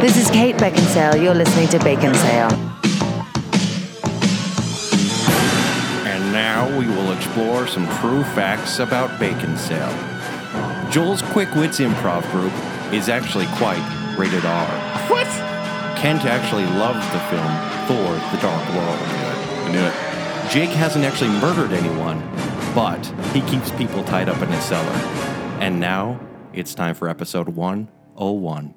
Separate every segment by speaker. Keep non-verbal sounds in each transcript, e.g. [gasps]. Speaker 1: This is Kate Beckinsale. You're listening to Baconsale.
Speaker 2: And now we will explore some true facts about bacon sale. Joel's Quick Wits improv group is actually quite rated R. What? Kent actually loved the film Thor The Dark World.
Speaker 3: I knew it.
Speaker 2: Jake hasn't actually murdered anyone, but he keeps people tied up in his cellar. And now it's time for episode 101.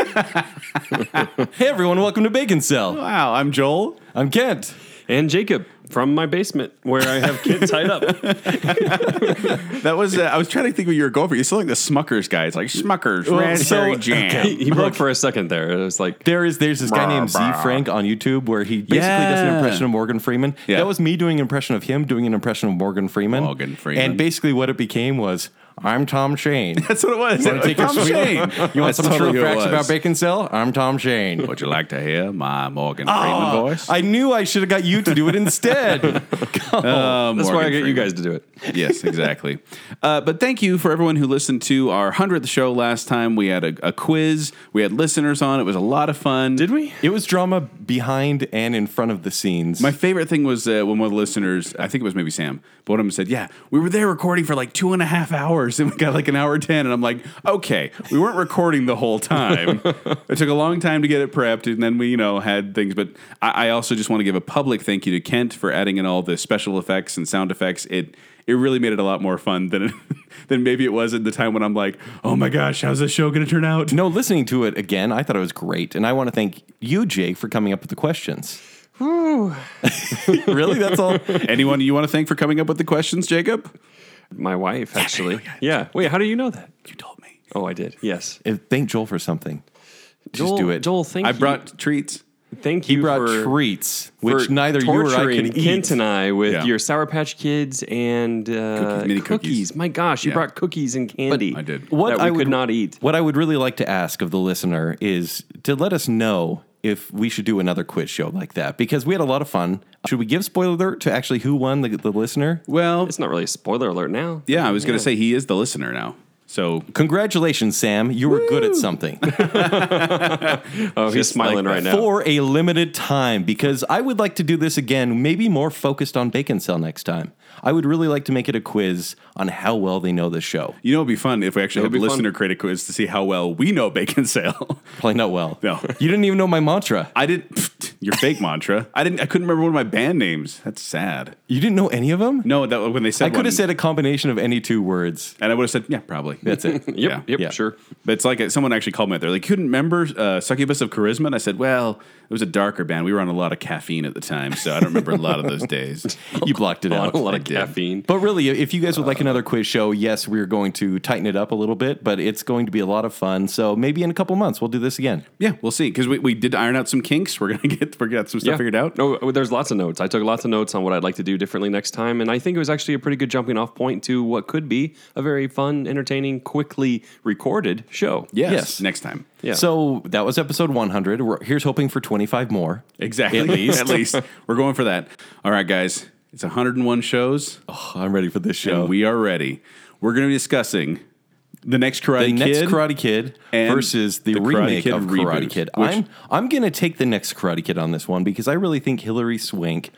Speaker 2: [laughs] hey everyone, welcome to Bacon Cell.
Speaker 3: Wow, I'm Joel.
Speaker 2: I'm Kent.
Speaker 4: and Jacob from my basement where I have kids tied up.
Speaker 3: That was uh, I was trying to think what you were going for. You're still like the Smuckers guy. It's like Smuckers, raspberry
Speaker 2: [laughs]
Speaker 3: jam.
Speaker 4: He, he broke for a second there. It was like
Speaker 2: There is there's this guy
Speaker 3: Brr,
Speaker 2: named Z
Speaker 3: brr.
Speaker 2: Frank on YouTube where he basically does an
Speaker 3: Yeah.
Speaker 2: impression of Morgan Freeman.
Speaker 3: Yeah.
Speaker 2: That was me doing an impression of him doing an impression of Morgan Freeman.
Speaker 3: Morgan Freeman.
Speaker 2: And basically what it became was I'm Tom
Speaker 3: [laughs]
Speaker 2: Shane.
Speaker 3: That's what it was.
Speaker 2: Wanna take
Speaker 3: Tom
Speaker 2: your sweet-
Speaker 3: Shane.
Speaker 2: You want
Speaker 3: That's
Speaker 2: some
Speaker 3: totally
Speaker 2: true
Speaker 3: who it
Speaker 2: facts
Speaker 3: was.
Speaker 2: about Bacon Cell? I'm Tom Shane.
Speaker 3: Would you like to hear my Morgan Freeman
Speaker 2: Oh,
Speaker 3: voice?
Speaker 2: I knew I should have got you to
Speaker 3: [laughs]
Speaker 2: do it instead. [laughs]
Speaker 3: Uh,
Speaker 4: that's why I
Speaker 3: Morgan
Speaker 4: get you
Speaker 3: Freeman.
Speaker 4: guys to do it.
Speaker 3: [laughs] yes, exactly. Uh, but thank you for everyone who listened to our 100th show last time. We had a, a quiz, we had listeners on. It was a lot of fun.
Speaker 4: Did we?
Speaker 2: it was drama behind and in front of the scenes.
Speaker 3: My favorite thing was uh, when one of the listeners, I think it was maybe Sam, but one of them said, Yeah, we were there recording for like two and a half hours [laughs] and we got like an hour 10. And I'm like, Okay, we weren't recording the whole [laughs] time. it took a long time to get it prepped. And then we, you know, had things. But I, I also just want to give a public thank you to Kent for adding in all the special effects and sound effects. It, it really made it a lot more fun than, [laughs] it, than maybe it was at the time when I'm like, Oh my gosh, how's this show going to turn
Speaker 2: [laughs]
Speaker 3: out?
Speaker 2: no, listening to it again, I thought it was great. And I want to thank you, Jake, for coming up with the questions. [laughs] really? That's
Speaker 3: [laughs]
Speaker 2: all?
Speaker 3: [laughs] Anyone you want to thank for coming up with the questions, Jacob?
Speaker 4: My wife actually. yeah. Wait, how do you know that?
Speaker 3: You told me.
Speaker 4: Oh, I did. Yes.
Speaker 2: Uh, Thank Joel for something.
Speaker 4: Joel-
Speaker 2: Just do it.
Speaker 4: Joel, thank
Speaker 3: I
Speaker 4: you.
Speaker 3: brought treats.
Speaker 4: Thank you
Speaker 2: He brought
Speaker 4: for
Speaker 2: treats,
Speaker 4: for
Speaker 2: which neither you or I
Speaker 4: torturing
Speaker 2: can
Speaker 4: Kent
Speaker 2: eat.
Speaker 4: and I with
Speaker 3: Yeah.
Speaker 4: your Sour Patch Kids and uh,
Speaker 3: Cookies, mini cookies.
Speaker 4: My gosh, you
Speaker 3: Yeah.
Speaker 4: brought cookies and candy.
Speaker 3: I did.
Speaker 4: What
Speaker 2: What
Speaker 4: that we
Speaker 2: I
Speaker 4: could
Speaker 2: would-
Speaker 4: not eat.
Speaker 2: What I would really like to ask of the listener is to let us know if we should do another quiz show like that because we had a lot of fun. Should we give spoiler alert to actually who won the, the listener?
Speaker 3: Well,
Speaker 4: It's not really a spoiler alert now.
Speaker 3: Yeah, I was going to say he is the listener now. So
Speaker 2: Congratulations, Sam. You were good at something
Speaker 4: Oh, he's
Speaker 3: like
Speaker 4: smiling [laughs] right now.
Speaker 2: for a limited time because I would like to do this again, maybe more focused on Bacon Cell next time. I would really like to make it a quiz on how well they know the show.
Speaker 3: you know, it'd be fun if we actually had
Speaker 4: It'd
Speaker 3: a
Speaker 4: be fun.
Speaker 3: listener create a quiz to see how well we know Bacon Sale. [laughs]
Speaker 2: Probably not well.
Speaker 3: No.
Speaker 2: You didn't even know my mantra.
Speaker 3: I didn't [laughs] pfft, your fake mantra. I didn't. I couldn't remember one of my band names. That's sad.
Speaker 2: You didn't know any of them?
Speaker 3: No, that when they said
Speaker 2: I could
Speaker 3: one-
Speaker 2: have said a combination of any two words.
Speaker 3: and I would have said yeah, probably.
Speaker 2: That's it.
Speaker 4: [laughs] Yep.
Speaker 3: Yeah.
Speaker 4: Yep.
Speaker 2: Yeah.
Speaker 4: Sure.
Speaker 3: But it's like uh, someone actually called me out there. Like, couldn't remember uh, Succubus of Charisma? And I said, well, it was a darker band. We were on a lot of caffeine at the time, so I don't remember a lot of those
Speaker 4: [laughs]
Speaker 3: days. [laughs]
Speaker 2: You blocked it out.
Speaker 4: a lot
Speaker 3: I
Speaker 4: of
Speaker 3: did.
Speaker 4: caffeine.
Speaker 2: But really, if you guys would
Speaker 3: Uh.
Speaker 2: like another quiz show, yes, we're going to tighten it up a little bit, but it's going to be a lot of fun. So maybe in a couple months, we'll do this again.
Speaker 3: Yeah, we'll see. Because we, we did iron out some kinks. We're gonna [laughs] get we're gonna get some stuff figured out.
Speaker 4: No, oh, there's lots of notes. I took lots of notes on what I'd like to do differently next time, and I think it was actually a pretty good jumping off point to what could be a very fun, entertaining, quickly recorded show.
Speaker 3: Yes,
Speaker 2: Yes.
Speaker 3: next time.
Speaker 4: Yeah.
Speaker 2: So that was episode 100. We're, here's hoping for 25 more.
Speaker 3: Exactly.
Speaker 2: At least.
Speaker 3: At least. We're going for that. All right, guys. It's 101 shows,
Speaker 2: Oh, I'm ready for this show.
Speaker 3: and we are ready. We're going to be discussing the next Karate
Speaker 2: the
Speaker 3: Kid.
Speaker 2: next Karate Kid
Speaker 3: and
Speaker 2: versus the,
Speaker 3: the Karate
Speaker 2: remake
Speaker 3: Kid
Speaker 2: of
Speaker 3: reboot,
Speaker 2: Karate Kid.
Speaker 3: which-
Speaker 2: I'm I'm going to take the next Karate Kid on this one because I really think Hilary Swank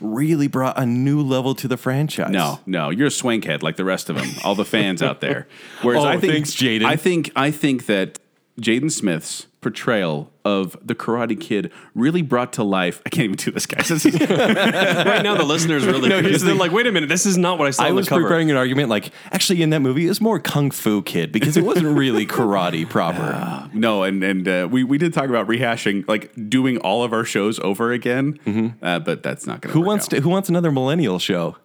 Speaker 2: really brought a new level to the franchise.
Speaker 3: No, no, you're a swankhead like the rest of them, all the fans out there. [laughs] Whereas
Speaker 2: Oh, thanks, Jaden.
Speaker 3: I think I think that Jaden Smith's portrayal of the Karate Kid really brought to life. I can't even do this, guys. [laughs]
Speaker 4: right now the listeners really because they're like, wait a minute, this is not what I saw
Speaker 2: I
Speaker 4: on the
Speaker 2: was
Speaker 4: cover.
Speaker 2: preparing an argument like actually in that movie it was more Kung Fu Kid because it wasn't [laughs] really karate proper.
Speaker 3: No, and and uh, we we did talk about rehashing, like doing all of our shows over again. Uh, but that's not going to.
Speaker 2: Who wants to, who wants another millennial show?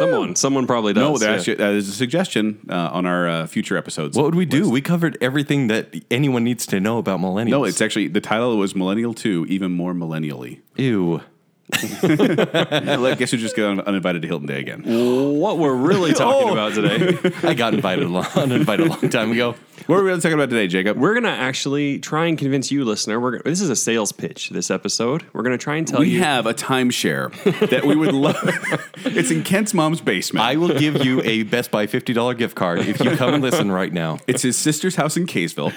Speaker 4: Someone, someone probably
Speaker 3: No,
Speaker 4: does.
Speaker 3: there
Speaker 4: yeah.
Speaker 3: actually, uh, there's a suggestion uh, on our uh, future episodes.
Speaker 2: What would we do? We covered everything that anyone needs to know about millennials.
Speaker 3: No, it's actually the title was Millennial Two, even more millennially.
Speaker 2: ew.
Speaker 3: I guess we just got uninvited to Hilton Day
Speaker 4: [laughs]
Speaker 3: again.
Speaker 4: what
Speaker 3: [laughs]
Speaker 4: we're really talking
Speaker 2: Oh. [laughs]
Speaker 4: about today.
Speaker 2: I got invited a long, uninvited a long time ago.
Speaker 3: What are we talking about today, Jacob?
Speaker 4: We're gonna actually try and convince you, listener. We're gonna, this is a sales pitch. This episode, we're gonna try and tell
Speaker 3: we
Speaker 4: you. [laughs]
Speaker 3: have a timeshare that we would love. [laughs] it's in Kent's mom's basement.
Speaker 2: I will give you a Best Buy fifty dollar gift card if you come and listen right now.
Speaker 3: it's his sister's house in Kaysville.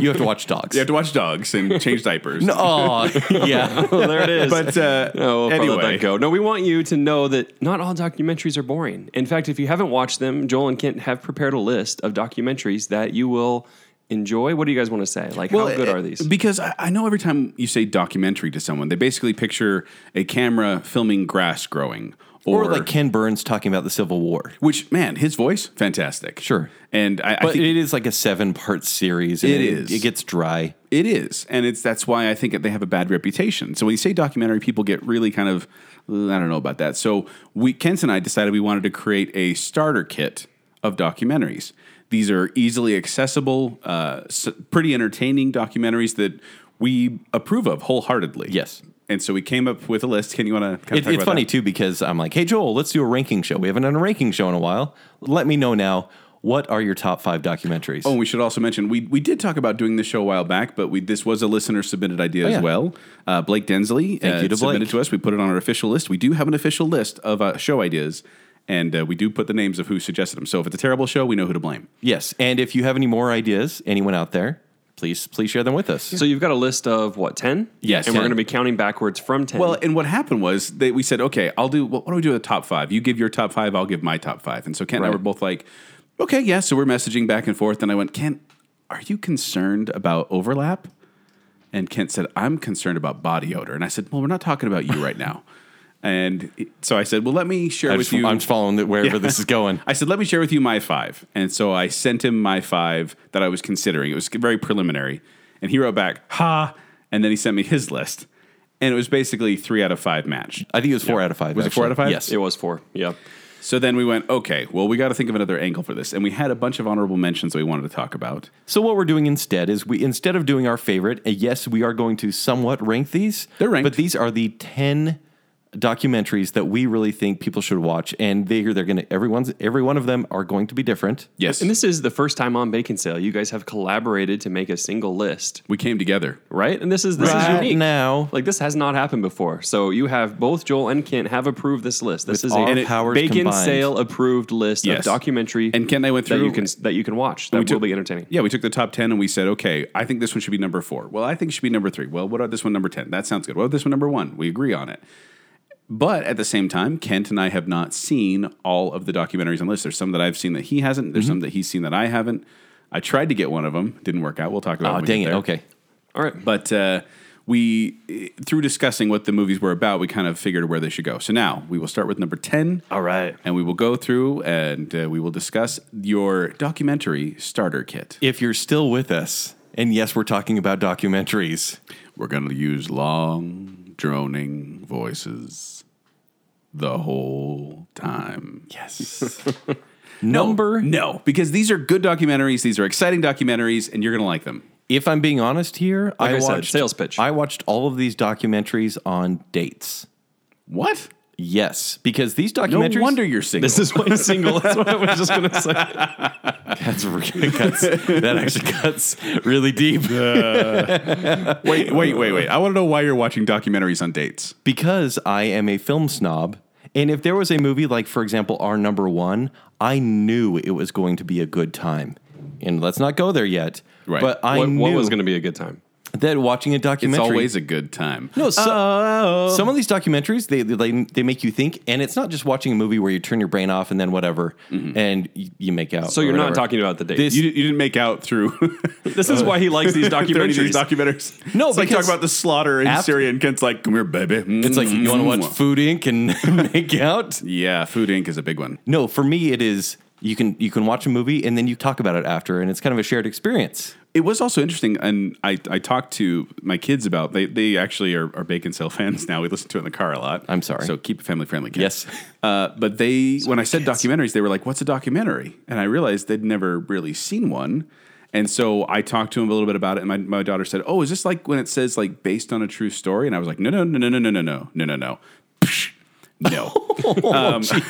Speaker 2: you have to watch dogs.
Speaker 3: You have to watch dogs and change
Speaker 4: [laughs]
Speaker 3: diapers.
Speaker 2: oh, [laughs] yeah.
Speaker 4: Well, there it is.
Speaker 3: [laughs] But uh,
Speaker 4: No, we'll anyway.
Speaker 3: anyway,
Speaker 4: that go. No, we want you to know that not all documentaries are boring. In fact, if you haven't watched them, Joel and Kent have prepared a list of documentaries that you will enjoy. What do you guys want to say? Like, how good
Speaker 3: uh,
Speaker 4: are these?
Speaker 3: Because I, I know every time you say documentary to someone, they basically picture a camera filming grass growing, or,
Speaker 2: Or like Ken Burns talking about the Civil War.
Speaker 3: which man, his voice fantastic,
Speaker 2: Sure.
Speaker 3: and I, I
Speaker 2: But
Speaker 3: think
Speaker 2: it is like a seven part series. and
Speaker 3: It is.
Speaker 2: It gets dry.
Speaker 3: it is, and it's that's why I think that they have a bad reputation. So when you say documentary, people get really kind of "Uh, I don't know about that. So we Kent and I decided we wanted to create a starter kit of documentaries. These are easily accessible, uh, s- pretty entertaining documentaries that we approve of wholeheartedly.
Speaker 2: Yes.
Speaker 3: And so we came up with a list. Can you want to? Kind
Speaker 2: It,
Speaker 3: of talk
Speaker 2: it's
Speaker 3: about
Speaker 2: funny
Speaker 3: that?
Speaker 2: too because I'm like, hey Joel, let's do a ranking show. We haven't done a ranking show in a while. Let me know now. What are your top five documentaries?
Speaker 3: Oh, and we should also mention we we did talk about doing the show a while back, but we this was a listener submitted idea
Speaker 2: Oh, yeah.
Speaker 3: as well. Uh, Blake Densley
Speaker 2: Thank
Speaker 3: uh,
Speaker 2: you to
Speaker 3: submitted
Speaker 2: Blake.
Speaker 3: to us. We put it on our official list. We do have an official list of uh, show ideas, and uh, we do put the names of who suggested them. So if it's a terrible show, we know who to blame.
Speaker 2: yes. And if you have any more ideas, anyone out there, please please share them with us.
Speaker 4: so you've got a list of what ten?
Speaker 2: Yes,
Speaker 4: and we're
Speaker 2: 10.
Speaker 4: going to be counting backwards from ten.
Speaker 3: Well, and what happened was that we said, okay, I'll do. What, what do we do with the top five? You give your top five, I'll give my top five. And so Kent and I
Speaker 4: Right.
Speaker 3: were both like, okay, yeah. So we're messaging back and forth, and I went, Kent, are you concerned about overlap? And Kent said, I'm concerned about body odor. And I said, well, we're not talking about you right now. [laughs] And it- so I said, well, let me share
Speaker 2: I
Speaker 3: with
Speaker 2: just,
Speaker 3: you.
Speaker 2: I'm just following the, wherever
Speaker 3: Yeah.
Speaker 2: this is going.
Speaker 3: [laughs] I said, let me share with you my five. And so I sent him my five that I was considering. It was very preliminary. And he wrote back, ha. And then he sent me his list. And it was basically three out of five matched.
Speaker 2: I think it was four out of five.
Speaker 3: Was it four
Speaker 2: actually.
Speaker 3: out of five?
Speaker 2: Yes.
Speaker 4: it was four. Yeah.
Speaker 3: So then we went, okay, well, we got to think of another angle for this. And we had a bunch of honorable mentions that we wanted to talk about.
Speaker 2: So what we're doing instead is we instead of doing our favorite, uh, yes, we are going to somewhat rank these.
Speaker 3: They're ranked.
Speaker 2: but these are the ten documentaries that we really think people should watch, and they they're going to everyone's every one of them are going to be different.
Speaker 3: Yes.
Speaker 4: And this is the first time on Bacon Sale you guys have collaborated to make a single list,
Speaker 3: we came together.
Speaker 4: right? And this is this
Speaker 2: Right
Speaker 4: is unique
Speaker 2: now.
Speaker 4: Like this has not happened before. So you have both Joel and Kent have approved this list. This is
Speaker 2: all
Speaker 4: a
Speaker 2: powers
Speaker 4: Bacon
Speaker 2: combined.
Speaker 4: Sale approved list
Speaker 3: Yes.
Speaker 4: of documentary
Speaker 3: And Kent and I went
Speaker 4: that
Speaker 3: through-
Speaker 4: you can that you can watch that
Speaker 3: We
Speaker 4: will
Speaker 3: took-
Speaker 4: be entertaining.
Speaker 3: Yeah, we took the top 10 and we said, okay, I think this one should be number four. Well, I think it should be number three. Well, what about this one, number 10? That sounds good. What about this one, number one? We agree on it. But at the same time, Kent and I have not seen all of the documentaries on the list. There's some that I've seen that he hasn't,
Speaker 2: Mm-hmm.
Speaker 3: there's some that he's seen that I haven't. I tried to get one of them, didn't work out. We'll talk about it.
Speaker 2: Oh
Speaker 3: when we
Speaker 2: dang
Speaker 3: get
Speaker 2: it!
Speaker 3: there.
Speaker 2: Okay,
Speaker 4: All right.
Speaker 3: But uh, we, eh, through discussing what the movies were about, we kind of figured where they should go. So now we will start with number 10.
Speaker 4: All right.
Speaker 3: And we will go through and uh, we will discuss your documentary starter kit.
Speaker 2: if you're still with us, and yes, we're talking about documentaries.
Speaker 3: We're going to use long, droning voices the whole time.
Speaker 2: Yes. Number,
Speaker 3: [laughs] No, because these are good documentaries. These are exciting documentaries, and you're going to like them.
Speaker 2: if I'm being honest here, I,
Speaker 4: I
Speaker 2: watched
Speaker 4: said, sales pitch.
Speaker 2: I watched all of these documentaries on dates.
Speaker 3: What?
Speaker 2: Yes, because these
Speaker 3: No
Speaker 2: documentaries.
Speaker 3: wonder you're single.
Speaker 4: This is one single. That's what I was just gonna [laughs]
Speaker 2: [laughs]
Speaker 4: say.
Speaker 2: That's really cuts. that actually cuts really deep.
Speaker 3: wait, wait, wait, wait. I want to know why you're watching documentaries on dates.
Speaker 2: because I am a film snob. And if there was a movie like, for example, Our Number One, I knew it was going to be a good time. And let's not go there yet.
Speaker 3: Right.
Speaker 2: But I
Speaker 4: what,
Speaker 2: knew
Speaker 4: what was gonna be a good time?
Speaker 2: that watching a
Speaker 3: It's
Speaker 2: documentary.
Speaker 3: always a good time.
Speaker 2: no. So, Some of these documentaries they, they they make you think, and it's not just watching a movie where you turn your brain off and then whatever, and you, you make out.
Speaker 4: Mm-hmm. So
Speaker 2: or
Speaker 4: you're not
Speaker 2: whatever.
Speaker 4: talking about the date.
Speaker 2: This-
Speaker 3: [laughs]
Speaker 4: This,
Speaker 3: You, di- you didn't make out through [laughs]
Speaker 4: is why he
Speaker 2: [laughs]
Speaker 4: likes these
Speaker 3: during
Speaker 4: documentaries.
Speaker 3: these documentaries.
Speaker 2: No,
Speaker 3: it's like talk
Speaker 2: because
Speaker 3: about the slaughter in
Speaker 2: after-
Speaker 3: Syria, and Kent's like, "Come here, baby." Mm-hmm.
Speaker 2: It's like you want to
Speaker 4: Mm-hmm.
Speaker 2: watch Food Inc. and [laughs] make out.
Speaker 3: Yeah, Food Inc. is a big one.
Speaker 2: No, for me it is you can you can watch a movie and then you talk about it after and it's kind of a shared experience.
Speaker 3: It was also interesting, and I, I talked to my kids about they they actually are, are bacon cell [laughs] fans now. We listen to it in the car a lot.
Speaker 2: I'm sorry.
Speaker 3: So keep it family friendly.
Speaker 2: Yes.
Speaker 3: [laughs] Uh, but they when I said documentaries, they were like, "What's a documentary?" And I realized they'd never really seen one. And so I talked to them a little bit about it, and my, my daughter said, "Oh, is this like when it says like based on a true story?" And I was like, "No, no, no, no, no, no, no, no, no, no, [laughs] no, Psh, no."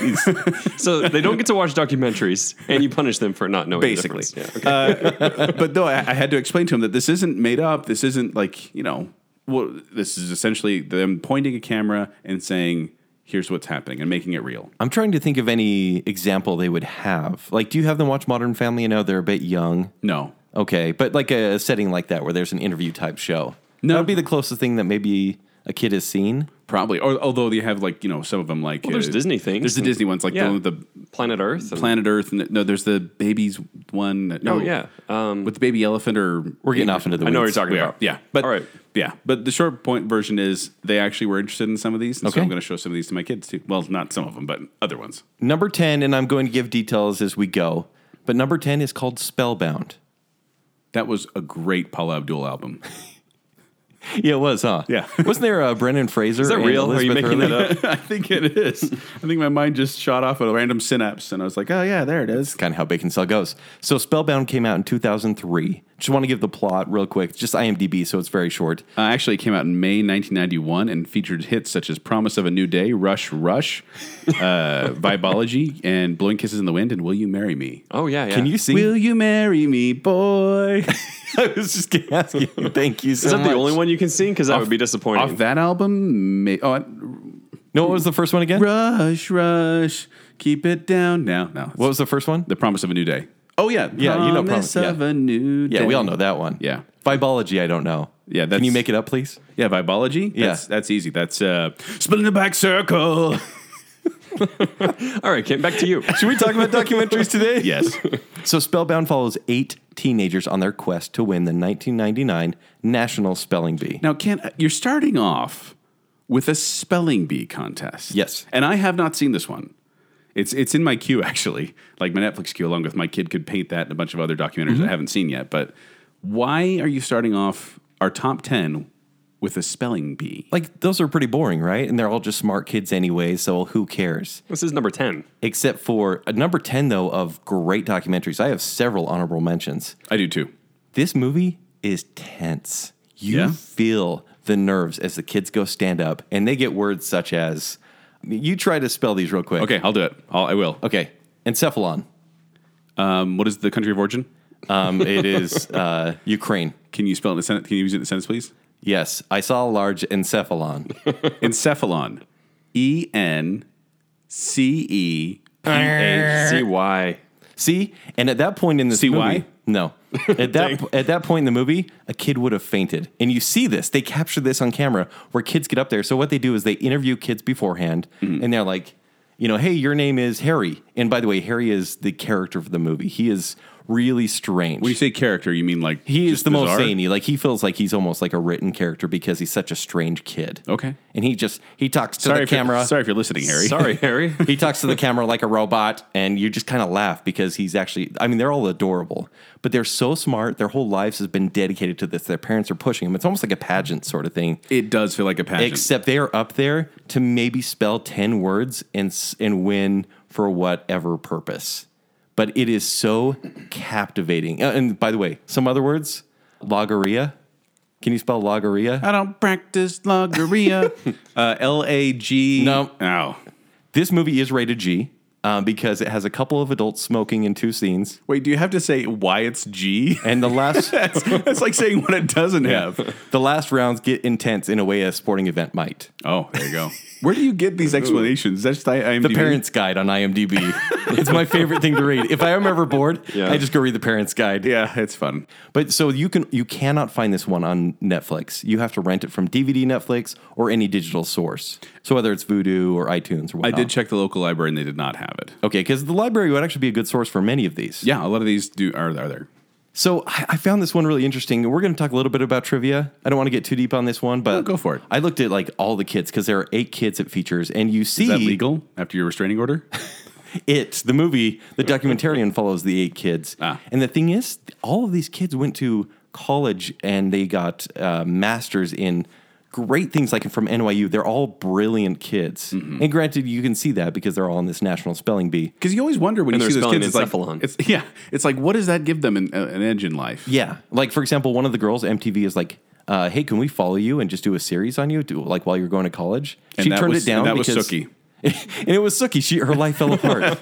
Speaker 4: so they don't get to watch documentaries, and you punish them for not knowing. the
Speaker 3: Basically.
Speaker 4: difference. yeah.
Speaker 3: but no, I, I had to explain to him that this isn't made up. This isn't like you know. Well, this is essentially them pointing a camera and saying, "Here's what's happening," and making it real.
Speaker 2: I'm trying to think of any example they would have. Like do you have them watch Modern Family? I know they're a bit young.
Speaker 3: No,
Speaker 2: Okay, but like a setting like that where there's an interview type show.
Speaker 3: No.
Speaker 2: that would be the closest thing that maybe a kid has seen.
Speaker 3: Probably. Or, although they have like you know some of them like uh,
Speaker 4: there's Disney things.
Speaker 3: There's the Disney ones like
Speaker 4: Yeah.
Speaker 3: the, one with the
Speaker 4: Planet Earth. and-
Speaker 3: Planet Earth. And no, there's the babies one. No,
Speaker 4: Oh, yeah. Um,
Speaker 3: with the baby elephant or
Speaker 2: We're getting off into the
Speaker 4: I
Speaker 2: weeds.
Speaker 4: know what you're talking
Speaker 3: we
Speaker 4: about.
Speaker 3: are. Yeah, but
Speaker 4: all right.
Speaker 3: yeah, but the short point version is they actually were interested in some of these, and so
Speaker 2: Okay.
Speaker 3: I'm going to show some of these to my kids too. Well, not some of them, but other ones.
Speaker 2: Number 10, and I'm going to give details as we go, but number 10 is called Spellbound. [laughs]
Speaker 3: That was a great Paula Abdul album. [laughs]
Speaker 2: Yeah, it was, huh?
Speaker 3: Yeah.
Speaker 2: [laughs] Wasn't there a Brennan Fraser?
Speaker 4: Is that
Speaker 2: and
Speaker 4: real? Are you
Speaker 2: Elizabeth
Speaker 4: making
Speaker 2: Hurley?
Speaker 4: that up?
Speaker 3: I think [laughs] it is. I think my mind just shot off at a random synapse, and I was like, "Oh yeah, there it is."
Speaker 2: kind of how Bacon Cell goes. So Spellbound came out in 2003. Just want to give the plot real quick, just IMDb, so it's very short.
Speaker 3: Uh, actually, it came out in May 1991 and featured hits such as "Promise of a New Day," "Rush, Rush," uh, [laughs] "Vibology," and "Blowing Kisses in the Wind," and "Will You Marry Me."
Speaker 4: Oh yeah, yeah.
Speaker 2: Can you sing?
Speaker 3: Will you marry me, [laughs] boy?
Speaker 2: [laughs] I was just gonna ask you. Thank you so
Speaker 4: Is that the
Speaker 2: much.
Speaker 4: only one you can sing? Because that would be disappointing.
Speaker 3: Off that album, may- oh,
Speaker 2: No, what was the first one again?
Speaker 3: Rush, rush, keep it down now. No,
Speaker 2: What was the first one?
Speaker 3: the promise of a new day? Oh yeah,
Speaker 2: Yeah, you know
Speaker 3: promise
Speaker 2: Promise, yeah.
Speaker 3: of a new day.
Speaker 2: Yeah, we all know that one.
Speaker 3: Yeah.
Speaker 2: Vibology, I don't know.
Speaker 3: Yeah,
Speaker 2: Can
Speaker 3: that's-
Speaker 2: you make it up, please?
Speaker 3: Yeah, vibology.
Speaker 2: Yeah.
Speaker 3: that's, that's easy. That's uh, spinning the back circle.
Speaker 4: All right, Kent, back to you. [laughs]
Speaker 2: Should we talk about [laughs] documentaries today?
Speaker 3: [laughs] [laughs] yes,
Speaker 2: So Spellbound follows eight teenagers on their quest to win the 1999 National Spelling Bee.
Speaker 3: Now, Ken, uh, you're starting off with a spelling bee contest.
Speaker 2: Yes.
Speaker 3: And I have not seen this one. It's it's in my queue [laughs] actually, like my Netflix queue, along with my kid could paint that and a bunch of other documentaries I haven't seen yet. But why are you starting off our top ten with a spelling bee?
Speaker 2: Like those are pretty boring, right? And they're all just smart kids anyway, so who cares?
Speaker 4: This is number ten.
Speaker 2: Except for uh, number 10 though of great documentaries. I have several honorable mentions.
Speaker 3: I do too.
Speaker 2: This movie is tense. You
Speaker 3: Yeah.
Speaker 2: feel the nerves as the kids go stand up and they get words such as you try to spell these real quick.
Speaker 3: Okay, I'll do it. I'll, I will.
Speaker 2: Okay. Encephalon.
Speaker 3: Um, what is the country of origin?
Speaker 2: Um, it is uh, Ukraine.
Speaker 3: Can you spell it in a sentence? Can you use it in a sentence, please?
Speaker 2: Yes, I saw a large encephalon.
Speaker 3: Encephalon. E N C E.
Speaker 4: C Y.
Speaker 2: See, and at that point in the
Speaker 3: See
Speaker 2: movie,
Speaker 3: why? [laughs]
Speaker 2: no, at that at that point in the movie, a kid would have fainted, and you see this. They capture this on camera where kids get up there. So what they do is they interview kids beforehand,
Speaker 3: Mm-hmm.
Speaker 2: and they're like, you know, hey, your name is Harry, and by the way, Harry is the character of the movie. He is really strange.
Speaker 3: When you say character, you mean like
Speaker 2: he is
Speaker 3: just
Speaker 2: the most
Speaker 3: bizarre?
Speaker 2: zany. Like he feels like he's almost like a written character because he's such a strange kid.
Speaker 3: Okay.
Speaker 2: and he just he talks to
Speaker 3: Sorry
Speaker 2: the
Speaker 3: if you're-
Speaker 2: camera.
Speaker 3: Sorry if you're listening, Harry. [laughs]
Speaker 4: Sorry, Harry.
Speaker 2: he talks to the camera like a robot and you just kind of laugh because he's actually i mean they're all adorable but they're so smart their whole lives has been dedicated to this their parents are pushing them it's almost like a pageant sort of thing
Speaker 3: It does feel like a pageant.
Speaker 2: except they are up there to maybe spell 10 words and s- and win for whatever purpose but it is so captivating Uh, and by the way some other words logorrhea can you spell logorrhea
Speaker 3: I don't practice logorrhea.
Speaker 2: [laughs]
Speaker 3: uh, L A G.
Speaker 2: No.
Speaker 3: Ow.
Speaker 2: this movie is rated g uh, because it has a couple of adults smoking in two scenes
Speaker 3: Wait, do you have to say why it's
Speaker 2: [laughs]
Speaker 3: G? [laughs]
Speaker 2: and the last
Speaker 3: that's, that's like saying what it doesn't
Speaker 2: [laughs]
Speaker 3: have.
Speaker 2: The last rounds get intense in a way a sporting event might.
Speaker 3: Oh, there you go. Where do you get these explanations? That's I, IMDb.
Speaker 2: The Parents Guide on IMDb. [laughs] it's my favorite thing to read. If I am ever bored,
Speaker 4: Yeah.
Speaker 2: I just go read the Parents Guide.
Speaker 3: Yeah, it's fun.
Speaker 2: But so you can you cannot find this one on Netflix. You have to rent it from DVD Netflix or any digital source. So whether it's Vudu or iTunes or
Speaker 3: I
Speaker 2: whatnot.
Speaker 3: did check the local library and they did not have it.
Speaker 2: Okay, because the library would actually be a good source for many of these.
Speaker 3: Yeah, a lot of these do are, are there.
Speaker 2: So I, I found this one really interesting. We're going to talk a little bit about trivia. I don't want to get too deep on this one, but
Speaker 3: go for it.
Speaker 2: I looked at like all the kids because there are eight kids it features, and you see
Speaker 3: Is that legal after your restraining order?
Speaker 2: It, the movie, the documentarian follows the eight kids.
Speaker 3: Ah.
Speaker 2: And the thing is, all of these kids went to college and they got uh, masters in great things like from NYU. They're all brilliant kids. And granted, you can see that because they're all in this national spelling bee.
Speaker 3: Because you always wonder when
Speaker 4: And
Speaker 3: you see
Speaker 4: they're
Speaker 3: those
Speaker 4: spelling
Speaker 3: kids. It's like,
Speaker 4: encephalon.
Speaker 3: it's, [laughs] yeah, it's like what does that give them in, uh, an edge in life?
Speaker 2: Yeah. Like, for example, one of the girls, MTV, is like, uh, hey, can we follow you and just do a series on you, do, like while you're going to college?
Speaker 3: And
Speaker 2: she
Speaker 3: that
Speaker 2: turned
Speaker 3: was-
Speaker 2: it down.
Speaker 3: and that was
Speaker 2: because,
Speaker 3: Sookie.
Speaker 2: [laughs] and it was Sookie. She her life fell apart.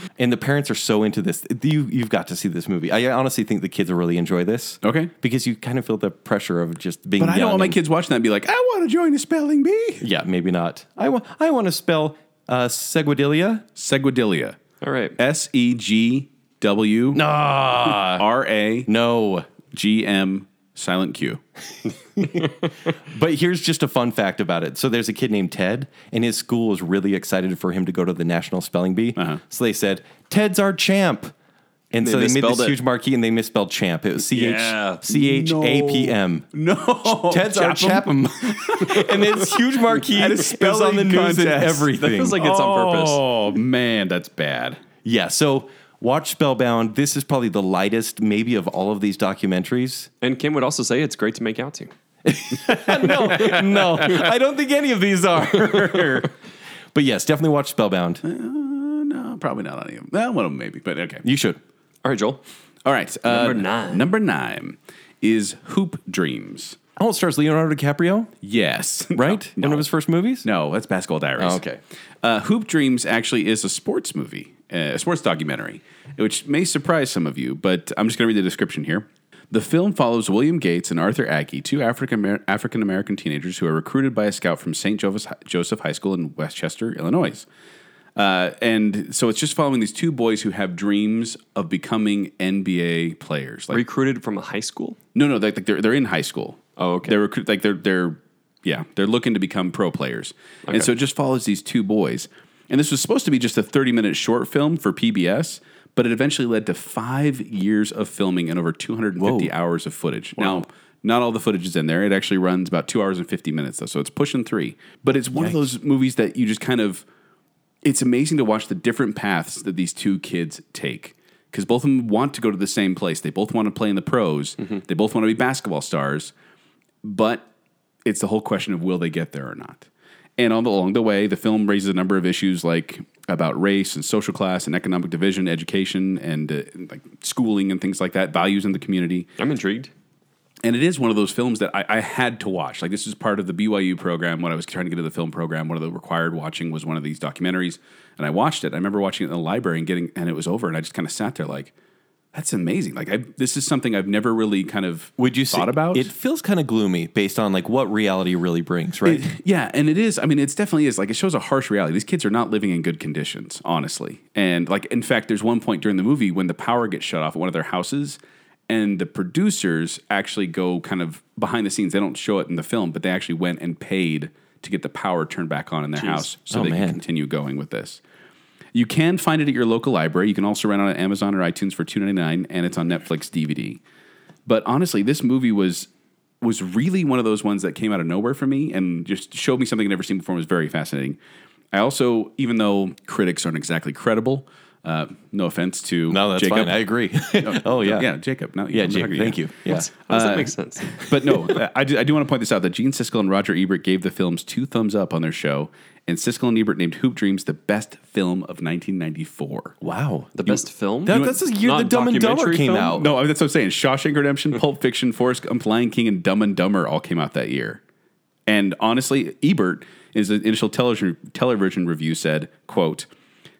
Speaker 3: [laughs]
Speaker 2: and the parents are so into this. You you've got to see this movie. I honestly think the kids will really enjoy this.
Speaker 3: Okay.
Speaker 2: because you kind of feel the pressure of just being.
Speaker 3: But I
Speaker 2: young
Speaker 3: don't want my
Speaker 2: and-
Speaker 3: kids watching that and be like, I want to join a spelling bee.
Speaker 2: Yeah, maybe not. I want I want to spell uh, seguidilia.
Speaker 3: Seguidilia.
Speaker 4: All right.
Speaker 3: S E G W
Speaker 2: Ah,
Speaker 3: R A
Speaker 2: no.
Speaker 3: G M silent Q. [laughs]
Speaker 2: But here's just a fun fact about it. So there's a kid named Ted, and his school was really excited for him to go to the national spelling bee. So they said, "Ted's our champ," and
Speaker 4: Uh-huh. They
Speaker 2: so they made
Speaker 4: misspelled
Speaker 2: this
Speaker 4: it.
Speaker 2: huge marquee, and they misspelled champ. It was C
Speaker 4: Yeah.
Speaker 2: H C H A P M.
Speaker 3: No,
Speaker 2: Ted's our
Speaker 3: [laughs]
Speaker 2: Chapham,
Speaker 4: [laughs]
Speaker 2: and it's huge marquee.
Speaker 3: At a
Speaker 2: It was on the
Speaker 3: spelling
Speaker 2: news and
Speaker 3: contest.
Speaker 2: [laughs] everything.
Speaker 4: That feels like it's on purpose.
Speaker 3: Oh man, that's bad.
Speaker 2: yeah. So watch Spellbound. This is probably the lightest, maybe of all of these documentaries. [laughs]
Speaker 4: And Kim would also say it's great to make out to.
Speaker 2: no, no, I don't think any of these are. [laughs] but yes, definitely watch Spellbound.
Speaker 3: Uh, no, probably not on any of them. Well, one of them maybe, but okay.
Speaker 2: You should.
Speaker 4: All right, Joel.
Speaker 3: All right. Uh,
Speaker 4: Number nine.
Speaker 3: Number nine is Hoop Dreams.
Speaker 2: Oh, it stars Leonardo DiCaprio,
Speaker 3: Yes. [laughs]
Speaker 2: right?
Speaker 3: No,
Speaker 2: One of his first movies?
Speaker 3: no that's Basketball Diaries.
Speaker 2: Oh, okay.
Speaker 3: Uh, Hoop Dreams actually is a sports movie, uh, a sports documentary, which may surprise some of you, but I'm just going to read the description here. The film follows William Gates and Arthur Ackie, two African African American teenagers who are recruited by a scout from St. Joseph Joseph High School in Westchester, Illinois. Uh, and so it's just following these two boys who have dreams of becoming NBA players. Like
Speaker 4: Recruited from a high school?
Speaker 3: No, no, like, like they're they're in high school.
Speaker 4: Oh, okay.
Speaker 3: They're recruit like they're they're yeah they're looking to become pro players, and so it just follows these two boys. And this was supposed to be just a thirty minute short film for PBS, but it eventually led to five years of filming and over two hundred and fifty hours of footage. Now. Not all the footage is in there. It actually runs about two hours and 50 minutes, though. So it's pushing three. But it's one of those movies that you just kind of it's amazing to watch the different paths that these two kids take because both of them want to go to the same place. They both want to play in the pros. They both want to be basketball stars, but it's the whole question of will they get there or not. And on the, along the way, the film raises a number of issues like about race and social class and economic division, education and uh, like schooling and things like that, values in the community
Speaker 4: I'm intrigued.
Speaker 3: and it is one of those films that I, I had to watch. Like this is part of the BYU program. When I was trying to get to the film program, one of the required watching was one of these documentaries, and I watched it. I remember watching it in the library and getting, and it was over, and I just kind of sat there like, "That's amazing!" Like I, this is something I've never really kind of
Speaker 2: Would you
Speaker 3: thought
Speaker 2: say-
Speaker 3: about
Speaker 2: It feels kind of gloomy based on like what reality really brings, right?
Speaker 3: It- [laughs] yeah, and it is. I mean, it's definitely is. Like, it shows a harsh reality. These kids are not living in good conditions, honestly. And like, in fact, there's one point during the movie when the power gets shut off at one of their houses, and the producers actually go kind of behind the scenes. They don't show it in the film, but they actually went and paid to get the power turned back on in their house so
Speaker 2: Oh,
Speaker 3: they
Speaker 2: man.
Speaker 3: can continue going with this. You can find it at your local library. You can also rent it on Amazon or iTunes for two ninety nine, and it's on Netflix DVD. But honestly, this movie was was really one of those ones that came out of nowhere for me and just showed me something I'd never seen before. and was very fascinating. I also, even though critics aren't exactly credible, uh, no offense to
Speaker 2: no, that's
Speaker 3: Jacob.
Speaker 2: fine. I
Speaker 3: [laughs]
Speaker 2: agree. [laughs] oh, yeah.
Speaker 3: yeah, Jacob.
Speaker 2: [laughs]
Speaker 3: No,
Speaker 2: Yeah,
Speaker 3: I'm
Speaker 2: Jacob.
Speaker 3: talking to
Speaker 2: Thank you. Yeah. Uh,
Speaker 4: How does that make sense?
Speaker 3: [laughs] but no, I do, I do want to point this out that Gene Siskel and Roger Ebert gave the films two thumbs up on their show, and Siskel and Ebert named Hoop Dreams the best film of 1994.
Speaker 2: Wow.
Speaker 4: The best film?
Speaker 2: That- that's the year
Speaker 4: Not
Speaker 2: the Dumb and Dumber
Speaker 4: documentary
Speaker 2: came
Speaker 4: film?
Speaker 2: out.
Speaker 3: No, I mean, that's what I'm saying. Shawshank Redemption, Pulp Fiction, Forrest Gump, Lion King, and Dumb and Dumber all came out that year. And honestly, Ebert, in his initial television, television review, said, quote,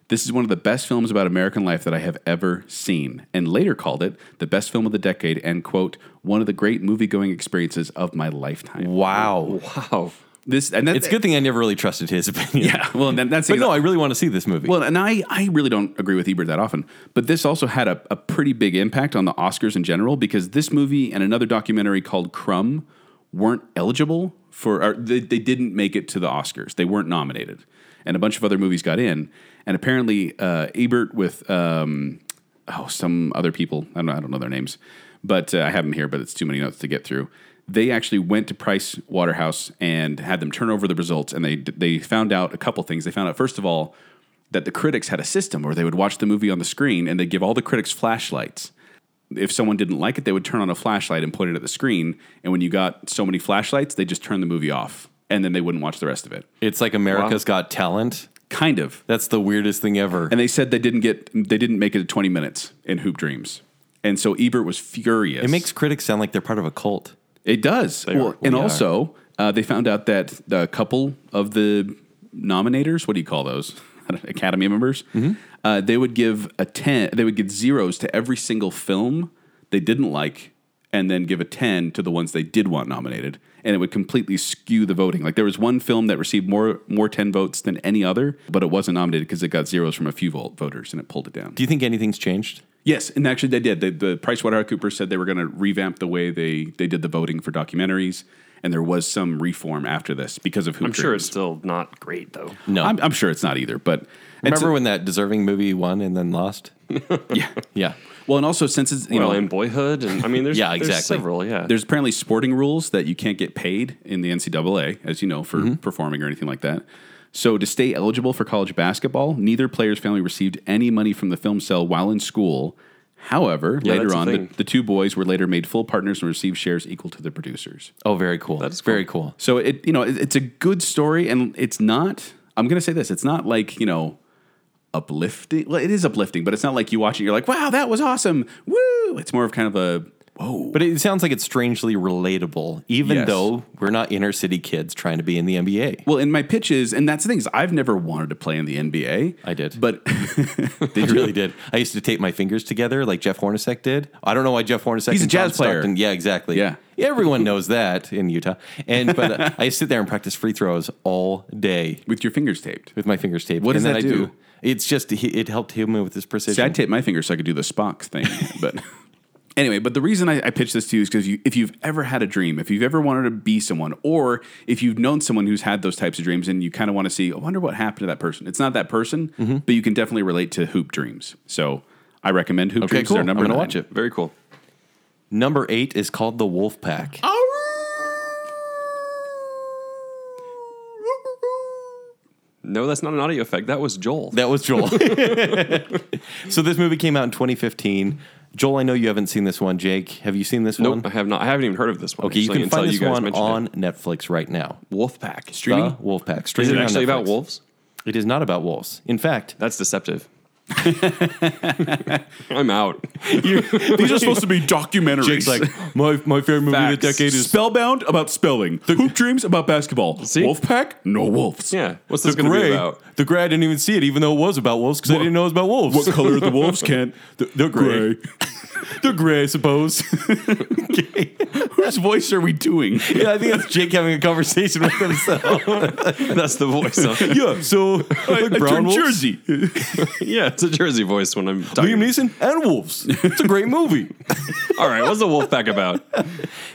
Speaker 3: this is one of the best films about American life that I have ever seen, and later called it the best film of the decade and, quote, one of the great movie going experiences of my lifetime.
Speaker 2: Wow.
Speaker 4: Wow.
Speaker 3: This and that,
Speaker 2: It's a good thing I never really trusted his [laughs] opinion.
Speaker 3: Yeah, well, and that's
Speaker 2: But no, I really want to see this movie.
Speaker 3: well, and I, I really don't agree with Ebert that often, but this also had a, a pretty big impact on the Oscars in general because this movie and another documentary called Crumb weren't eligible for, or they, they didn't make it to the Oscars. They weren't nominated. And a bunch of other movies got in. And apparently, uh, Ebert with, um, oh, some other people, I don't know, I don't know their names, but uh, I have them here, but it's too many notes to get through. They actually went to Price Waterhouse and had them turn over the results, and they they found out a couple things. They found out first of all that the critics had a system where they would watch the movie on the screen and they'd give all the critics flashlights. If someone didn't like it, they would turn on a flashlight and point it at the screen. And when you got so many flashlights, they just turned the movie off and then they wouldn't watch the rest of it.
Speaker 2: it's like America's Got Talent.
Speaker 3: Kind of.
Speaker 2: That's the weirdest thing ever.
Speaker 3: And they said they didn't get they didn't make it to 20 minutes in Hoop Dreams. And so Ebert was furious.
Speaker 2: it makes critics sound like they're part of a cult.
Speaker 3: It does. Well,
Speaker 4: are.
Speaker 3: and
Speaker 2: We are.
Speaker 3: also, uh, they found out that a couple of the nominators, what do you call those? [laughs] Academy members,
Speaker 2: Mm-hmm.
Speaker 3: uh, they would give a 10, they would give zeros to every single film they didn't like, and then give a 10 to the ones they did want nominated. And it would completely skew the voting. Like there was one film that received more more 10 votes than any other, but it wasn't nominated because it got zeros from a few vote voters and it pulled it down.
Speaker 2: Do you think anything's changed?
Speaker 3: Yes, and actually they did. The, the PricewaterhouseCoopers said they were going to revamp the way they, they did the voting for documentaries, and there was some reform after this because of who.
Speaker 4: I'm sure it's still not great though.
Speaker 2: No.
Speaker 3: I'm, I'm sure it's not either. But it's-
Speaker 2: Remember when that deserving movie won and then lost?
Speaker 3: yeah.
Speaker 2: [laughs] Yeah.
Speaker 3: Well, and also since it's you
Speaker 4: well,
Speaker 3: know
Speaker 4: in Boyhood, and I mean, there's
Speaker 2: Yeah,
Speaker 4: there's
Speaker 2: exactly.
Speaker 4: several. Yeah,
Speaker 3: There's apparently sporting rules that you can't get paid in the NCAA, as you know, for performing or anything like that. So, to stay eligible for college basketball, neither player's family received any money from the film sale while in school. However,
Speaker 4: Yeah, that's
Speaker 3: later
Speaker 4: a
Speaker 3: on, the,
Speaker 4: thing.
Speaker 3: the two boys were later made full partners and received shares equal to the producers.
Speaker 2: Oh, very cool.
Speaker 4: That is
Speaker 2: very cool.
Speaker 3: So it you know it, it's a good story, and it's not. I'm gonna say this: it's not like you know uplifting. Well, it is uplifting, but it's not like you watch it. You're like, wow, that was awesome. Woo! It's more of kind of a whoa.
Speaker 2: But it sounds like it's strangely relatable, even
Speaker 3: Yes.
Speaker 2: though we're not inner city kids trying to be in the NBA.
Speaker 3: Well, and my pitch is, and that's the thing is, I've never wanted to play in the NBA.
Speaker 2: I did.
Speaker 3: but [laughs]
Speaker 2: They really did. I used to tape my fingers together like Jeff Hornacek did. I don't know why Jeff Hornacek.
Speaker 3: He's a
Speaker 2: and Tom
Speaker 3: jazz player.
Speaker 2: Stockton- Yeah, exactly.
Speaker 3: Yeah.
Speaker 2: everyone knows that in Utah. And but uh, I used to sit there and practice free throws all day
Speaker 3: with your fingers taped.
Speaker 2: with my fingers taped.
Speaker 3: What does
Speaker 2: and
Speaker 3: that
Speaker 2: then I
Speaker 3: do?
Speaker 2: It's just he- it helped him with his
Speaker 3: See, I
Speaker 2: precision.
Speaker 3: taped my fingers so I could do the Spock thing. But [laughs] anyway, but the reason I, I pitched this to you is because you, if you've ever had a dream, if you've ever wanted to be someone, or if you've known someone who's had those types of dreams and you kind of want to see, I wonder what happened to that person. It's not that person,
Speaker 2: Mm-hmm.
Speaker 3: but you can definitely relate to hoop dreams. So I recommend hoop
Speaker 2: okay,
Speaker 3: dreams.
Speaker 2: cool.
Speaker 3: They're
Speaker 2: I'm
Speaker 3: number
Speaker 2: gonna
Speaker 3: nine.
Speaker 2: watch
Speaker 3: [laughs]
Speaker 2: it.
Speaker 4: very cool.
Speaker 2: Number eight is called the Wolf Pack.
Speaker 3: Oh.
Speaker 4: No, that's not an audio effect. That was Joel.
Speaker 2: That was
Speaker 3: [laughs]
Speaker 2: Joel. so this movie came out in 2015. Joel, I know you haven't seen this one. Jake, have you seen this
Speaker 4: nope, I
Speaker 2: one?
Speaker 4: have not. I haven't even heard of this one.
Speaker 2: Okay, you
Speaker 4: actually,
Speaker 2: can find
Speaker 4: until
Speaker 2: this
Speaker 4: you guys
Speaker 2: one
Speaker 4: mentioned
Speaker 2: on
Speaker 4: it.
Speaker 2: Netflix right now.
Speaker 4: Wolfpack
Speaker 2: The
Speaker 4: streaming.
Speaker 2: Wolf Pack.
Speaker 4: Is
Speaker 2: Streaming
Speaker 4: it
Speaker 2: on
Speaker 4: actually about
Speaker 2: Netflix.
Speaker 4: wolves?
Speaker 2: It is not about wolves. In fact,
Speaker 4: That's deceptive. I'm out.
Speaker 3: These are supposed to be documentaries.
Speaker 2: Jake's
Speaker 3: [laughs]
Speaker 2: like [laughs] my my favorite movie of the decade is
Speaker 3: Spellbound about spelling. hoop dreams about basketball.
Speaker 4: See?
Speaker 3: Wolfpack, no wolves.
Speaker 4: Yeah, what's
Speaker 2: the
Speaker 4: this going to be
Speaker 2: gray.
Speaker 4: about?
Speaker 2: The gray, I didn't even see it, even though it was about wolves, because I
Speaker 3: What-
Speaker 2: didn't know it was about wolves.
Speaker 3: What color are
Speaker 2: [laughs]
Speaker 3: the wolves, Kent?
Speaker 2: They're, they're gray. they're gray, I suppose. okay.
Speaker 3: [laughs] Whose voice are
Speaker 2: [laughs]
Speaker 3: we doing?
Speaker 2: Yeah, I think that's Jake having a conversation with himself.
Speaker 4: That's the voice. Of,
Speaker 2: [laughs] yeah, so like brown
Speaker 3: From
Speaker 2: wolves,
Speaker 3: Jersey.
Speaker 4: yeah, it's a Jersey voice when I'm talking.
Speaker 2: Liam Neeson, and wolves. It's a great movie.
Speaker 4: All right, what's the Wolfpack about?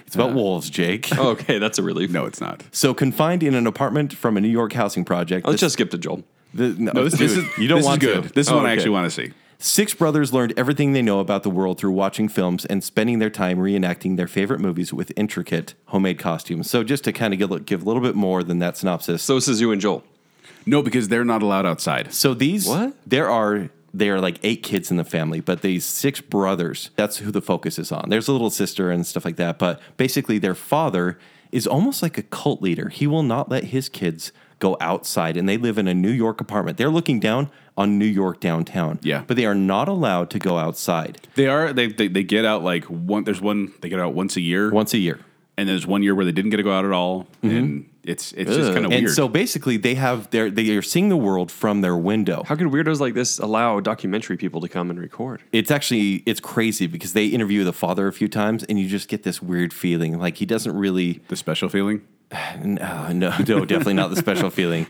Speaker 2: It's about wolves, Jake.
Speaker 4: Okay, that's a relief.
Speaker 3: No, it's not.
Speaker 2: So confined in an apartment from a New York housing project.
Speaker 4: Let's just skip to Joel.
Speaker 2: the, no,
Speaker 3: [laughs] No, this, this
Speaker 2: dude,
Speaker 3: is
Speaker 2: you don't
Speaker 3: this
Speaker 2: want
Speaker 3: is good.
Speaker 2: to.
Speaker 3: This is
Speaker 2: Oh,
Speaker 3: one I
Speaker 2: okay.
Speaker 3: actually want to see.
Speaker 2: Six brothers learned everything they know about the world through watching films and spending their time reenacting their favorite movies with intricate homemade costumes. So, just to kind of give, give a little bit more than that synopsis. So,
Speaker 4: So this is you and Joel.
Speaker 3: No, because they're not allowed outside.
Speaker 2: these
Speaker 4: What?
Speaker 2: there are there are like eight kids in the family, but these six brothers. That's who the focus is on. There's a little sister and stuff like that, but basically their father is almost like a cult leader. He will not let his kids go outside, and they live in a New York apartment. They're looking down on New York downtown.
Speaker 3: Yeah.
Speaker 2: but they are not allowed to go outside.
Speaker 3: They are they, they they get out like one. There's one they get out once a year,
Speaker 2: once a year.
Speaker 3: and there's one year where they didn't get to go out at all, and it's it's just kind of
Speaker 2: Mm-hmm. And
Speaker 3: weird.
Speaker 2: so basically, they have their they are seeing the world from their window.
Speaker 4: How could weirdos like this allow documentary people to come and record?
Speaker 2: It's actually it's crazy because they interview the father a few times, and you just get this weird feeling like he doesn't really.
Speaker 3: the special feeling.
Speaker 2: No, uh, no, [laughs] no, definitely not the special feeling.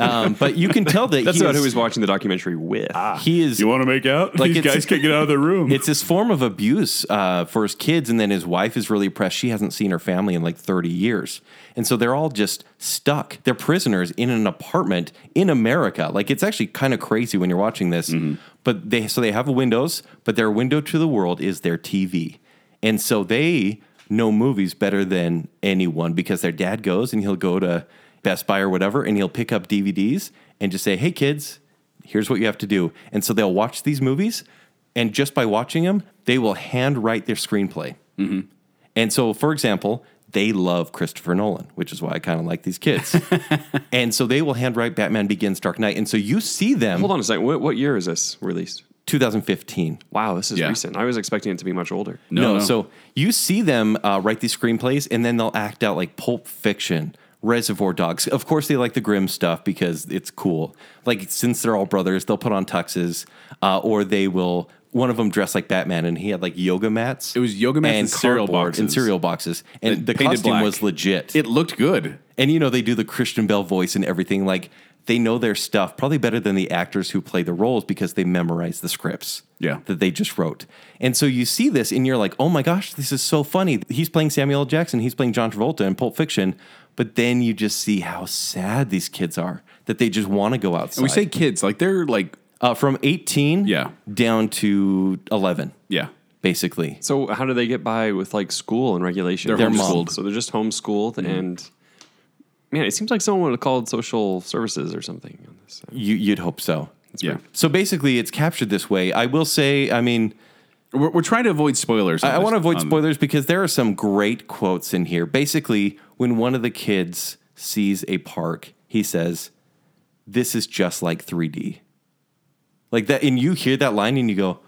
Speaker 2: Um, but you can tell that
Speaker 4: That's
Speaker 2: he
Speaker 4: about
Speaker 2: is, Ah.
Speaker 4: who he's watching the documentary with.
Speaker 2: he is.
Speaker 3: You want to make out?
Speaker 2: Like
Speaker 3: Like These
Speaker 2: it's-
Speaker 3: guys can't get out of their room.
Speaker 2: It's this form of abuse uh, for his kids, and then his wife is really oppressed. She hasn't seen her family in like 30 years. And so they're all just stuck. They're prisoners in an apartment in America. Like it's actually kind of crazy when you're watching this. But they so they have windows, but their window to the world is their TV. And so they know movies better than anyone because their dad goes and he'll go to Best Buy or whatever and he'll pick up DVDs and just say, "Hey kids, here's what you have to do. And so they'll watch these movies, and just by watching them, they will handwrite their screenplay.
Speaker 4: Mm-hmm.
Speaker 2: And so, for example, they love Christopher Nolan, which is why I kind of like these
Speaker 4: [laughs]
Speaker 2: kids. and so they will handwrite Batman Begins, Dark Knight. And so you see them.
Speaker 4: Hold on a second. What, what year is this released?
Speaker 2: 2015.
Speaker 4: Wow, this is
Speaker 3: Yeah.
Speaker 4: recent. I was expecting it to be much older.
Speaker 2: No,
Speaker 3: no.
Speaker 2: So you see them uh, write these screenplays, and then they'll act out like Pulp Fiction, Reservoir Dogs. Of course, they like the grim stuff because it's cool. Like since they're all brothers, they'll put on tuxes, uh, or they will. One of them dressed like Batman, and he had like yoga mats.
Speaker 3: It was yoga mats and cereal
Speaker 2: cardboard and
Speaker 3: boxes.
Speaker 2: cereal boxes,
Speaker 3: That
Speaker 2: and the
Speaker 3: painted
Speaker 2: costume
Speaker 3: black.
Speaker 2: was legit.
Speaker 3: it looked good.
Speaker 2: and you know they do the Christian Bell voice and everything. Like they know their stuff probably better than the actors who play the roles because they memorize the scripts
Speaker 3: Yeah.
Speaker 2: that they just wrote. And so you see this and you're like, oh my gosh, this is so funny. He's playing Samuel L. Jackson, he's playing John Travolta in Pulp Fiction. But then you just see how sad these kids are that they just want to go outside.
Speaker 3: And we say kids, like they're like,
Speaker 2: uh, from 18
Speaker 3: Yeah.
Speaker 2: down to 11,
Speaker 3: yeah,
Speaker 2: basically.
Speaker 4: So how do they get by with like school and regulation?
Speaker 3: They're Mm-hmm. They're
Speaker 2: homeschooled.
Speaker 4: So they're just homeschooled, and man, it seems like someone would have called social services or something on this.
Speaker 2: You, you'd hope so.
Speaker 3: yeah.
Speaker 2: So basically, it's captured this way. I will say, I mean,
Speaker 3: We're, we're trying to avoid spoilers.
Speaker 2: I, I want to avoid
Speaker 3: spoilers.
Speaker 2: spoilers because there are some great quotes in here. Basically, when one of the kids sees a park, he says, This is just like 3D. Like that, and you hear that line and you go,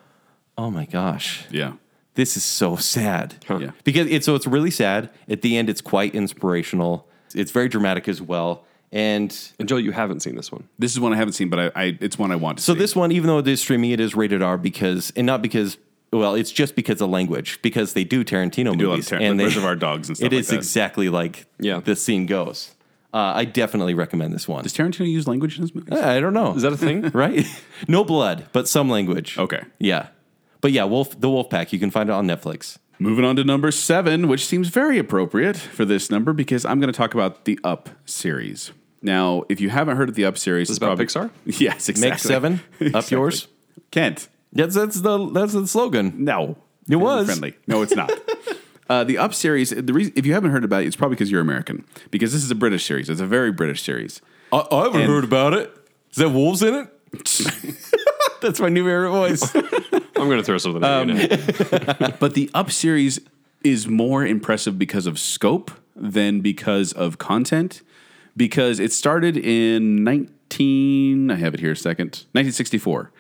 Speaker 2: Oh my gosh,
Speaker 3: Yeah,
Speaker 2: this is so sad.
Speaker 3: Yeah.
Speaker 2: Because it's so it's really sad. At the end, it's quite inspirational. It's very dramatic as well. And
Speaker 4: And Joel, you haven't seen this one.
Speaker 3: this is one I haven't seen, but I, I it's one I want to.
Speaker 2: So
Speaker 3: see.
Speaker 2: this one, even though it is streaming, it is rated R because, and not because, well, it's just because of language because they do Tarantino
Speaker 3: do a lot of
Speaker 2: movies
Speaker 3: Tar-
Speaker 2: and
Speaker 3: like
Speaker 2: they,
Speaker 3: Reservoir Dogs and
Speaker 2: [laughs] It
Speaker 3: stuff like
Speaker 2: is
Speaker 3: that.
Speaker 2: exactly like
Speaker 4: Yeah.
Speaker 2: the scene goes. Uh, I definitely recommend this one. Eh,
Speaker 3: does Tarantino use language in his movies?
Speaker 2: I don't know,
Speaker 4: Is that a thing?
Speaker 2: right? [laughs] no blood, but some language.
Speaker 3: Okay.
Speaker 2: yeah, but yeah, Wolf the Wolf Pack. You can find it on Netflix.
Speaker 3: Moving on to number seven, which seems very appropriate for this number because I'm going to talk about the Up series. Now, if you haven't heard of the Up series,
Speaker 4: This
Speaker 3: it's
Speaker 4: about
Speaker 3: probably-
Speaker 4: Pixar?
Speaker 3: [laughs] Yes, exactly.
Speaker 2: Make seven, up
Speaker 3: [laughs] Exactly.
Speaker 2: yours.
Speaker 3: Kent.
Speaker 2: That's that's the that's the slogan.
Speaker 3: No,
Speaker 2: It was.
Speaker 3: friendly. No, it's
Speaker 2: [laughs]
Speaker 3: not. uh, the Up series. The reason, if you haven't heard about it, it's probably because you're American. Because this is a British series. It's a very British series.
Speaker 2: I, I haven't
Speaker 3: And-
Speaker 2: heard about it. Is that wolves in it? [laughs] that's my new favorite voice.
Speaker 4: [laughs] I'm going to throw something
Speaker 3: Um,
Speaker 4: at
Speaker 3: [laughs]
Speaker 4: you now.
Speaker 3: But the Up series is more impressive because of scope than because of content. Because it started in 19, I have it here a second, 1964.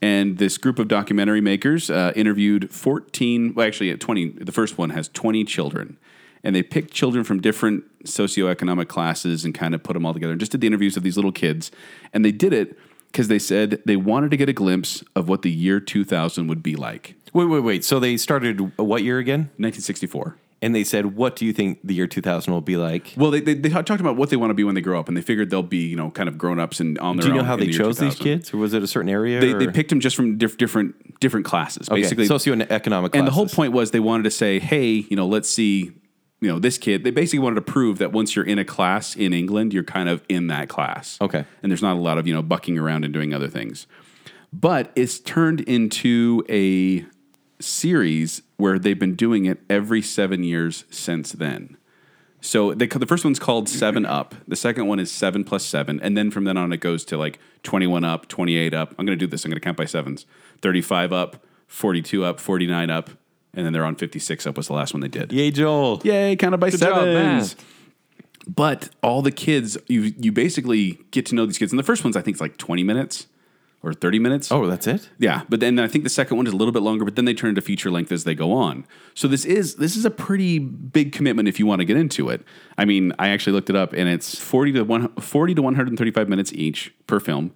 Speaker 3: And this group of documentary makers uh, interviewed 14, well, actually, at 20, the first one has 20 children. And they picked children from different socioeconomic classes and kind of put them all together and just did the interviews of these little kids. And they did it because they said they wanted to get a glimpse of what the year 2000 would be like.
Speaker 2: Wait, wait, wait. So they started what year again?
Speaker 3: 1964.
Speaker 2: And they said, "What do you think the year 2000 will be like?"
Speaker 3: Well, they, they, they talked about what they want to be when they grow up, and they figured they'll be, you know, kind of grown ups and on their
Speaker 2: Do you know
Speaker 3: own
Speaker 2: how
Speaker 3: in
Speaker 2: they
Speaker 3: the year
Speaker 2: chose these
Speaker 3: 2000.
Speaker 2: kids, or was it a certain area?
Speaker 3: They, they
Speaker 2: or-
Speaker 3: picked them just from diff- different different classes,
Speaker 2: okay.
Speaker 3: basically.
Speaker 2: socioeconomic,
Speaker 3: and the whole
Speaker 2: classes.
Speaker 3: point was they wanted to say, hey, you know, let's see, you know, this kid. They basically wanted to prove that once you're in a class in England, you're kind of in that class.
Speaker 2: Okay.
Speaker 3: And there's not a lot of, you know, bucking around and doing other things. But it's turned into a series where they've been doing it every seven years since then. So they, the first one's called Seven Up. The second one is Seven Plus Seven, and then from then on it goes to like twenty-one up, twenty-eight up. I'm going to do this. I'm going to count by sevens. Thirty-five up, forty-two up, forty-nine up, and then they're on fifty-six up. Was the last one they did.
Speaker 2: Yay, Joel!
Speaker 3: Yay, counted by
Speaker 4: job,
Speaker 3: sevens.
Speaker 4: math.
Speaker 3: but all the kids, you you basically get to know these kids. And the first one's I think it's like twenty minutes or thirty minutes.
Speaker 2: Oh, that's it.
Speaker 3: Yeah, but then I think the second one is a little bit longer, but then they turn into feature length as they go on. So this is this is a pretty big commitment if you want to get into it. I mean, I actually looked it up and it's 40 to one, 40 to 135 minutes each per film.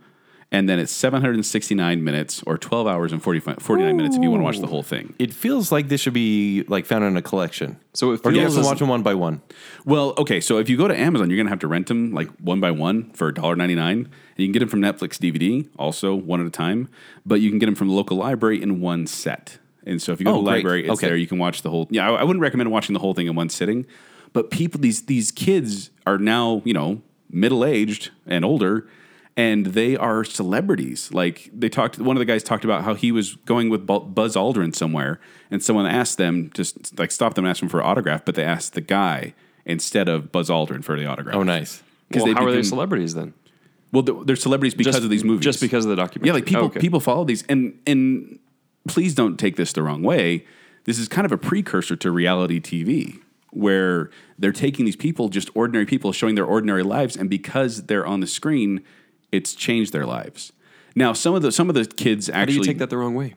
Speaker 3: And then it's 769 minutes or 12 hours and 45, 49 minutes if you want to watch the whole thing.
Speaker 2: It feels like this should be like found in a collection.
Speaker 4: So it
Speaker 2: or do you
Speaker 4: feels
Speaker 2: have to
Speaker 4: as-
Speaker 2: watch them one by one?
Speaker 3: Well, okay, so if you go to Amazon, you're going to have to rent them like one by one for $1.99. And you can get them from Netflix DVD, also one at a time. But you can get them from the local library in one set. And so if you go
Speaker 2: Oh,
Speaker 3: to the
Speaker 2: great.
Speaker 3: library, it's
Speaker 2: Okay.
Speaker 3: there. You can watch the whole. Yeah, I, I wouldn't recommend watching the whole thing in one sitting. But people, these these kids are now you know middle aged and older, and they are celebrities. Like they talked, one of the guys talked about how he was going with Bu- Buzz Aldrin somewhere, and someone asked them just like stopped them and asked them for an autograph, but they asked the guy instead of Buzz Aldrin for the autograph.
Speaker 2: Oh, nice.
Speaker 3: Because
Speaker 4: Well, how are they
Speaker 3: became-
Speaker 4: celebrities then?
Speaker 3: Well, they're- they're celebrities because
Speaker 4: Just-
Speaker 3: of these movies,
Speaker 4: just because of the documentary.
Speaker 3: Yeah, like people
Speaker 4: Okay.
Speaker 3: people follow these, and and please don't take this the wrong way. This is kind of a precursor to reality TV, where they're taking these people, just ordinary people, showing their ordinary lives, and because they're on the screen, it's changed their lives. Now, some of the some of the kids
Speaker 4: How do
Speaker 3: actually
Speaker 4: you take that the wrong way?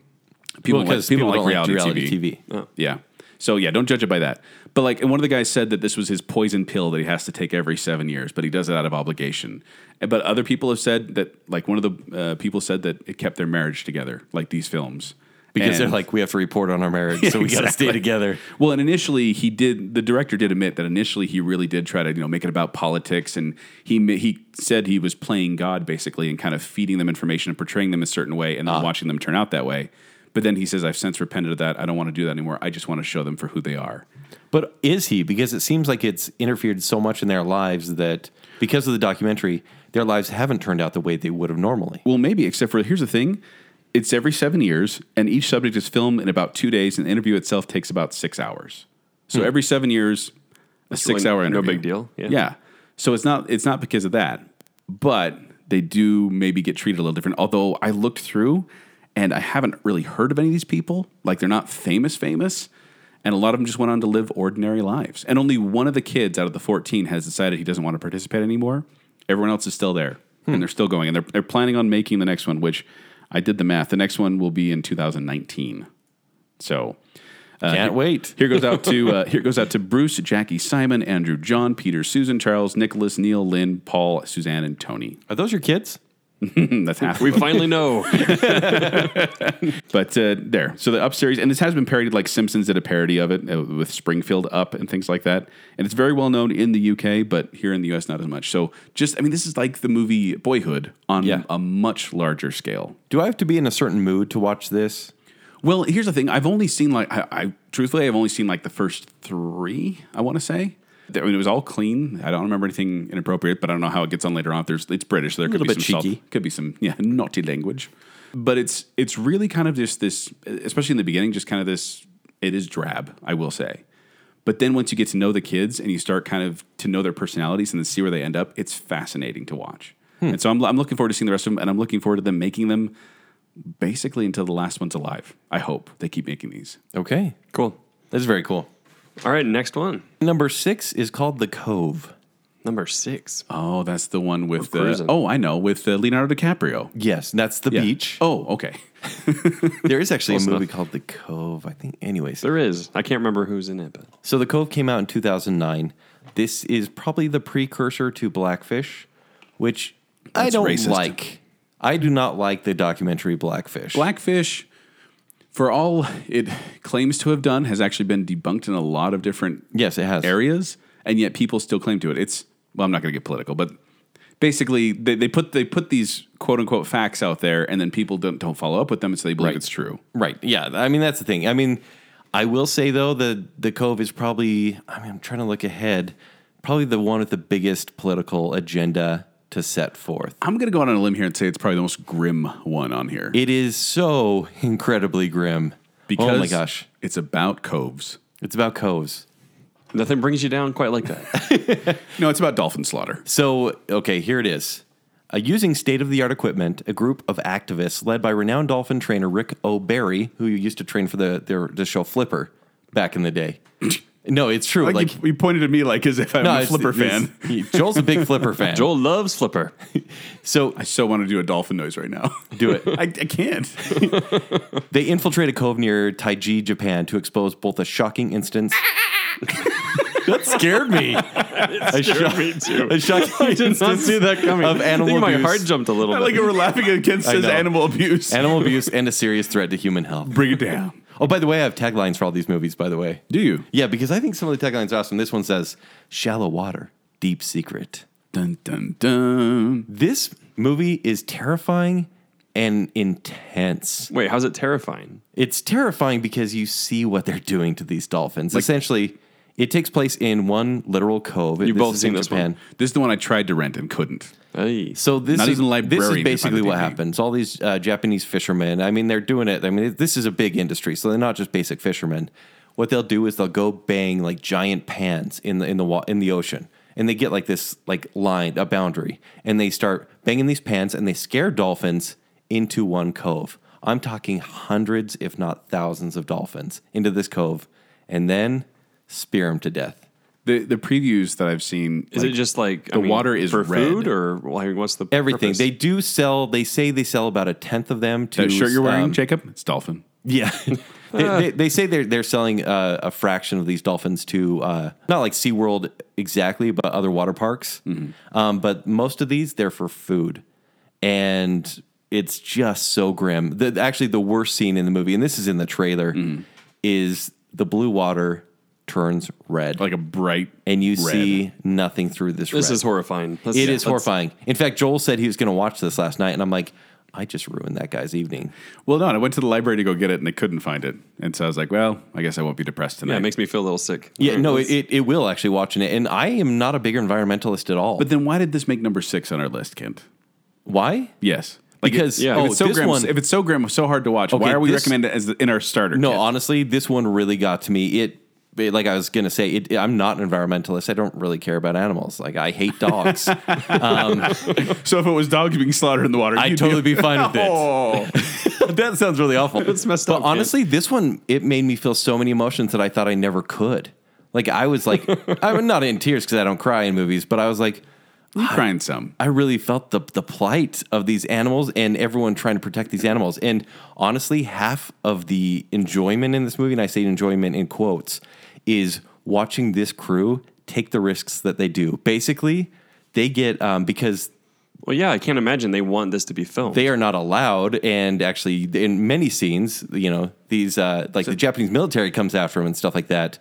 Speaker 3: people
Speaker 2: Well,
Speaker 3: don't like,
Speaker 2: 'cause
Speaker 3: people don't
Speaker 2: people
Speaker 3: like
Speaker 2: don't like
Speaker 3: reality,
Speaker 2: reality
Speaker 3: TV. Yeah. So yeah, don't judge it by that. But like, and one of the guys said that this was his poison pill that he has to take every seven years, but he does it out of obligation. And- But other people have said that, like, one of the uh, people said that it kept their marriage together, like these films.
Speaker 5: because they're
Speaker 3: And-
Speaker 5: like, we have to report on our
Speaker 2: [laughs]
Speaker 5: marriage, so we got to
Speaker 3: Exactly.
Speaker 5: stay together.
Speaker 3: Well, and initially he did. The director did admit that initially he really did try to you know make it about politics, and he ma- he said he was playing God basically and kind of feeding them information and portraying them a certain way,
Speaker 5: Ah.
Speaker 3: and then watching them turn out that way. But then he says, "I've since repented of that. I don't want to do that anymore. I just want to show them for who they are."
Speaker 2: But is he? Because it seems like it's interfered so much in their lives that because of the documentary, their lives haven't turned out the way they would have normally.
Speaker 3: Well, maybe, except for here's the thing: it's every seven years, and each subject is filmed in about two days, and the interview itself takes about six hours. So every seven years, a
Speaker 4: Hmm. really
Speaker 3: six-hour
Speaker 4: no
Speaker 3: interview,
Speaker 4: big deal, yeah.
Speaker 3: So it's not it's not because of that, but they do maybe get treated a little different. Although I looked through, and I haven't really heard of any of these people. Like they're not famous, famous. And a lot of them just went on to live ordinary lives. And only one of the kids out of the 14 has decided he doesn't want to participate anymore. Everyone else is still there
Speaker 4: Hmm.
Speaker 3: and they're still going. And they're, they're planning on making the next one, which I did the math. The next one will be in 2019. So
Speaker 2: Can't wait.
Speaker 3: Uh, here goes out to uh, here goes out to Bruce, Jackie, Simon, Andrew, John, Peter, Susan, Charles, Nicholas, Neil, Lynn, Paul, Suzanne, and Tony. Hmm,
Speaker 2: Are those your kids?
Speaker 3: That's half.
Speaker 4: We finally know.
Speaker 3: [laughs] But uh, there, so the Up series, and this has been parodied. Like Simpsons did a parody of it uh, with Springfield Up and things like that. And it's very well known in the UK, but here in the US, not as much. So just, I mean, this is like the movie Boyhood on
Speaker 2: Yeah.
Speaker 3: a much larger scale.
Speaker 2: Do I have to be in a certain mood to watch this?
Speaker 3: Well, here's the thing: I've only seen like I, I truthfully, I've only seen like the first three. I want to say. I mean, it was all clean. I don't remember anything inappropriate, but I don't know how it gets on later on. There's, it's British. so There could
Speaker 2: Little
Speaker 3: be
Speaker 2: bit
Speaker 3: some salt-
Speaker 2: cheeky.
Speaker 3: could be some yeah naughty language, but it's it's really kind of just this, especially in the beginning, just kind of this. It is drab, I will say. But then once you get to know the kids and you start kind of to know their personalities and then see where they end up, it's fascinating to watch.
Speaker 2: Hmm.
Speaker 3: And so I'm, I'm looking forward to seeing the rest of them, and I'm looking forward to them making them basically until the last one's alive. I hope they keep making these.
Speaker 2: Okay.
Speaker 4: cool.
Speaker 2: That's very cool.
Speaker 4: All right, next one.
Speaker 2: Number six is called The Cove.
Speaker 4: Number six.
Speaker 3: Oh, that's the one with
Speaker 4: We're
Speaker 3: the.
Speaker 4: cruising.
Speaker 3: Oh, I know, with uh, Leonardo DiCaprio.
Speaker 2: Yes, that's the
Speaker 3: Yeah.
Speaker 2: beach.
Speaker 3: Oh, okay.
Speaker 2: There is actually a
Speaker 4: Close
Speaker 2: movie
Speaker 4: enough.
Speaker 2: called The Cove, I think. Anyways,
Speaker 4: There is. I can't remember who's in it, but
Speaker 2: So The Cove came out in 2009. This is probably the precursor to Blackfish, which I
Speaker 3: That's
Speaker 2: don't
Speaker 3: racist.
Speaker 2: like. I do not like the documentary Blackfish.
Speaker 3: Blackfish, for all it claims to have done, has actually been debunked in a lot of different
Speaker 2: Yes, it has.
Speaker 3: areas, and yet people still claim to it. It's well, I'm not going to get political, but basically, they, they put they put these quote unquote facts out there, and then people don't don't follow up with them, and so they believe it's true.
Speaker 2: Right. Yeah. I mean, that's the thing. I mean, I will say though the the Cove is probably. I mean, I'm trying to look ahead. Probably the one with the biggest political agenda to set forth.
Speaker 3: I'm going to go out on a limb here and say it's probably the most grim one on here
Speaker 2: It is so [laughs] incredibly grim.
Speaker 3: because
Speaker 2: oh my gosh,
Speaker 3: it's about coves.
Speaker 2: it's about coves.
Speaker 4: nothing brings you down quite
Speaker 3: [laughs]
Speaker 4: like that.
Speaker 3: No, it's about dolphin slaughter.
Speaker 2: So, okay, here it is. Uh, using state of the art equipment, a group of activists led by renowned dolphin trainer Rick O'Barry, who used to train for the, the, the show Flipper back in the day. [clears throat] no, it's true. Like,
Speaker 3: you, you pointed at me like as if I'm
Speaker 2: no,
Speaker 3: a
Speaker 2: it's-
Speaker 3: flipper
Speaker 2: it's-
Speaker 3: fan.
Speaker 2: Joel's a big
Speaker 3: [laughs]
Speaker 2: Flipper fan.
Speaker 4: Joel loves Flipper.
Speaker 2: So
Speaker 3: I so want to do a dolphin noise right now.
Speaker 2: do it.
Speaker 3: [laughs] I, I can't.
Speaker 2: They infiltrate a cove near Taiji, Japan to expose both a shocking instance.
Speaker 4: [laughs]
Speaker 2: that scared
Speaker 3: [laughs]
Speaker 2: me. [laughs] a sho-
Speaker 4: Me too.
Speaker 2: a
Speaker 4: [laughs]
Speaker 2: shocking instance
Speaker 4: that coming.
Speaker 2: of
Speaker 4: [laughs] I
Speaker 2: animal
Speaker 4: think my
Speaker 2: abuse.
Speaker 4: heart jumped a little bit.
Speaker 3: like we're laughing [laughs] against his
Speaker 2: know.
Speaker 3: animal abuse.
Speaker 4: [laughs]
Speaker 2: Animal abuse and a serious threat to human health.
Speaker 3: Bring [laughs] it down.
Speaker 2: Oh, by the way, I have taglines for all these movies, by the way.
Speaker 3: Do you?
Speaker 2: Yeah, because I think some of the taglines are awesome. This one says, Shallow Water, Deep Secret.
Speaker 3: Dun dun dun.
Speaker 2: This movie is terrifying and intense.
Speaker 4: Wait, how's it terrifying?
Speaker 2: It's terrifying because you see what they're doing to these dolphins. Essentially, it takes place in one literal cove. You've
Speaker 4: both seen this one.
Speaker 3: This is the one I tried to rent and couldn't.
Speaker 4: Hey.
Speaker 2: So this
Speaker 3: Not
Speaker 2: is
Speaker 3: even librarians
Speaker 2: this
Speaker 3: can
Speaker 2: is
Speaker 3: find
Speaker 2: basically
Speaker 3: the
Speaker 2: what
Speaker 3: DVD.
Speaker 2: happens. All these uh, Japanese fishermen. I mean, they're doing it. I mean, it- this is a big industry, so they're not just basic fishermen. What they'll do is they'll go bang like giant pans in the in the wa- in the ocean, and they get like this like line a boundary, and they start banging these pans, and they scare dolphins into one cove. I'm talking hundreds, if not thousands, of dolphins into this cove, and then spear them to death.
Speaker 3: The the previews that I've seen
Speaker 4: Is it just like
Speaker 3: the water is
Speaker 4: for
Speaker 3: red.
Speaker 4: food or like, what's the
Speaker 2: Everything
Speaker 4: purpose?
Speaker 2: they do sell, they say they sell about a tenth of them to
Speaker 3: that shirt you're wearing,
Speaker 2: um,
Speaker 3: Jacob? It's dolphin.
Speaker 2: Yeah, [laughs] they, they, they say they're they're selling uh, a fraction of these dolphins to uh, not like SeaWorld exactly, but other water parks. Um, but most of these they're for food, and it's just so grim. The, actually, the worst scene in the movie, and this is in the trailer, is the blue water turns red,
Speaker 3: like a bright
Speaker 2: and you
Speaker 3: red.
Speaker 2: see nothing through this.
Speaker 4: This
Speaker 2: red.
Speaker 4: is horrifying. Let's-
Speaker 2: It is
Speaker 4: yeah, let's-
Speaker 2: horrifying. In fact, Joel said he was going to watch this last night, and I'm like, I just ruined that guy's evening.
Speaker 3: Well, no, and I went to the library to go get it, and I couldn't find it, and so I was like, well, I guess I won't be depressed tonight.
Speaker 4: Yeah, it makes me feel a little sick.
Speaker 2: Yeah, no,
Speaker 4: Let's-
Speaker 2: it, it, it will actually watching it, and I am not a big environmentalist at all.
Speaker 3: but then why did this make number six on our list, Kent?
Speaker 2: why?
Speaker 3: Yes.
Speaker 2: Because-
Speaker 3: it-
Speaker 2: yeah.
Speaker 3: if
Speaker 2: oh,
Speaker 3: it's so
Speaker 2: this
Speaker 3: grim,
Speaker 2: one-
Speaker 3: if it's so grim, so hard to watch,
Speaker 2: Okay,
Speaker 3: why are we
Speaker 2: this-
Speaker 3: recommending it as the, in our starter?
Speaker 2: No,
Speaker 3: kit?
Speaker 2: honestly, this one really got to me. It, it- like I was gonna say, it, I'm not an environmentalist. I don't really care about animals. Like I hate dogs.
Speaker 3: [laughs] so if it was dogs being slaughtered in the water,
Speaker 2: I'd
Speaker 3: you'd
Speaker 2: totally be fine with it.
Speaker 3: Oh,
Speaker 2: [laughs] that sounds really awful.
Speaker 4: It's messed
Speaker 2: but
Speaker 4: up, kid.
Speaker 2: honestly, this one it made me feel so many emotions that I thought I never could. Like I was like, I'm not in tears because I don't cry in movies, but I was like,
Speaker 3: you crying some.
Speaker 2: I really felt the the plight of these animals and everyone trying to protect these animals. And honestly, half of the enjoyment in this movie, and I say enjoyment in quotes, is watching this crew take the risks that they do. Basically, they get um, because
Speaker 4: Well, yeah, I can't imagine they want this to be filmed.
Speaker 2: they are not allowed. And actually, in many scenes, you know, these uh, like the Japanese military comes after them and stuff like that.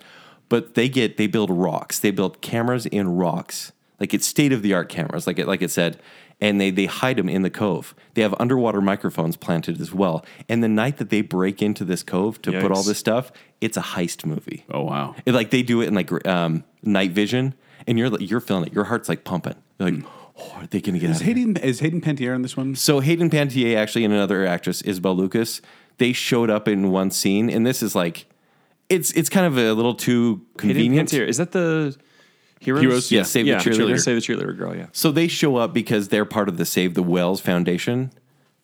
Speaker 2: But they get they build rocks. They build cameras in rocks, like it's state of the art cameras, like it like it said. And they they hide them in the cove. They have underwater microphones planted as well. And the night that they break into this cove to put all
Speaker 4: Yikes.
Speaker 2: this stuff, it's a heist movie.
Speaker 3: Oh wow.
Speaker 2: It, like they do it in like um, night vision, and you're you're feeling it. Your heart's like pumping. You're like, oh, are they gonna get out
Speaker 3: Is
Speaker 2: of here?
Speaker 3: Hayden is Hayden Pantier in this one?
Speaker 2: So Hayden Pantier actually and another actress, Isabel Lucas, they showed up in one scene, and this is like, it's it's kind of a little too
Speaker 4: Hayden
Speaker 2: convenient.
Speaker 4: Panettiere. Is that the heroes?
Speaker 3: Heroes,
Speaker 2: yeah, Save the Cheerleader.
Speaker 4: Save the cheerleader girl. Yeah.
Speaker 2: So they show up because they're part of the Save the Whales Foundation.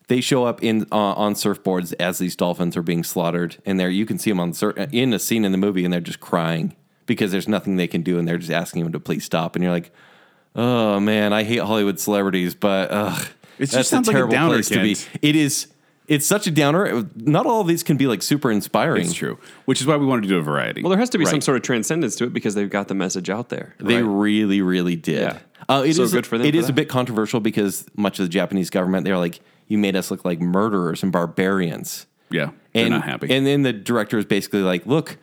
Speaker 2: They show up in uh, on surfboards as these dolphins are being slaughtered, and there you can see them on sur- uh, in a scene in the movie, and they're just crying because there's nothing they can do, and they're just asking them to please stop, and you're like, oh man, I hate Hollywood celebrities, but ugh,
Speaker 3: It just sounds like a downer, Kent.
Speaker 2: to be. It is. It's such a downer. Not all of these can be like super inspiring.
Speaker 3: It's true. Which is why we wanted to do a variety.
Speaker 4: Well, there has to be some
Speaker 3: Right.
Speaker 4: sort of transcendence to it because they've got the message out there.
Speaker 2: They
Speaker 4: right?
Speaker 2: really, really did.
Speaker 4: Yeah.
Speaker 2: Uh, it
Speaker 4: So
Speaker 2: is-
Speaker 4: good for them
Speaker 2: It
Speaker 4: for
Speaker 2: is a
Speaker 4: that.
Speaker 2: bit controversial because much of the Japanese government, they're like, you made us look like murderers and barbarians.
Speaker 3: Yeah, they're
Speaker 2: And,
Speaker 3: not happy.
Speaker 2: And then the director is basically like, look,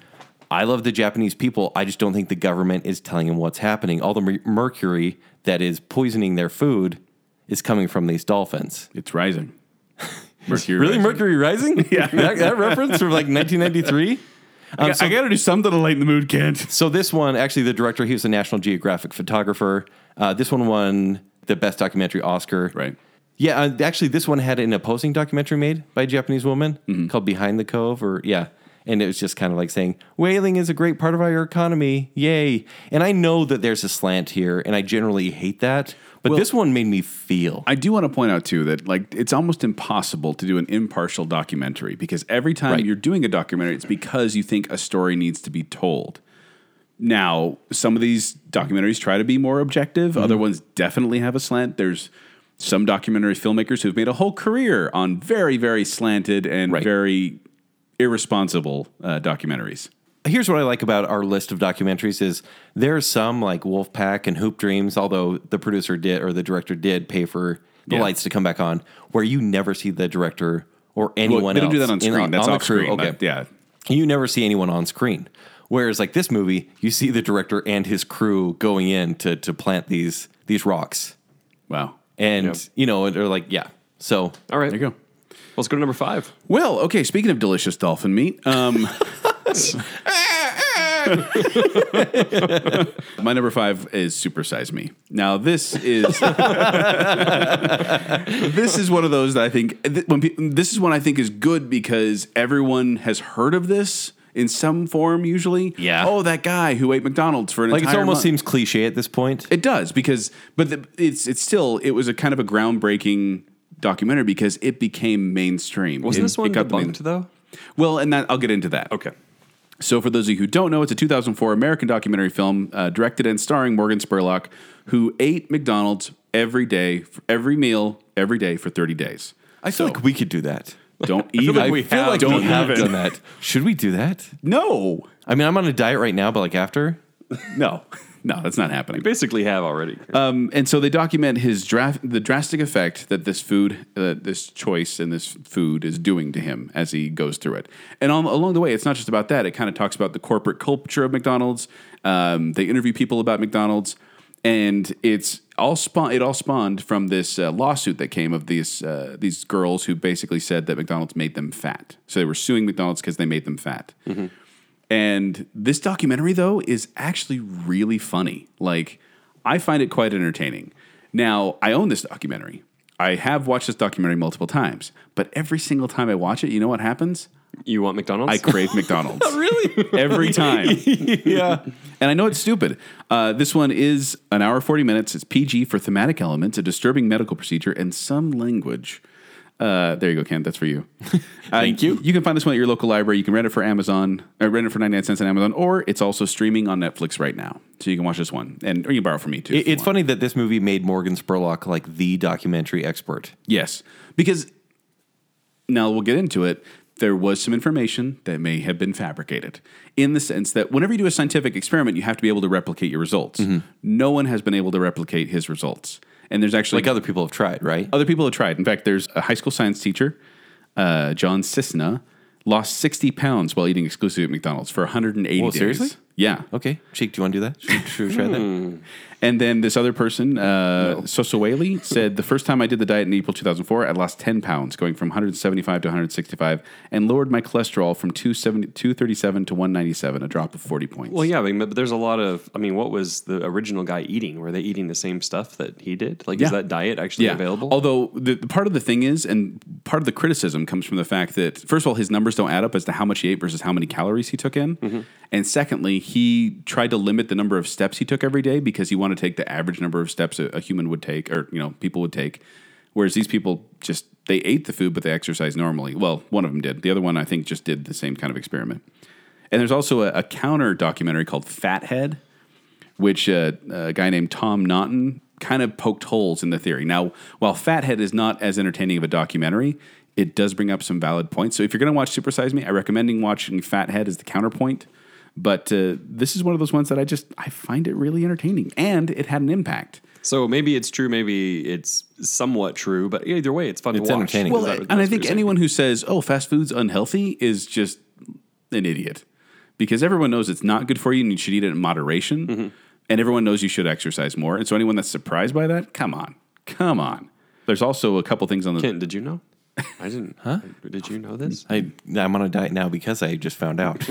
Speaker 2: I love the Japanese people. I just don't think the government is telling them what's happening. All the mer- mercury that is poisoning their food is coming from these dolphins. [laughs]
Speaker 3: it's rising. Mercury.
Speaker 2: Really,
Speaker 3: rising.
Speaker 2: Mercury Rising? yeah. That, that reference from like 1993?
Speaker 3: I, got- I got to do something to lighten the
Speaker 2: [laughs]
Speaker 3: mood, Kent.
Speaker 2: So this one, actually, the director he was a National Geographic photographer. Uh, this one won the best documentary Oscar.
Speaker 3: Right.
Speaker 2: Yeah. Uh, actually, this one had an opposing documentary made by a Japanese woman
Speaker 3: Mm-hmm.
Speaker 2: called "Behind the Cove," or yeah, and it was just kind of like saying whaling is a great part of our economy, yay! And I know that there's a slant here, and I generally hate that, but this one made me feel.
Speaker 3: I do want to point out too that like it's almost impossible to do an impartial documentary because every time
Speaker 2: Right.
Speaker 3: you're doing a documentary, it's because you think a story needs to be told. Now, some of these documentaries try to be more objective.
Speaker 2: Mm-hmm.
Speaker 3: Other ones definitely have a slant. There's some documentary filmmakers who've made a whole career on very, very slanted and
Speaker 2: Right.
Speaker 3: very irresponsible uh, documentaries.
Speaker 2: here's what I like about our list of documentaries is there are some like Wolfpack and Hoop Dreams, although the producer did or the director did pay for the
Speaker 3: Yeah.
Speaker 2: lights to come back on, where you never see the director or anyone
Speaker 3: Well, they don't do
Speaker 2: else
Speaker 3: that on
Speaker 2: in-
Speaker 3: screen. That's
Speaker 2: on the
Speaker 3: off
Speaker 2: crew.
Speaker 3: screen.
Speaker 2: Okay,
Speaker 3: That- yeah.
Speaker 2: you never see anyone on screen. Whereas like this movie, you see the director and his crew going in to to plant these these rocks,
Speaker 3: Wow.
Speaker 2: and
Speaker 4: Yeah.
Speaker 2: you know they're like yeah. So
Speaker 4: All right.
Speaker 3: There you go.
Speaker 4: Let's go to number five.
Speaker 3: Well, okay. Speaking of delicious dolphin meat, um, my number five is Supersize Me. Now, this is this is one of those that I think th- when pe- this is one I think is good because everyone has heard of this in some form, usually.
Speaker 2: Yeah.
Speaker 3: Oh, that guy who ate McDonald's for an
Speaker 2: like it
Speaker 3: entire
Speaker 2: almost
Speaker 3: month.
Speaker 2: seems cliche at this point.
Speaker 3: It does because, but the, it's it's still it was a kind of a groundbreaking documentary because it became mainstream.
Speaker 4: Wasn't
Speaker 3: It-
Speaker 4: this one
Speaker 3: it got the main-
Speaker 4: debunked though?
Speaker 3: Well, and that I'll get into that.
Speaker 4: Okay.
Speaker 3: So, for those of you who don't know, it's a 2004 American documentary film uh, directed and starring Morgan Spurlock, who ate McDonald's every day, for every meal, every day for 30 days.
Speaker 2: I feel like we could do that.
Speaker 3: Don't eat it.
Speaker 2: [laughs] I feel like
Speaker 3: don't
Speaker 2: we have
Speaker 3: it.
Speaker 2: done that. Should we do that?
Speaker 3: No,
Speaker 2: I mean, I'm on a diet right now, but like after,
Speaker 3: no. no, that's not happening.
Speaker 4: Basically, have already.
Speaker 2: Uh,
Speaker 3: Um, and so they document his draft, the drastic effect that this food, uh, this choice, and this food is doing to him as he goes through it. And al- along the way, it's not just about that. It kind of talks about the corporate culture of McDonald's. Um, they interview people about McDonald's, and it's all spawn. It all spawned from this uh, lawsuit that came of these uh, these girls who basically said that McDonald's made them fat. So they were suing McDonald's because they made them fat. And this documentary, though, is actually really funny. Like, I find it quite entertaining. Now, I own this documentary. I have watched this documentary multiple times, but every single time I watch it, you know what happens?
Speaker 4: you want McDonald's?
Speaker 3: I crave McDonald's.
Speaker 4: really?
Speaker 3: Every time.
Speaker 4: yeah.
Speaker 3: And I know it's stupid. Uh, this one is an hour, 40 minutes. It's PG for thematic elements, a disturbing medical procedure, and some language. Uh, there you go, Ken. That's for you. Thank you. You can find this one at your local library. You can rent it for Amazon, or rent it for 99 cents on Amazon, or it's also streaming on Netflix right now. So you can watch this one, and or you can borrow from me too. if
Speaker 2: It,
Speaker 3: you
Speaker 2: it's
Speaker 3: want.
Speaker 2: funny that this movie made Morgan Spurlock like the documentary expert.
Speaker 3: Yes, because now we'll get into it. There was some information that may have been fabricated in the sense that whenever you do a scientific experiment, you have to be able to replicate your results.
Speaker 2: Mm-hmm.
Speaker 3: No one has been able to replicate his results. And there's actually
Speaker 2: Like other people have tried, right?
Speaker 3: other people have tried. In fact, there's a high school science teacher, uh, John Cisna, lost 60 pounds while eating exclusively at McDonald's for 180
Speaker 2: Whoa,
Speaker 3: days.
Speaker 2: seriously?
Speaker 3: Yeah.
Speaker 2: Okay, Cheek, do you want to do that? Should, should we try that?
Speaker 3: And then this other person, uh, Sosaweli, said the first time I did the diet in April 2004, I lost 10 pounds, going from 175 to 165, and lowered my cholesterol from 270 237 to 197, a drop of 40 points.
Speaker 4: Well, yeah, I mean, but there's a lot of. I mean, what was the original guy eating? Were they eating the same stuff that he did? Like,
Speaker 3: Yeah.
Speaker 4: is that diet actually available?
Speaker 3: Although the, the part of the thing is, and part of the criticism comes from the fact that first of all, his numbers don't add up as to how much he ate versus how many calories he took in,
Speaker 4: Mm-hmm.
Speaker 3: and secondly, he tried to limit the number of steps he took every day because he wanted to take the average number of steps a, a human would take, or you know, people would take. Whereas these people just they ate the food, but they exercised normally. Well, one of them did. The other one, I think, just did the same kind of experiment. And there's also a, a counter documentary called Fathead, which uh, a guy named Tom Naughton kind of poked holes in the theory. Now, while Fathead is not as entertaining of a documentary, it does bring up some valid points. So if you're going to watch Super Size Me, I recommend watching Fathead as the counterpoint. But uh, this is one of those ones that I just I find it really entertaining, and it had an impact.
Speaker 4: so maybe it's true. Maybe it's somewhat true. But either way, it's fun
Speaker 2: It's
Speaker 4: to watch.
Speaker 2: entertaining.
Speaker 4: Is
Speaker 2: Well,
Speaker 4: that
Speaker 2: I-
Speaker 4: what-
Speaker 3: and I
Speaker 4: that's what
Speaker 3: think
Speaker 4: you're saying?
Speaker 3: anyone who says, "Oh, fast food's unhealthy," is just an idiot because everyone knows it's not good for you, and you should eat it in moderation.
Speaker 4: Mm-hmm.
Speaker 3: And everyone knows you should exercise more. And so, anyone that's surprised by that, come on, come on. There's also a couple things on the.
Speaker 4: Kent, did you know? I didn't. huh? Did you know this?
Speaker 2: I, I'm on a diet now because I just found out.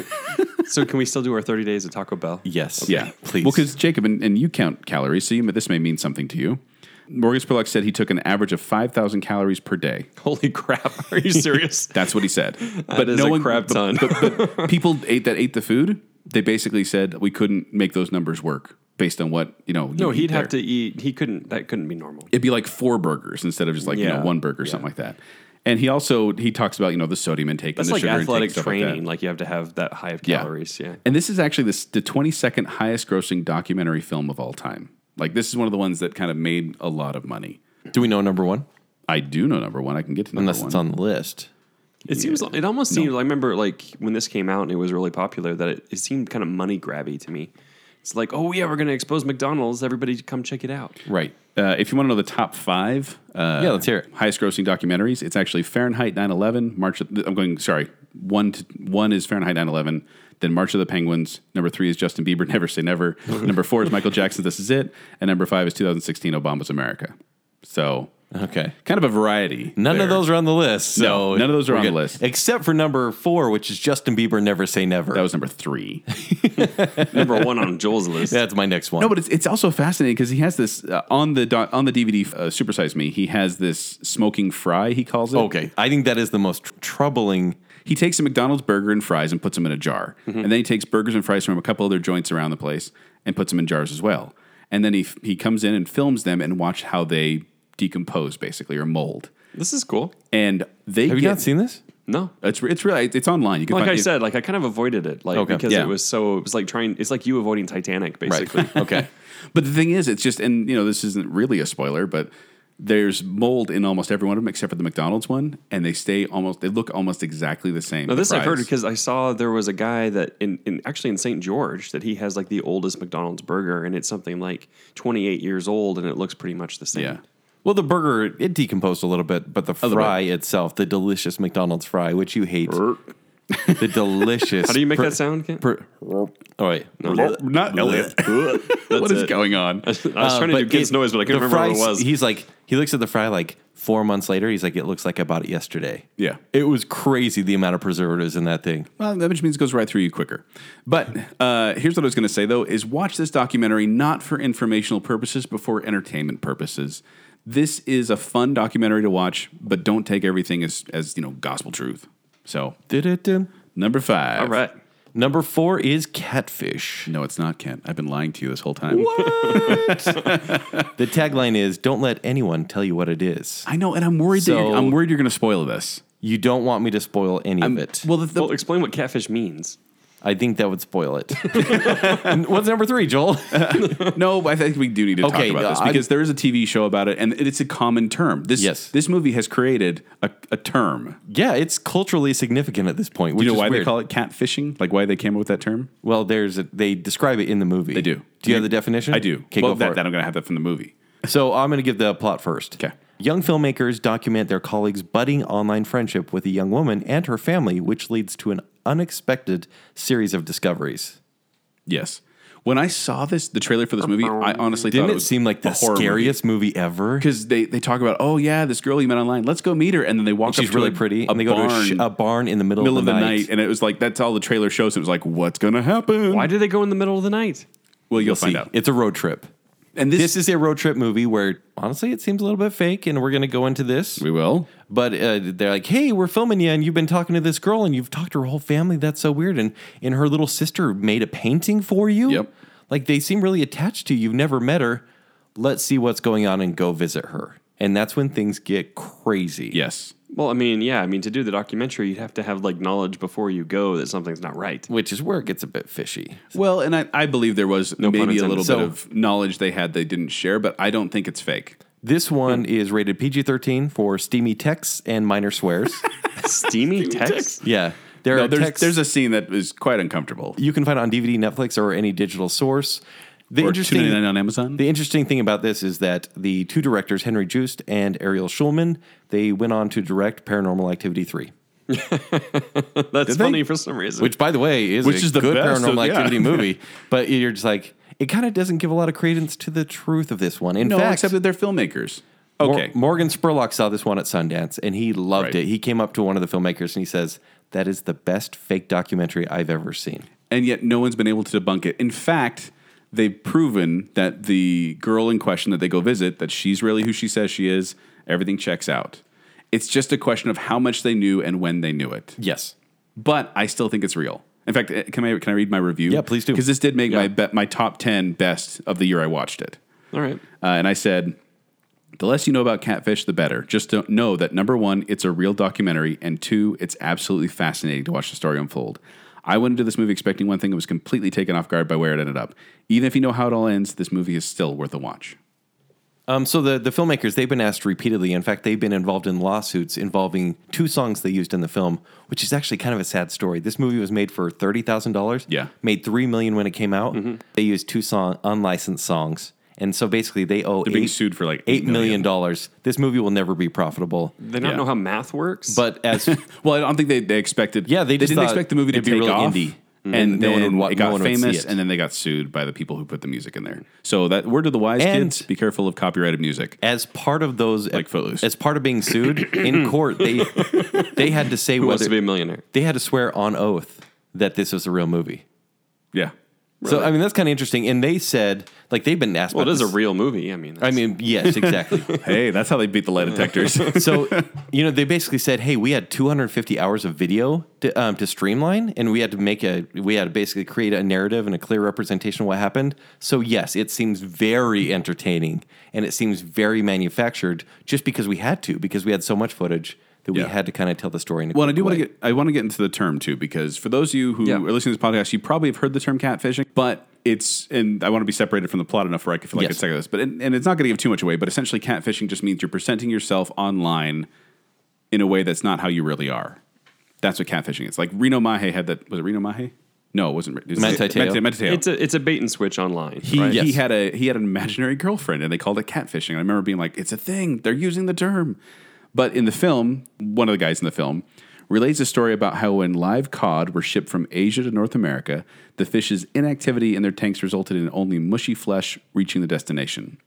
Speaker 4: so can we still do our 30 days at Taco Bell?
Speaker 2: yes.
Speaker 4: [laughs]
Speaker 3: Yeah,
Speaker 2: Please.
Speaker 3: Well, because Jacob and, and you count calories, so you, may- this may mean something to you. Morgan Spurlock said he took an average of five thousand calories per day.
Speaker 4: Holy crap! [laughs] Are you serious?
Speaker 3: That's what he
Speaker 4: [laughs]
Speaker 3: said. but
Speaker 4: is a crap
Speaker 3: but-
Speaker 4: ton.
Speaker 3: But,
Speaker 4: [laughs]
Speaker 3: but people ate that ate the food. They basically said we couldn't make those numbers work based on what you know.
Speaker 4: no, he'd have to eat. He couldn't. That couldn't be normal.
Speaker 3: It'd be like four burgers instead of just like you know
Speaker 4: Yeah.
Speaker 3: one burger or something like that. And he also he talks about you know the sodium intake
Speaker 4: That's
Speaker 3: and the
Speaker 4: like
Speaker 3: sugar
Speaker 4: athletic
Speaker 3: intake, stuff like that.
Speaker 4: training. Like, you have to have that high of calories. Yeah.
Speaker 3: And this is actually this, the 22nd highest grossing documentary film of all time. Like this is one of the ones that kind of made a lot of money.
Speaker 2: do we know number one?
Speaker 3: I do know number one. I can get to number
Speaker 2: Unless
Speaker 3: one.
Speaker 2: it's on the list.
Speaker 4: It seems. It almost seems. I remember like when this came out and it was really popular. That it, it seemed kind of money grabby to me. It's like, oh yeah, we're going to expose McDonald's. Everybody, come check
Speaker 3: [laughs]
Speaker 4: it out.
Speaker 3: Right. Uh, if you want to know the top five, uh,
Speaker 2: Yeah, let's hear it.
Speaker 3: Highest grossing documentaries. It's actually Fahrenheit 9/11. March. Of, I'm going. Sorry. One. To, one is Fahrenheit 9/11. Then March of the Penguins. Number three is Justin Bieber. [laughs] Never say never.
Speaker 2: [laughs]
Speaker 3: number four is Michael Jackson. This is it. And number five is 2016 Obama's America. So
Speaker 2: Okay.
Speaker 3: kind of a variety.
Speaker 2: None
Speaker 3: there.
Speaker 2: of those are on the list. So
Speaker 3: No, none of those are
Speaker 2: we're
Speaker 3: on the
Speaker 2: good.
Speaker 3: list.
Speaker 2: Except for number four, which is Justin Bieber Never Say Never.
Speaker 3: That was number three.
Speaker 4: Number one on Joel's list.
Speaker 2: That's my next one.
Speaker 3: No, but it's, it's also fascinating because he has this uh, on the doc, on the DVD uh, Super Size Me. He has this smoking fry. He calls it.
Speaker 2: okay. I think that is the most tr- troubling.
Speaker 3: He takes a McDonald's burger and fries and puts them in a jar.
Speaker 4: Mm-hmm.
Speaker 3: And then he takes burgers and fries from a couple other joints around the place and puts them in jars as well. And then he, f- he comes in and films them and watch how they decompose, basically, or mold.
Speaker 4: This is cool.
Speaker 3: And they
Speaker 2: Have you
Speaker 3: get,
Speaker 2: not seen this?
Speaker 4: No.
Speaker 3: It's re- it's really it's online. You can
Speaker 4: Like
Speaker 3: find
Speaker 4: I
Speaker 3: it-
Speaker 4: said, like I kind of avoided it, like
Speaker 2: Okay.
Speaker 4: because
Speaker 3: Yeah.
Speaker 4: it was so. It was like trying. It's like
Speaker 3: [laughs]
Speaker 4: you avoiding Titanic, basically.
Speaker 2: Okay.
Speaker 3: But the thing is, it's just, and you know, this isn't really a spoiler, but There's mold in almost every one of them except for the McDonald's one, and they stay almost. They look almost exactly the same.
Speaker 4: Now
Speaker 3: the
Speaker 4: this I've heard
Speaker 3: fries.
Speaker 4: because I saw there was a guy that in, in actually in St. George that he has like the oldest McDonald's burger and it's something like 28 years old and it looks pretty much the same.
Speaker 3: yeah,
Speaker 2: Well, the burger it decomposed a little bit, but the
Speaker 3: Oh,
Speaker 2: fry itself, the delicious McDonald's fry, which you hate, the delicious.
Speaker 3: [laughs]
Speaker 4: How do you make that sound? Kent?
Speaker 2: all right,
Speaker 3: not Elliot. [laughs] what is
Speaker 4: it.
Speaker 3: going on?
Speaker 4: I was trying to do kids noise, Uh, but I couldn't
Speaker 2: the
Speaker 4: remember what
Speaker 2: fries-
Speaker 4: it was.
Speaker 2: He's like, he looks at the fry like four months later. He's like, it looks like I bought it yesterday.
Speaker 3: Yeah.
Speaker 2: it was crazy the amount of preservatives in that thing.
Speaker 3: Well, that just means it goes right through you quicker. But uh, here's what I was going to say though: is watch this documentary not for informational purposes, but for entertainment purposes. This is a fun documentary to watch, but don't take everything as as you know gospel truth. So
Speaker 2: Du-du-du.
Speaker 3: number five.
Speaker 4: All right.
Speaker 2: Number four is catfish.
Speaker 3: No, it's not Kent. I've been lying to you this whole time.
Speaker 2: [laughs] The tagline is, "Don't let anyone tell you what it is."
Speaker 3: I know, and I'm worried. that
Speaker 2: So-
Speaker 3: you're, I'm worried you're going to
Speaker 2: [laughs]
Speaker 3: spoil this.
Speaker 2: You don't want me to spoil any of it.
Speaker 3: Well, the, the,
Speaker 4: Well, explain what catfish means.
Speaker 2: I think that would spoil it. [laughs] What's number three, Joel?
Speaker 3: no, I think we do need to
Speaker 2: Okay, uh,
Speaker 3: talk about this
Speaker 2: I-
Speaker 3: because there is a TV show about it, and it's a common term. This
Speaker 2: Yes.
Speaker 3: this movie has created a, a term.
Speaker 2: yeah, it's culturally significant at this point. Which
Speaker 3: you know
Speaker 2: is
Speaker 3: why
Speaker 2: weird.
Speaker 3: they call it catfishing? Like why they came up with that term?
Speaker 2: Well, there's a, they describe it in the movie.
Speaker 3: They do.
Speaker 2: Do you have the definition?
Speaker 3: I do.
Speaker 2: Okay,
Speaker 3: well,
Speaker 2: go
Speaker 3: that,
Speaker 2: for
Speaker 3: that
Speaker 2: it.
Speaker 3: I'm going to have that from the movie.
Speaker 2: So I'm going to give the plot first.
Speaker 3: Okay.
Speaker 2: Young filmmakers document their colleagues' budding online friendship with a young woman and her family, which leads to an unexpected series of discoveries.
Speaker 3: Yes. When I saw this, the trailer for this movie, I honestly
Speaker 2: Didn't
Speaker 3: thought
Speaker 2: it,
Speaker 3: it, was
Speaker 2: seem like the scariest movie, ever?
Speaker 3: because they, they talk about oh yeah this girl you met online let's go meet her and then they walk up
Speaker 2: She's
Speaker 3: to
Speaker 2: really
Speaker 3: a-
Speaker 2: pretty,
Speaker 3: a
Speaker 2: and they go to a, sh-
Speaker 3: barn,
Speaker 2: a barn in the middle,
Speaker 3: middle of the night. and it was like that's all the trailer shows it was like what's gonna happen
Speaker 4: Why do they go in the middle of the night?
Speaker 3: well you'll
Speaker 2: You'll
Speaker 3: find
Speaker 2: see.
Speaker 3: out
Speaker 2: It's a road trip.
Speaker 3: and this,
Speaker 2: This is a road trip movie where honestly it seems a little bit fake, and we're going to go into this.
Speaker 3: we will
Speaker 2: But uh, they're like, hey, we're filming you, and you've been talking to this girl, and you've talked to her whole family. That's so weird. And and her little sister made a painting for you.
Speaker 3: Yep.
Speaker 2: Like they seem really attached to you. You've never met her. Let's see what's going on and go visit her. And that's when things get crazy.
Speaker 3: yes
Speaker 4: Well, I mean, yeah, I mean, to do the documentary, you'd have to have like knowledge before you go that something's not right.
Speaker 2: Which is where it gets a bit fishy.
Speaker 3: well and I, I believe there was maybe a
Speaker 4: intended.
Speaker 3: little
Speaker 2: So-
Speaker 3: bit of knowledge they had they didn't share but I don't think it's fake
Speaker 2: This one
Speaker 3: Hmm.
Speaker 2: is rated PG 13 for steamy texts and minor
Speaker 3: [laughs]
Speaker 2: swears.
Speaker 4: [laughs] Steamy text?
Speaker 2: yeah. There
Speaker 3: no,
Speaker 2: are
Speaker 3: there's
Speaker 2: texts
Speaker 3: there's a scene that is quite uncomfortable
Speaker 2: you can find it on DVD, Netflix, or any digital source. The
Speaker 3: or
Speaker 2: interesting
Speaker 3: tuning in on Amazon
Speaker 2: The interesting thing about this is that the two directors, Henry Joost and Ariel Schulman, they went on to direct Paranormal Activity 3,
Speaker 4: That's funny for some reason.
Speaker 2: which, by the way, is
Speaker 3: Which
Speaker 2: a
Speaker 3: is the
Speaker 2: good
Speaker 3: best of-
Speaker 2: Paranormal
Speaker 3: yeah. [laughs]
Speaker 2: Activity movie. But you're just like, it kind of doesn't give a lot of credence to the truth of this one. In
Speaker 3: no
Speaker 2: fact,
Speaker 3: except that they're filmmakers
Speaker 2: Mor-
Speaker 3: okay
Speaker 2: Morgan Spurlock saw this one at Sundance and he loved
Speaker 3: Right.
Speaker 2: it. He came up to one of the filmmakers and he says, That is the best fake documentary I've ever seen.
Speaker 3: and yet no one's been able to debunk it. In fact, they've proven that the girl in question that they go visit, that she's really who she says she is, everything checks out. It's just a question of how much they knew and when they knew it.
Speaker 2: Yes.
Speaker 3: But I still think it's real. In fact, eh, can I can I read my review?
Speaker 2: Yeah, please do.
Speaker 3: Because this did make my be- my top ten best of the year I watched it.
Speaker 4: All right.
Speaker 3: Uh, and I said, the less you know about catfish, the better. Just don't know that number one, it's a real documentary, and two, it's absolutely fascinating to watch the story unfold. I went into this movie expecting one thing and was completely taken off guard by where it ended up. Even if you know how it all ends, this movie is still worth a watch.
Speaker 2: Um, so the, the filmmakers they've been asked repeatedly. In fact, they've been involved in lawsuits involving two songs they used in the film, which is actually kind of a sad story. This movie was made for thirty thousand dollars.
Speaker 3: Yeah. Mm-hmm.
Speaker 2: made three million when it came out. They used two song unlicensed songs, and so basically they owe
Speaker 3: They're being sued for like
Speaker 2: eight
Speaker 3: $8 million.
Speaker 2: million dollars. This movie will never be profitable.
Speaker 4: They don't
Speaker 3: Yeah.
Speaker 4: know how math works.
Speaker 2: But
Speaker 3: [laughs]
Speaker 2: as
Speaker 3: Well, I don't think they, they expected.
Speaker 2: Yeah, they just
Speaker 3: didn't
Speaker 2: thought
Speaker 3: expect the movie to
Speaker 2: it'd be
Speaker 3: be take
Speaker 2: really
Speaker 3: off,
Speaker 2: indie.
Speaker 3: and,
Speaker 2: And no
Speaker 3: then
Speaker 2: one would wa-
Speaker 3: it
Speaker 2: no
Speaker 3: got
Speaker 2: one would see
Speaker 3: famous,
Speaker 2: it.
Speaker 3: and then they got sued by the people who put the music in there. So that word of the wise,
Speaker 2: And-
Speaker 3: kids: be careful of copyrighted music.
Speaker 2: as part of those
Speaker 3: Like Footloose.
Speaker 2: as part of being sued
Speaker 3: [clears throat]
Speaker 2: in court, they they had to say
Speaker 4: who wants
Speaker 2: whether
Speaker 4: to be a millionaire?
Speaker 2: they had to swear on oath that this was a real movie.
Speaker 3: Yeah,
Speaker 2: So I mean that's kind of interesting. And they said like they've been asked.
Speaker 4: Well, it
Speaker 2: about
Speaker 4: is a
Speaker 2: this-
Speaker 4: real movie. I mean,
Speaker 2: I mean yes, exactly.
Speaker 3: hey, that's how they beat the
Speaker 2: [laughs]
Speaker 3: lie detectors.
Speaker 2: so you know they basically said, hey, we had 250 hours of video to, um, to streamline, and we had to make a we had to basically create a narrative and a clear representation of what happened. So yes, it seems very entertaining, and it seems very manufactured, just because we had to, because we had so much footage that
Speaker 3: Yeah.
Speaker 2: we had to kind of tell the story. In a
Speaker 3: Well, and I do
Speaker 2: quick
Speaker 3: want to
Speaker 2: way.
Speaker 3: get I want to get into the term too because for those of you who
Speaker 4: Yeah.
Speaker 3: are listening to this podcast, you probably have heard the term catfishing, but it's and I want to be separated from the plot enough where I can feel like
Speaker 2: Yes.
Speaker 3: it's sick of this. But and, and it's not going to give too much away. But essentially, catfishing just means you're presenting yourself online in a way that's not how you really are. That's what catfishing is. Like Reno Mahe had that. Was it Reno Mahe? No, it wasn't. It was
Speaker 2: Matt Taiteo.
Speaker 3: Matt- Matt Taiteo.
Speaker 4: It's a it's a bait and switch online.
Speaker 3: He,
Speaker 4: right?
Speaker 3: he
Speaker 2: Yes.
Speaker 3: had a he had an imaginary girlfriend and they called it catfishing. I remember being like, it's a thing. They're using the term. But in the film, one of the guys in the film relates a story about how when live cod were shipped from Asia to North America, the fish's inactivity in their tanks resulted in only mushy flesh reaching the destination.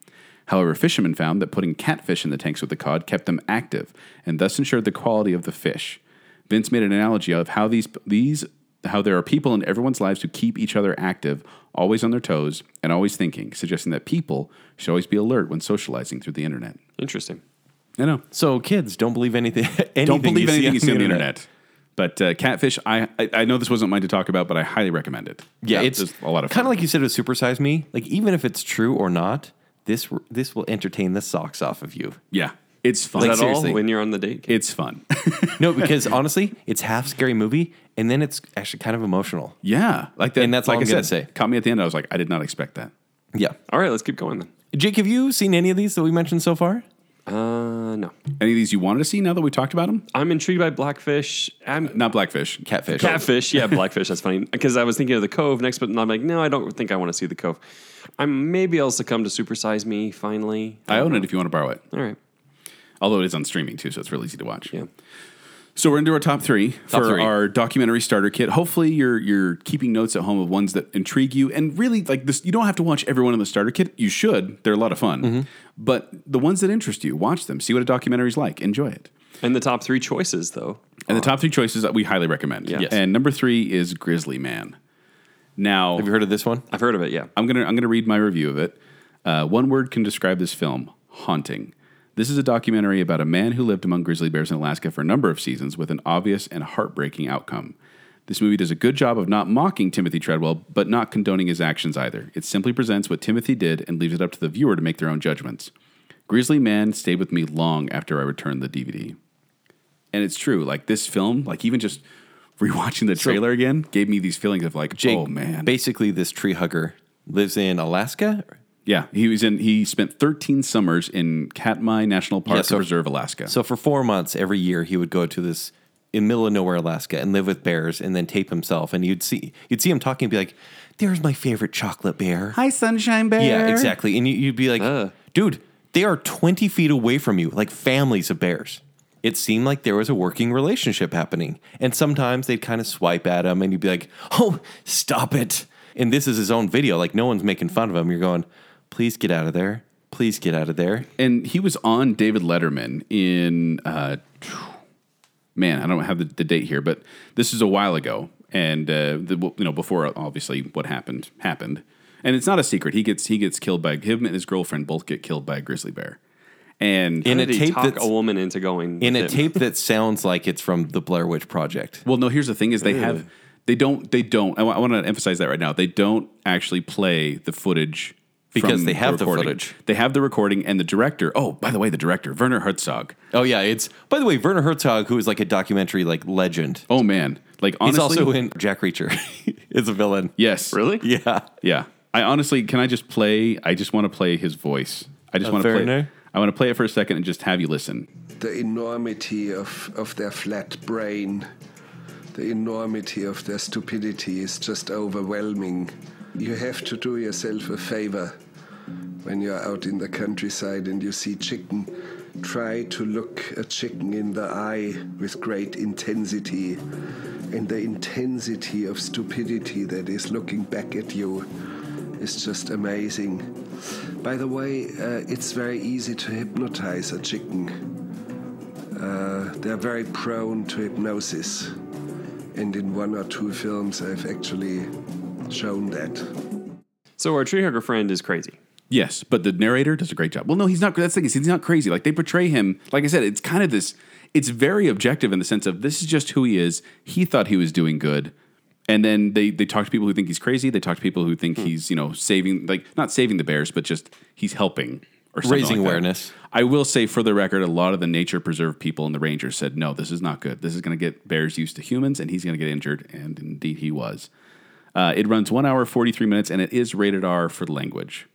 Speaker 3: However, fishermen found that putting catfish in the tanks with the cod kept them active and thus ensured the quality of the fish. Vince made an analogy of how these these how there are people in everyone's lives who keep each other active, always on their toes and always thinking, suggesting that people should always be alert when socializing through the internet.
Speaker 4: Interesting.
Speaker 3: I know.
Speaker 2: So kids, don't believe anything. anything
Speaker 3: Don't believe
Speaker 2: you
Speaker 3: anything
Speaker 2: see
Speaker 3: you see on the internet. But uh, catfish, I, I I know this wasn't mine to talk about, but I highly recommend it.
Speaker 2: Yeah, it's
Speaker 3: just a lot of
Speaker 2: kind of
Speaker 3: fun.
Speaker 2: like you said with Supersize Me. Like even if it's true or not, this this will entertain the socks off of you.
Speaker 3: yeah, it's fun.
Speaker 2: Like,
Speaker 4: At
Speaker 2: seriously.
Speaker 4: all when you're on the date.
Speaker 3: it's fun. [laughs]
Speaker 2: No, because honestly, it's half scary movie, and then it's actually kind of emotional.
Speaker 3: yeah, like that.
Speaker 2: And that's all
Speaker 3: like I
Speaker 2: I'm gonna
Speaker 3: said.
Speaker 2: say.
Speaker 3: Caught me at the end. I was like, I did not expect that.
Speaker 2: Yeah,
Speaker 4: all right, let's keep going then.
Speaker 2: Jake, have you seen any of these that we mentioned so far?
Speaker 4: Uh, no,
Speaker 3: Any of these you wanted to see? Now that we talked about them,
Speaker 4: I'm intrigued by Blackfish. I'm
Speaker 3: not blackfish,
Speaker 2: Catfish.
Speaker 4: Catfish, yeah, Blackfish. That's funny because I was thinking of the Cove next, but I'm like, no, I don't think I want to see the Cove. I'm maybe I'll succumb to Supersize Me finally.
Speaker 3: I own it if you want to borrow it.
Speaker 4: All right,
Speaker 3: Although it is on streaming too, so it's real easy to watch.
Speaker 4: yeah.
Speaker 3: So we're into our top three for
Speaker 2: three.
Speaker 3: our documentary starter kit. Hopefully, you're you're keeping notes at home of ones that intrigue you, and really like this. You don't have to watch everyone in the starter kit. You should. They're a lot of fun.
Speaker 2: Mm-hmm.
Speaker 3: But the ones that interest you, watch them. See what a documentary's like. Enjoy it.
Speaker 4: And the top three choices though.
Speaker 3: And the top three choices that we highly recommend.
Speaker 4: Yeah. Yes.
Speaker 3: And number three is Grizzly Man. Now,
Speaker 2: Have you heard of this one?
Speaker 4: I've heard of it. Yeah,
Speaker 3: I'm gonna I'm gonna read my review of it. Uh, one word can describe this film: haunting. This is a documentary about a man who lived among grizzly bears in Alaska for a number of seasons with an obvious and heartbreaking outcome. This movie does a good job of not mocking Timothy Treadwell, but not condoning his actions either. It simply presents what Timothy did and leaves it up to the viewer to make their own judgments. Grizzly Man stayed with me long after I returned the DVD. And it's true, like this film, like even just [laughs] rewatching the trailer again, gave me these feelings of like,
Speaker 2: Jake,
Speaker 3: oh man.
Speaker 2: Basically, this tree hugger lives in Alaska.
Speaker 3: Yeah, he was in. He spent 13 summers in Katmai National Park
Speaker 2: Yeah, so-
Speaker 3: Preserve, Alaska.
Speaker 2: So for four months every year, he would go to this in middle of nowhere Alaska and live with bears, and then tape himself. And you'd see you'd see him talking, and be like, "There's my favorite chocolate bear."
Speaker 3: hi, Sunshine Bear.
Speaker 2: Yeah, exactly. And you, you'd be like,
Speaker 4: Ugh.
Speaker 2: dude, they are 20 feet away from you, like families of bears. It seemed like there was a working relationship happening. And sometimes they'd kind of swipe at him and you'd be like, oh, stop it. And this is his own video. Like, no one's making fun of him. You're going, please get out of there. Please get out of there.
Speaker 3: And he was on David Letterman in. Uh, man, I don't have the, the date here, but this is a while ago, and uh, the, you know before obviously what happened happened, and it's not a secret. He gets he gets killed by him and his girlfriend both get killed by a grizzly bear, and
Speaker 2: In
Speaker 4: How
Speaker 2: a
Speaker 4: did he
Speaker 2: tape
Speaker 4: talk
Speaker 2: that's-
Speaker 4: a woman into going
Speaker 2: In
Speaker 4: with
Speaker 2: a
Speaker 4: him?
Speaker 2: tape that sounds like it's from the Blair Witch Project.
Speaker 3: Well, no. Here's the thing: is they have they don't they don't. I want to emphasize that right now. They don't actually play the footage
Speaker 2: Because
Speaker 3: from
Speaker 2: they have the
Speaker 3: recording.
Speaker 2: footage.
Speaker 3: They have the recording and the director. Oh, by the way, the director Werner Herzog.
Speaker 2: Oh, yeah. It's, by the way, Werner Herzog, who is like a documentary like legend.
Speaker 3: Oh man, like honestly,
Speaker 2: He's also in Jack Reacher. [laughs] He's a villain.
Speaker 3: yes,
Speaker 4: really?
Speaker 2: Yeah.
Speaker 3: yeah. I honestly can I just play? I just want to play his voice. I just
Speaker 2: Of
Speaker 3: want to play.
Speaker 2: Werner?
Speaker 3: I want to play it for a second and just have you listen.
Speaker 6: the enormity of, of their flat brain, the enormity of their stupidity is just overwhelming. You have to do yourself a favor when you're out in the countryside and you see chicken. Try to look a chicken in the eye with great intensity. And the intensity of stupidity that is looking back at you is just amazing. By the way, uh, it's very easy to hypnotize a chicken they're very prone to hypnosis. And in one or two films, I've actually shown that.
Speaker 4: So our tree hugger friend is crazy.
Speaker 3: Yes, but the narrator does a great job. Well, no, he's not. That's the thing. is He's not crazy. Like they portray him. Like I said, it's kind of this. It's very objective in the sense of this is just who he is. He thought he was doing good, and then they they talk to people who think he's crazy. They talk to people who think
Speaker 2: Hmm.
Speaker 3: he's you know saving like not saving the bears, but just he's helping or something
Speaker 2: Raising
Speaker 3: like that.
Speaker 2: awareness.
Speaker 3: I will say for the record, a lot of the nature preserve people and the rangers said no, this is not good. This is going to get bears used to humans, and he's going to get injured. And indeed, he was. Uh, it runs one hour, 43 minutes, and it is rated R for language.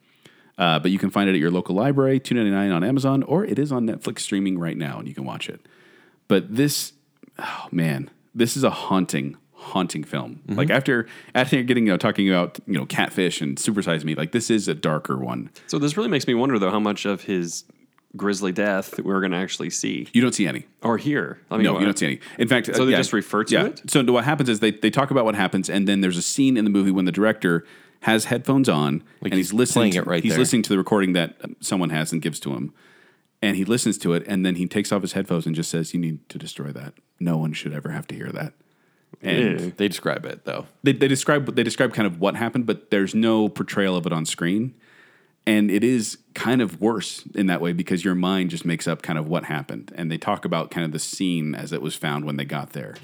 Speaker 3: Uh, but you can find it at your local library, two ninety nine on Amazon, or it is on Netflix streaming right now, and you can watch it. But this, oh man, this is a haunting, haunting film. Like after after getting you know, talking about you know catfish and supersize me, like this is a darker one.
Speaker 4: So this really makes me wonder, though, how much of his grisly death we're going to actually see
Speaker 3: You don't see any.
Speaker 4: or hear. I uh,
Speaker 3: no, you don't see any. In fact,
Speaker 4: So they just refer to it?
Speaker 3: So what happens is they, they talk about what happens, and then there's a scene in the movie when the director has headphones on and he's,
Speaker 2: he's
Speaker 3: listening.
Speaker 2: playing it
Speaker 3: to-
Speaker 2: right
Speaker 3: he's
Speaker 2: there.
Speaker 3: listening to the recording that um, someone has and gives to him, and he listens to it, and then he takes off his headphones and just says, "You need to destroy that. No one should ever have to hear that." And
Speaker 2: They describe it though.
Speaker 3: they, they describe they describe kind of what happened, but there's no portrayal of it on screen, and it is kind of worse in that way because your mind just makes up kind of what happened, and they talk about kind of the scene as it was found when they got there,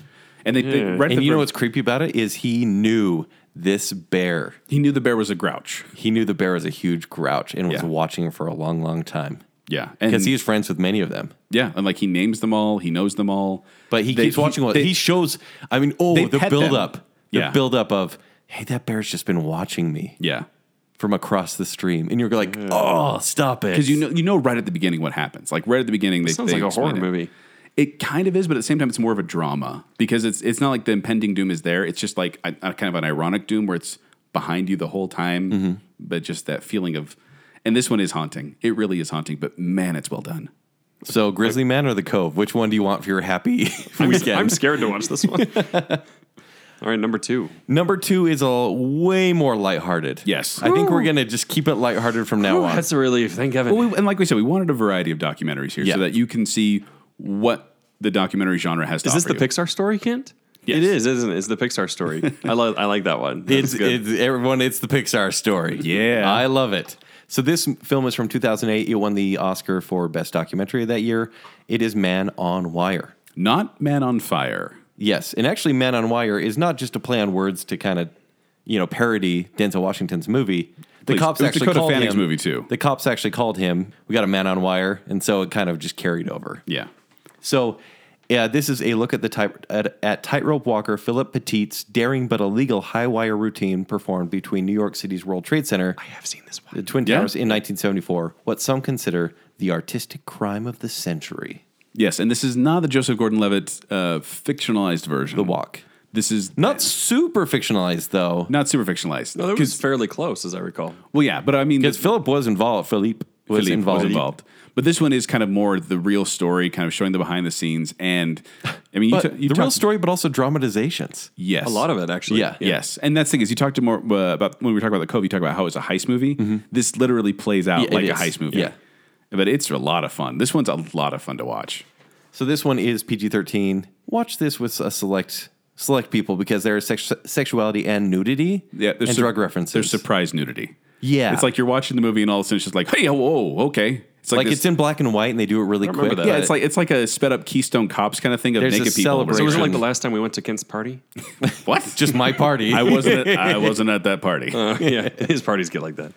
Speaker 3: and they, they read
Speaker 2: And
Speaker 3: the
Speaker 2: you know
Speaker 3: ver-
Speaker 2: what's creepy about it is he knew this bear.
Speaker 3: he knew the bear was a grouch,
Speaker 2: He knew the bear was a huge grouch and was
Speaker 3: Yeah.
Speaker 2: watching him for a long, long time
Speaker 3: yeah, and
Speaker 2: because he's friends with many of them.
Speaker 3: yeah, and like he names them all, he knows them all,
Speaker 2: But he
Speaker 3: They-
Speaker 2: keeps watching. what
Speaker 3: they-
Speaker 2: he shows. I mean, oh,
Speaker 3: they
Speaker 2: the
Speaker 3: pet them.
Speaker 2: buildup. The
Speaker 3: Yeah.
Speaker 2: buildup of hey, that bear's just been watching me
Speaker 3: yeah,
Speaker 2: from across the stream, and you're like, oh, stop it,
Speaker 3: because you know you know right at the beginning what happens, like right at the beginning they
Speaker 4: sounds
Speaker 3: they
Speaker 4: like a
Speaker 3: explain
Speaker 4: horror
Speaker 3: it.
Speaker 4: movie.
Speaker 3: It kind of is, but at the same time, it's more of a drama because it's it's not like the impending doom is there. It's just like a, a kind of an ironic doom where it's behind you the whole time,
Speaker 4: Mm-hmm.
Speaker 3: but just that feeling of. And this one is haunting. It really is haunting, but man, it's well done.
Speaker 2: So, Grizzly Man or the Cove? Which one do you want for your
Speaker 3: [laughs]
Speaker 2: happy [laughs] weekend?
Speaker 4: [laughs] I'm scared to watch this one. All right, number two.
Speaker 2: Number two is a way more lighthearted.
Speaker 3: Yes.
Speaker 2: I think we're gonna just keep it lighthearted from
Speaker 3: uh,
Speaker 2: now on.
Speaker 4: That's a relief. Thank heaven.
Speaker 3: Well, we, and like we said, we wanted a variety of documentaries here
Speaker 2: Yeah.
Speaker 3: so that you can see what the documentary genre has.
Speaker 4: is
Speaker 3: to
Speaker 4: this the
Speaker 3: offer you.
Speaker 4: Pixar story, Kent?
Speaker 3: Yes.
Speaker 4: It is, isn't it? It's the
Speaker 2: [laughs]
Speaker 4: Pixar story. I love. I like that one. That
Speaker 2: It's,
Speaker 4: was good.
Speaker 2: it's everyone. It's the Pixar story.
Speaker 3: Yeah.
Speaker 2: I love it. So this m- film is from 2008. It won the Oscar for Best Documentary that year. It is Man on Wire.
Speaker 3: Not Man on Fire.
Speaker 2: Yes, and actually, Man on Wire is not just a play on words to kind of, you know, parody Denzel Washington's movie. The
Speaker 3: Please.
Speaker 2: cops
Speaker 3: It was
Speaker 2: actually
Speaker 3: Dakota
Speaker 2: called
Speaker 3: Fanning's
Speaker 2: him,
Speaker 3: movie, too.
Speaker 2: The cops actually called him. We got a Man on Wire, and so it kind of just carried over.
Speaker 3: Yeah.
Speaker 2: So, yeah, this is a look at the tight, at, at tightrope walker Philip Petit's daring but illegal high wire routine performed between New York City's World Trade Center,
Speaker 4: I have seen this
Speaker 2: the
Speaker 4: one.
Speaker 2: Twin
Speaker 3: Yeah.
Speaker 2: Towers, in 1974. What some consider the artistic crime of the century.
Speaker 3: Yes, and this is not the Joseph Gordon-Levitt uh, fictionalized version.
Speaker 2: The walk,
Speaker 3: This is
Speaker 2: not super fictionalized though,
Speaker 3: not super fictionalized.
Speaker 2: oh,
Speaker 4: No, that was fairly close, as I recall.
Speaker 3: Well, yeah, but I mean,
Speaker 2: because Philip was involved. Philippe was
Speaker 3: Philippe
Speaker 2: involved.
Speaker 3: was involved. But this one is kind of more the real story, kind of showing the behind the scenes. And I mean, you,
Speaker 2: But
Speaker 3: ta- you
Speaker 2: the real
Speaker 3: talked-
Speaker 2: story, but also dramatizations.
Speaker 3: yes,
Speaker 4: A lot of it, actually.
Speaker 2: Yeah.
Speaker 3: Yes, and that's the thing is you talked to more uh, about when we were talking about the Cove. You talk about how it's a heist movie. This literally plays out
Speaker 2: Mm-hmm. Yeah, it
Speaker 3: like a
Speaker 2: is.
Speaker 3: heist movie.
Speaker 2: Yeah.
Speaker 3: but it's a lot of fun. This one's a lot of fun to watch.
Speaker 2: So this one is PG thirteen. Watch this with a select select people because there is sex- sexuality and nudity
Speaker 3: Yeah,
Speaker 2: and
Speaker 3: sur-
Speaker 2: drug references.
Speaker 3: There's surprise nudity.
Speaker 2: Yeah.
Speaker 3: it's like you're watching the movie and all of a sudden it's just like, hey, whoa, okay. It's
Speaker 2: like
Speaker 3: this-
Speaker 2: it's in black and white and they do it really
Speaker 4: remember
Speaker 2: quick.
Speaker 4: that.
Speaker 3: yeah,
Speaker 2: but
Speaker 3: it's like it's like a sped up Keystone Cops kind of thing of
Speaker 2: There's a
Speaker 3: naked people.
Speaker 4: So was it
Speaker 2: celebration.
Speaker 4: like the last time we went to Kent's
Speaker 2: [laughs]
Speaker 4: party?
Speaker 3: What?
Speaker 2: [laughs] just my party.
Speaker 3: [laughs] I wasn't.
Speaker 2: [laughs]
Speaker 3: At, I wasn't at that party.
Speaker 2: Uh. Oh,
Speaker 4: yeah, [laughs] his parties get like that.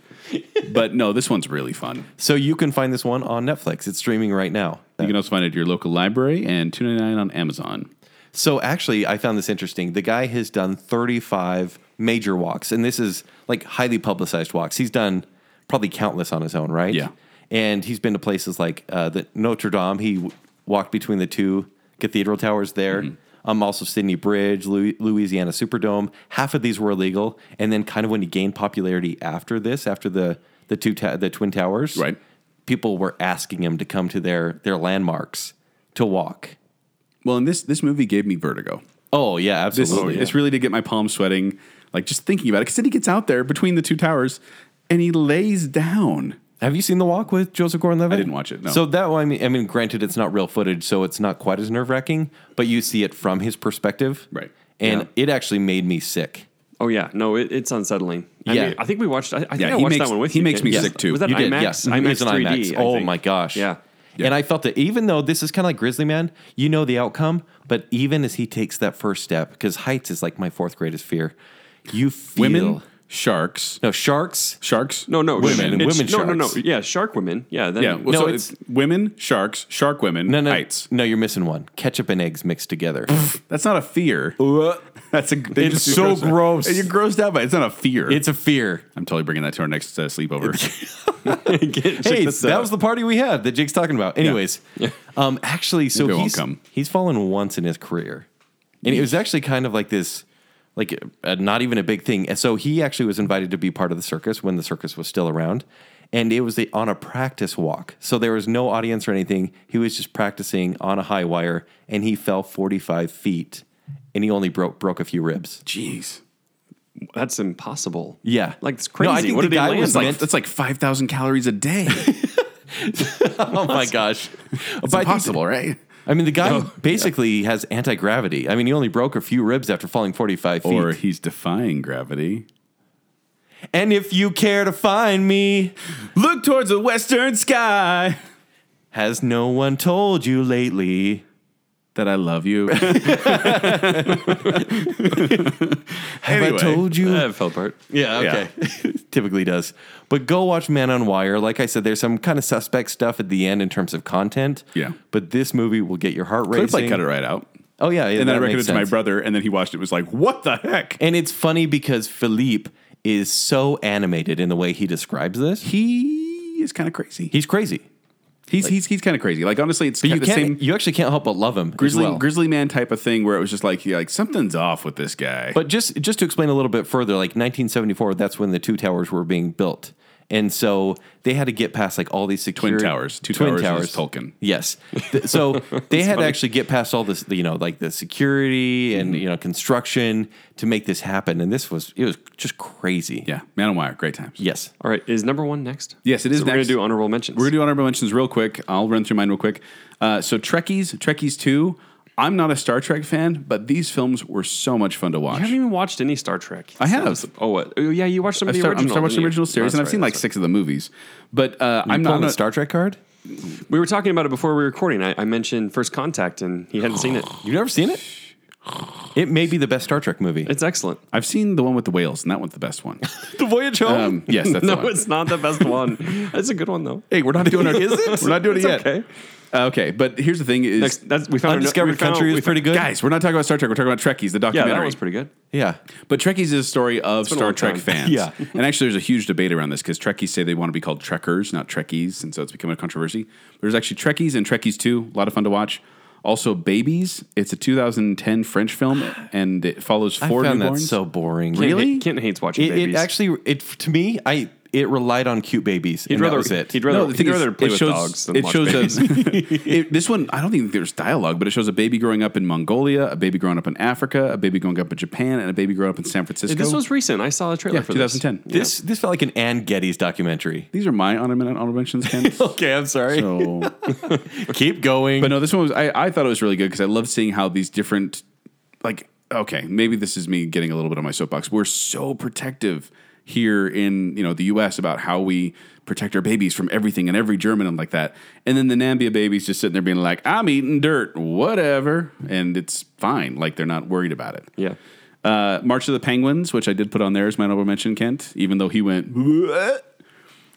Speaker 3: But no, this one's really fun.
Speaker 2: so you can find this one on Netflix. It's streaming right now.
Speaker 3: You can also find it at your local library and two ninety nine on Amazon.
Speaker 2: So actually, I found this interesting. The guy has done 35 major walks, and this is like highly publicized walks. He's done probably countless on his own, right?
Speaker 3: Yeah.
Speaker 2: And he's been to places like uh, the Notre Dame. He w- walked between the two cathedral towers there. Um, also Sydney Bridge, Lu- Louisiana Superdome. Half of these were illegal, and then kind of when he gained popularity after this, after the the two ta- the twin towers,
Speaker 3: Right.
Speaker 2: People were asking him to come to their their landmarks to walk.
Speaker 3: Well, and this this movie gave me vertigo.
Speaker 2: Oh yeah,
Speaker 3: This
Speaker 2: absolutely.
Speaker 3: this really did get my palms sweating, like just thinking about it. Because then he gets out there between the two towers, and he lays down.
Speaker 2: Have you seen The Walk with Joseph Gordon-Levitt?
Speaker 3: I didn't watch it, no.
Speaker 2: So that one, I mean, I mean, granted, it's not real footage, so it's not quite as nerve-wracking, but you see it from his perspective,
Speaker 3: Right.
Speaker 2: And it actually made me sick.
Speaker 4: Oh yeah, no, it, it's unsettling. I
Speaker 2: Yeah.
Speaker 4: mean, I think we watched. I, I think
Speaker 3: Yeah,
Speaker 4: I
Speaker 3: he
Speaker 4: watched
Speaker 3: makes-
Speaker 4: that one with
Speaker 3: he
Speaker 4: you.
Speaker 3: makes me
Speaker 4: Ken.
Speaker 3: sick, too.
Speaker 4: Was that
Speaker 2: You did,
Speaker 4: IMAX?
Speaker 2: yes. It was
Speaker 4: IMAX
Speaker 2: an
Speaker 4: 3D. I
Speaker 2: Oh
Speaker 4: think.
Speaker 2: my gosh!
Speaker 4: Yeah.
Speaker 2: And I felt that even though this is kind of like Grizzly Man, you know the outcome, but even as he takes that first step, because heights is like my fourth greatest fear, you feel
Speaker 3: Women, sharks,
Speaker 2: no sharks.
Speaker 3: sharks.
Speaker 4: No, no,
Speaker 2: Women,
Speaker 4: it's-
Speaker 2: women
Speaker 4: No, no, no.
Speaker 2: sharks.
Speaker 4: Yeah, shark women. Yeah, then,
Speaker 3: Yeah. Well,
Speaker 2: No,
Speaker 3: so
Speaker 2: it's-
Speaker 3: it's, women, sharks, shark women,
Speaker 2: No, no,
Speaker 3: heights. [laughs]
Speaker 2: no, you're missing one. Ketchup and eggs mixed together.
Speaker 3: That's not a fear.
Speaker 2: Wha-
Speaker 3: That's a. they
Speaker 2: It's
Speaker 3: just-
Speaker 2: so
Speaker 3: gross out.
Speaker 2: gross.
Speaker 3: And You're grossed out by. it. It's not a fear.
Speaker 2: It's a fear.
Speaker 3: I'm totally bringing that to our next uh, [laughs] sleepover.
Speaker 2: hey, that was the party we had that Jake's talking about. Anyways, um, actually, so
Speaker 3: Maybe I won't
Speaker 2: he's
Speaker 3: come.
Speaker 2: he's fallen once in his career, and it was actually kind of like this, like uh, not even a big thing. And so he actually was invited to be part of the circus when the circus was still around, and it was the, on a practice walk. So there was no audience or anything. He was just practicing on a high wire, and he fell forty five feet, and he only broke broke a few ribs.
Speaker 3: Jeez.
Speaker 4: That's impossible.
Speaker 2: Yeah.
Speaker 4: Like it's
Speaker 2: No,
Speaker 4: crazy.
Speaker 2: I think
Speaker 4: what
Speaker 2: the
Speaker 4: did he
Speaker 2: guy
Speaker 4: land?
Speaker 2: was
Speaker 3: That's like
Speaker 2: meant-
Speaker 3: that's like five thousand calories
Speaker 2: [laughs]
Speaker 3: a day.
Speaker 2: Oh [laughs] my gosh,
Speaker 3: It's impossible, right?
Speaker 2: I mean, the guy [laughs] basically has anti gravity. I mean, he only broke a few ribs after falling 45 feet.
Speaker 3: Or he's defying gravity.
Speaker 2: and if you care to find me,
Speaker 3: Look towards the western sky.
Speaker 2: has no one told you lately?
Speaker 3: That I
Speaker 2: [laughs]
Speaker 3: love you.
Speaker 2: Have
Speaker 3: Anyway.
Speaker 2: I told you?
Speaker 4: Uh, it fell apart.
Speaker 2: yeah, okay. [laughs] Typically does. But go watch Man on Wire. Like I said, there's some kind of suspect stuff at the end in terms of content.
Speaker 3: Yeah.
Speaker 2: But this movie will get your heart
Speaker 3: Could
Speaker 2: racing.
Speaker 3: like cut it right out.
Speaker 2: Oh, yeah. yeah
Speaker 3: And then I
Speaker 2: that
Speaker 3: recommended
Speaker 2: makes
Speaker 3: it to my
Speaker 2: sense.
Speaker 3: brother, and then he watched it. and Was like, what the heck?
Speaker 2: And it's funny because Philippe is so animated in the way he describes this.
Speaker 3: he is kind of crazy.
Speaker 2: He's crazy.
Speaker 3: He's he's he's kind of crazy. Like honestly, it's
Speaker 2: But
Speaker 3: kind
Speaker 2: you
Speaker 3: of the
Speaker 2: can't.
Speaker 3: same
Speaker 2: You actually can't help but love him. as
Speaker 3: grizzly
Speaker 2: well.
Speaker 3: grizzly man type of thing where it was just like yeah, like something's off with this guy.
Speaker 2: But just just to explain a little bit further, like 1974, that's when the two towers were being built, and so they had to get past like all these security
Speaker 3: towers. Two towers is Tolkien.
Speaker 2: Yes, Th-
Speaker 3: [laughs]
Speaker 2: so they had to actually get past all this, you know, like the security and
Speaker 3: Mm-hmm.
Speaker 2: you know construction to make this happen, and this was it was just crazy.
Speaker 3: yeah, man on wire, great times.
Speaker 2: Yes.
Speaker 4: All right. Is number one next?
Speaker 3: Yes, it is
Speaker 4: So We're gonna
Speaker 3: next.
Speaker 4: do honorable mentions.
Speaker 3: We're gonna do honorable mentions real quick. I'll run through mine real quick. Uh, so Trekkies, Trekkies two. I'm not a Star Trek fan, but these films were so much fun to watch.
Speaker 4: I haven't even watched any Star Trek.
Speaker 3: I have.
Speaker 4: So- oh, what? Oh, yeah, you watched some of
Speaker 3: I've
Speaker 4: the
Speaker 3: start, I'm
Speaker 4: original.
Speaker 3: starting watching the
Speaker 4: didn't you?
Speaker 3: original
Speaker 4: Oh,
Speaker 3: series, and I've
Speaker 4: that's
Speaker 3: seen
Speaker 4: right,
Speaker 3: like
Speaker 4: that's
Speaker 3: six of the movies. But uh, I'm not
Speaker 2: Pulling
Speaker 3: a
Speaker 2: the Star Trek card.
Speaker 4: right. We were talking about it before we were recording. I, I mentioned First Contact, and he
Speaker 3: [gasps]
Speaker 4: hadn't seen it.
Speaker 2: You've never
Speaker 3: [sighs]
Speaker 2: seen it? It may be the best Star Trek movie.
Speaker 4: It's excellent.
Speaker 3: I've seen the one with the whales, and that one's the best
Speaker 4: [laughs]
Speaker 3: one.
Speaker 2: the Voyage Home.
Speaker 3: Um, yes, that's the
Speaker 4: no,
Speaker 3: one.
Speaker 4: it's not the best
Speaker 3: [laughs]
Speaker 4: one. It's a good one though.
Speaker 3: Hey, we're not doing our. [laughs] We're not doing it yet.
Speaker 4: okay.
Speaker 3: Uh, okay, but here's the thing: is
Speaker 4: Next, that's we found
Speaker 2: Undiscovered
Speaker 4: we found-
Speaker 2: Country
Speaker 4: we
Speaker 2: is
Speaker 4: found-
Speaker 2: pretty good.
Speaker 3: guys, we're not talking about Star Trek. We're talking about Trekkies, the
Speaker 4: Yeah,
Speaker 3: documentary.
Speaker 4: that was pretty good.
Speaker 2: Yeah.
Speaker 3: But Trekkies is a story of
Speaker 4: been a
Speaker 3: Star
Speaker 4: long
Speaker 3: Trek
Speaker 4: time.
Speaker 3: fans.
Speaker 2: Yeah.
Speaker 3: and actually, there's a huge debate around this because Trekkies say they want to be called Trekkers, not Trekkies, and so it's become a controversy. There's actually Trekkies and Trekkies 2, a lot of fun to watch. Also, Babies. It's a 2010 French film, and it follows
Speaker 2: I
Speaker 3: four
Speaker 2: found that
Speaker 3: newborns.
Speaker 2: so boring.
Speaker 4: Kent
Speaker 3: Really?
Speaker 4: hate- Kent hates watching
Speaker 2: It, it
Speaker 4: babies.
Speaker 2: actually, it to me, I it relied on cute babies.
Speaker 4: he'd
Speaker 2: and that
Speaker 4: rather
Speaker 2: was it.
Speaker 4: he'd rather
Speaker 3: the
Speaker 4: he'd
Speaker 3: thing is,
Speaker 4: rather play
Speaker 3: it
Speaker 4: with
Speaker 3: shows-
Speaker 4: dogs than
Speaker 3: it
Speaker 4: watch
Speaker 3: shows
Speaker 4: babies.
Speaker 3: a- it- this one, I don't think there's dialogue, but it shows a baby growing up in Mongolia, a baby growing up in Africa, a baby growing up in Japan, and a baby growing up in San Francisco.
Speaker 4: This was recent. I saw a
Speaker 3: yeah,
Speaker 4: trailer for
Speaker 3: 2010.
Speaker 2: this this felt like an Ann Geddes documentary. [laughs]
Speaker 3: These are my honorable honorable mentions, Ken.
Speaker 2: Okay, I'm sorry.
Speaker 3: so,
Speaker 2: Keep going.
Speaker 3: but no, this one was I, I thought it was really good because I love seeing how these different like okay maybe this is me getting a little bit on my soapbox. We're so protective here in you know the U.S. about how we protect our babies from everything and every German and like that. And then the Nambia babies just sitting there being like, I'm eating dirt, whatever, and it's fine. Like they're not worried about it.
Speaker 4: Yeah.
Speaker 3: Uh, March of the Penguins, which I did put on there as my honorable mention, Kent, even though he went "Bleh."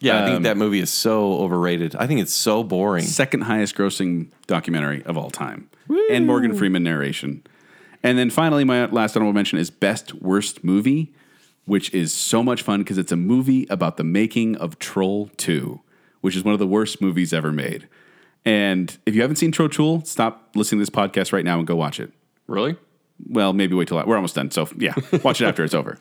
Speaker 2: yeah,
Speaker 3: um,
Speaker 2: I think that movie is so overrated. I think it's so boring.
Speaker 3: second highest grossing documentary of all time, and Morgan Freeman narration. And then finally, my last honorable mention is best worst movie, which is so much fun because it's a movie about the making of Troll Two, which is one of the worst movies ever made. And if you haven't seen Troll Tool, stop listening to this podcast right now and go watch it
Speaker 4: Really?
Speaker 3: well, maybe wait till I, we're almost done. So yeah, watch it after it's over.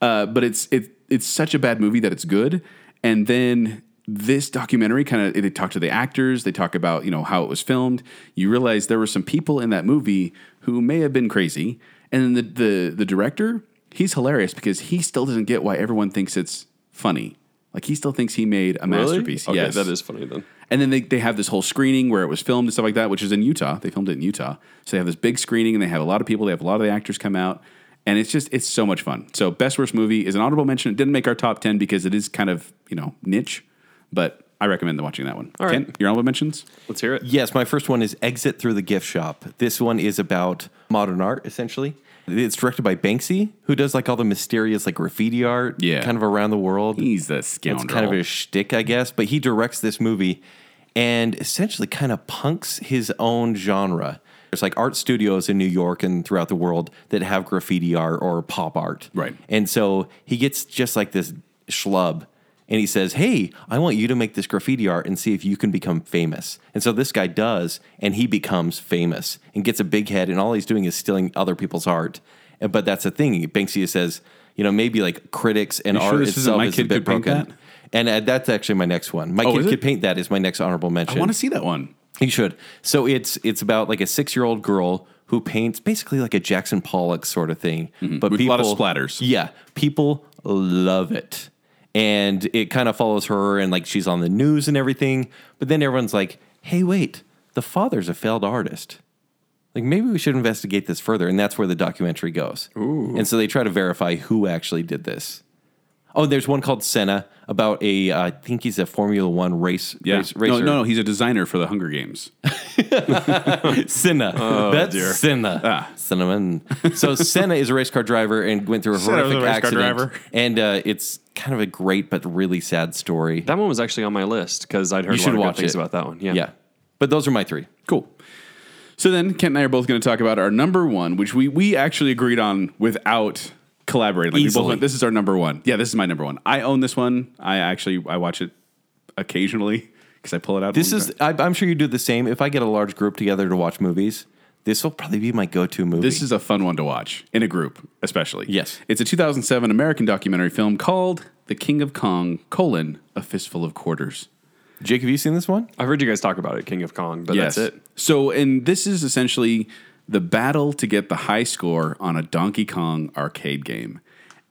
Speaker 3: Uh, but it's it it's such a bad movie that it's good. And then this documentary kind of they talk to the actors. They talk about you know how it was filmed. You realize there were some people in that movie who may have been crazy. And then the the, the director he's hilarious because he still doesn't get why everyone thinks it's funny. Like he still thinks he made a masterpiece.
Speaker 4: Okay,
Speaker 3: yes,
Speaker 4: that is funny then.
Speaker 3: and then they, they have this whole screening where it was filmed and stuff like that, which is in Utah. They filmed it in Utah. So they have this big screening and they have a lot of people. They have a lot of the actors come out. And it's just, it's so much fun. So, Best Worst Movie is an honorable mention. It didn't make our top 10 because it is kind of, you know, niche, but I recommend watching that one.
Speaker 4: All right.
Speaker 3: your honorable mentions?
Speaker 4: Let's hear it.
Speaker 2: Yes, my first one is Exit Through the Gift Shop. This one is about modern art, essentially. It's directed by Banksy, who does like all the mysterious like graffiti art,
Speaker 3: Yeah.
Speaker 2: kind of around the world.
Speaker 3: He's the scoundrel.
Speaker 2: It's kind of a shtick, I guess. But he directs this movie and essentially kind of punks his own genre There's like art studios in New York and throughout the world that have graffiti art or pop art.
Speaker 3: Right.
Speaker 2: And so he gets just like this schlub and he says, Hey, I want you to make this graffiti art and see if you can become famous. And so this guy does, and he becomes famous and gets a big head, and all he's doing is stealing other people's art. And- But that's the thing. Banksy says, you know, maybe like critics and
Speaker 3: You sure
Speaker 2: art
Speaker 3: this isn't
Speaker 2: itself
Speaker 3: My
Speaker 2: is a
Speaker 3: Kid
Speaker 2: bit
Speaker 3: Could Paint
Speaker 2: broken.
Speaker 3: That?
Speaker 2: And uh, that's actually my next one. My
Speaker 3: Oh, is
Speaker 2: kid
Speaker 3: it?
Speaker 2: could paint that is my next honorable mention.
Speaker 3: I want to see that one.
Speaker 2: You should. So it's it's about like a six year old girl who paints basically like a Jackson Pollock sort of thing, but
Speaker 3: Mm-hmm. With a
Speaker 2: people
Speaker 3: lot of splatters.
Speaker 2: Yeah, people love it, and it kind of follows her and like she's on the news and everything. But then everyone's like, "Hey, wait, the father's a failed artist." Like maybe we should investigate this further, and that's where the documentary goes. And so they try to verify who actually did this. Oh, there's one called Senna about a uh, I think he's a Formula One race.
Speaker 3: Yeah.
Speaker 2: race
Speaker 3: no,
Speaker 2: racer.
Speaker 3: no, no. He's a designer for the Hunger Games.
Speaker 2: Senna. That's
Speaker 3: Oh, dear.
Speaker 2: Senna.
Speaker 3: Ah.
Speaker 2: Cinnamon. [laughs] So Senna is a race car driver and went through a
Speaker 3: Senna was
Speaker 2: horrific
Speaker 3: a race car
Speaker 2: accident.
Speaker 3: driver.
Speaker 2: And uh, it's kind of a great but really sad story.
Speaker 4: That one was actually on my list because I'd
Speaker 2: you
Speaker 4: heard a lot
Speaker 2: should
Speaker 4: of good
Speaker 2: watch
Speaker 4: things
Speaker 2: it.
Speaker 4: about that one. Yeah.
Speaker 2: yeah. But those are my three.
Speaker 3: Cool. So then Kent and I are both going to talk about our number one, which we we actually agreed on without collaborating. Like, we both
Speaker 2: Easily.
Speaker 3: went, this is our number one. Yeah, this is my number one. I own this one. I actually I watch it occasionally because I pull it out.
Speaker 2: This
Speaker 3: when-
Speaker 2: is, I, I'm sure you do the same. If I get a large group together to watch movies, this will probably be my go to movie.
Speaker 3: This is a fun one to watch in a group, especially.
Speaker 2: Yes.
Speaker 3: It's a 2007 American documentary film called The King of Kong, colon, A Fistful of Quarters.
Speaker 2: Jake, have you seen this one?
Speaker 4: I've heard you guys talk about it, King of Kong, but that's it.
Speaker 3: So, and this is essentially the battle to get the high score on a Donkey Kong arcade game.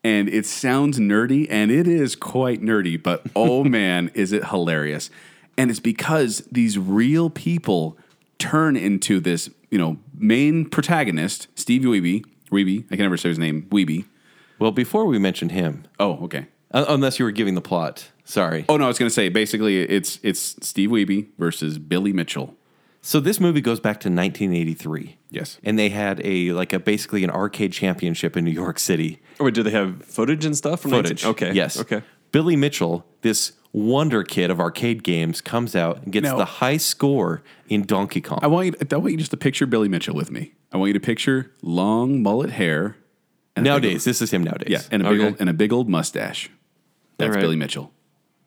Speaker 3: And it sounds nerdy, and it is quite nerdy, but oh man, is it hilarious. And it's because these real people turn into this, you know, main protagonist, Steve Weeby. Weeby, I can never say his name, Weeby.
Speaker 2: Well, before we mentioned him,
Speaker 3: Oh, okay.
Speaker 2: un- unless you were giving the plot, sorry.
Speaker 3: Oh no, I was going to say basically it's it's Steve Weeby versus Billy Mitchell.
Speaker 2: So this movie goes back to 1983.
Speaker 3: Yes.
Speaker 2: And they had a, like a basically an arcade championship in New York City.
Speaker 4: Or do they have footage and stuff? From
Speaker 2: footage.
Speaker 4: 19 okay.
Speaker 2: Yes.
Speaker 4: Okay.
Speaker 2: Billy Mitchell, this wonder kid of arcade games, comes out and gets
Speaker 3: No.
Speaker 2: the high score in Donkey Kong.
Speaker 3: I want you. I want you just to picture Billy Mitchell with me. I want you to picture long mullet hair. And a big
Speaker 2: Nowadays, this is him nowadays.
Speaker 3: old- yeah, and a big
Speaker 4: Okay.
Speaker 3: old and a big old mustache. That's
Speaker 4: All right.
Speaker 3: Billy Mitchell.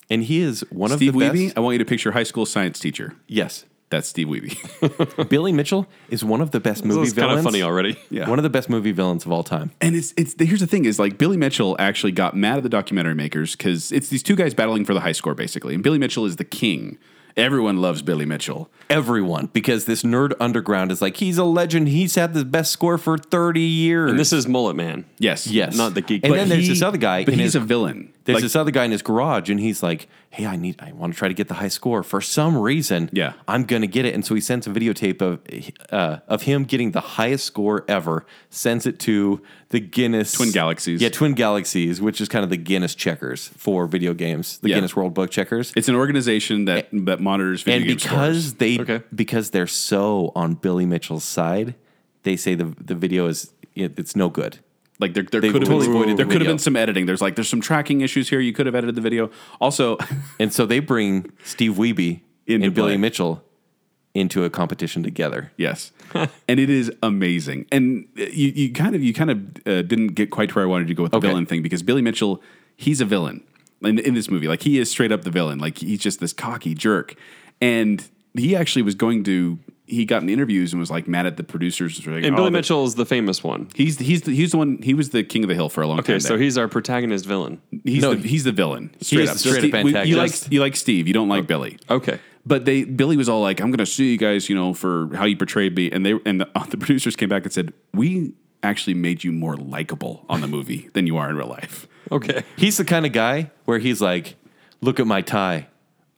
Speaker 2: And he is one
Speaker 3: Steve
Speaker 2: of the
Speaker 3: Weeby.
Speaker 2: best.
Speaker 3: I want you to picture high school science teacher.
Speaker 2: Yes. [laughs]
Speaker 3: That's Steve Weeby. [laughs]
Speaker 2: Billy Mitchell is one of the best
Speaker 4: So
Speaker 2: movie
Speaker 4: it's kind
Speaker 2: villains.
Speaker 4: of funny already.
Speaker 3: Yeah.
Speaker 2: One of the best movie villains of all time.
Speaker 3: and it's it's here's the thing is like Billy Mitchell actually got mad at the documentary makers because it's these two guys battling for the high score basically, and Billy Mitchell is the king. Everyone loves Billy Mitchell.
Speaker 2: Everyone, because this nerd underground is like, he's a legend. He's had the best score for 30 years.
Speaker 4: And this is Mullet Man.
Speaker 3: Yes.
Speaker 2: Yes.
Speaker 4: not the geek.
Speaker 2: And
Speaker 4: But
Speaker 2: then there's
Speaker 3: he-
Speaker 2: this other guy.
Speaker 3: But
Speaker 2: in
Speaker 3: he's
Speaker 2: his-
Speaker 3: a villain.
Speaker 2: There's
Speaker 3: Like,
Speaker 2: this other guy in his garage, and he's like, "Hey, I need, I want to try to get the high score for some reason.
Speaker 3: Yeah.
Speaker 2: I'm gonna get it." And so he sends a videotape of uh, of him getting the highest score ever. Sends it to the Guinness
Speaker 3: Twin Galaxies.
Speaker 2: yeah, Twin Galaxies, which is kind of the Guinness checkers for video games, the
Speaker 3: Yeah.
Speaker 2: Guinness World Book checkers.
Speaker 3: It's an organization that that monitors video
Speaker 2: and
Speaker 3: game
Speaker 2: because
Speaker 3: scores.
Speaker 2: they
Speaker 4: Okay.
Speaker 2: because they're so on Billy Mitchell's side, they say the the video is it, it's no good.
Speaker 3: Like there, there
Speaker 2: They
Speaker 3: could have
Speaker 2: totally
Speaker 3: been
Speaker 2: avoided
Speaker 3: there
Speaker 2: the
Speaker 3: could
Speaker 2: video.
Speaker 3: have been some editing. There's like there's some tracking issues here. You could have edited the video. Also,
Speaker 2: And so they bring Steve Wiebe
Speaker 3: Into
Speaker 2: and Billy
Speaker 3: play.
Speaker 2: Mitchell into a competition together.
Speaker 3: yes, and it is amazing. And uh, you, you kind of you kind of uh, didn't get quite to where I wanted you to go with the
Speaker 2: Okay.
Speaker 3: villain thing because Billy Mitchell, he's a villain in, in this movie. Like he is straight up the villain. Like he's just this cocky jerk. And he actually was going to. He got in interviews and was like mad at the producers. Like,
Speaker 4: And
Speaker 3: "Oh,
Speaker 4: Billy
Speaker 3: that-
Speaker 4: Mitchell is the famous one.
Speaker 3: He's he's the, he's the one. He was the king of the hill for a long time.
Speaker 4: Okay, so
Speaker 3: there.
Speaker 4: he's our protagonist villain.
Speaker 3: He's
Speaker 2: No,
Speaker 3: the, he's the villain. Straight
Speaker 2: is
Speaker 3: up,
Speaker 2: the straight
Speaker 3: Steve-
Speaker 2: up
Speaker 3: we- You
Speaker 2: antagonist.
Speaker 3: like you like Steve. You don't like Billy.
Speaker 4: Okay.
Speaker 3: But they Billy was all like, "I'm going to sue you guys, you know, for how you portrayed me." And they and the, [laughs] the producers came back and said, "We actually made you more likable on the movie than you are in real life."
Speaker 4: Okay.
Speaker 2: He's the kind of guy where he's like, "Look at my tie,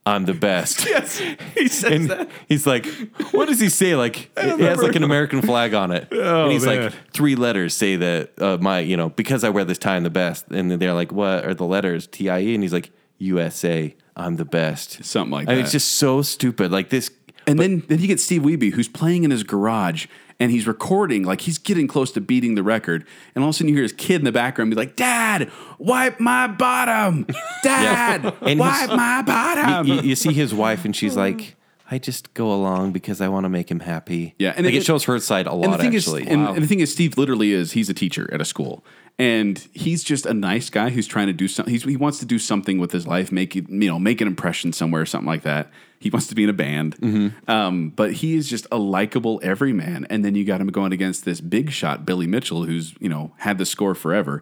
Speaker 2: I'm the best."
Speaker 3: [laughs] Yes, he says
Speaker 2: and he's like, "What does he say?" Like it has like an American flag on
Speaker 3: [laughs]
Speaker 2: it, and he's
Speaker 3: Oh, man.
Speaker 2: like, three letters say that uh, my, you know, because I wear this tie, I'm the best." And then they're like, "What are the letters?" T I E, and he's like, "USA, I'm the best."
Speaker 3: Something like
Speaker 2: I mean,
Speaker 3: that.
Speaker 2: it's just so stupid. Like this.
Speaker 3: And then then you get Steve Wiebe, who's playing in his garage and he's recording, like he's getting close to beating the record. And all of a sudden you hear his kid in the background be like, Dad, wipe
Speaker 2: [laughs]
Speaker 3: my bottom. Dad,
Speaker 2: And he's-
Speaker 3: wipe my bottom. Um, [laughs]
Speaker 2: you, you see his wife, and she's like, I just go along because I want to make him happy.
Speaker 3: Yeah,
Speaker 2: and
Speaker 3: and
Speaker 2: like it,
Speaker 3: it-
Speaker 2: shows her side a lot.
Speaker 3: and the thing
Speaker 2: actually,
Speaker 3: Is, and, and the thing is, Steve literally is he's a teacher at a school, and he's just a nice guy who's trying to do something. He wants to do something with his life, make it- you know make an impression somewhere, something like that. He wants to be in a band,
Speaker 2: Mm-hmm.
Speaker 3: um, but he is just a likable everyman. And then you got him going against this big shot Billy Mitchell, who's you know had the score forever.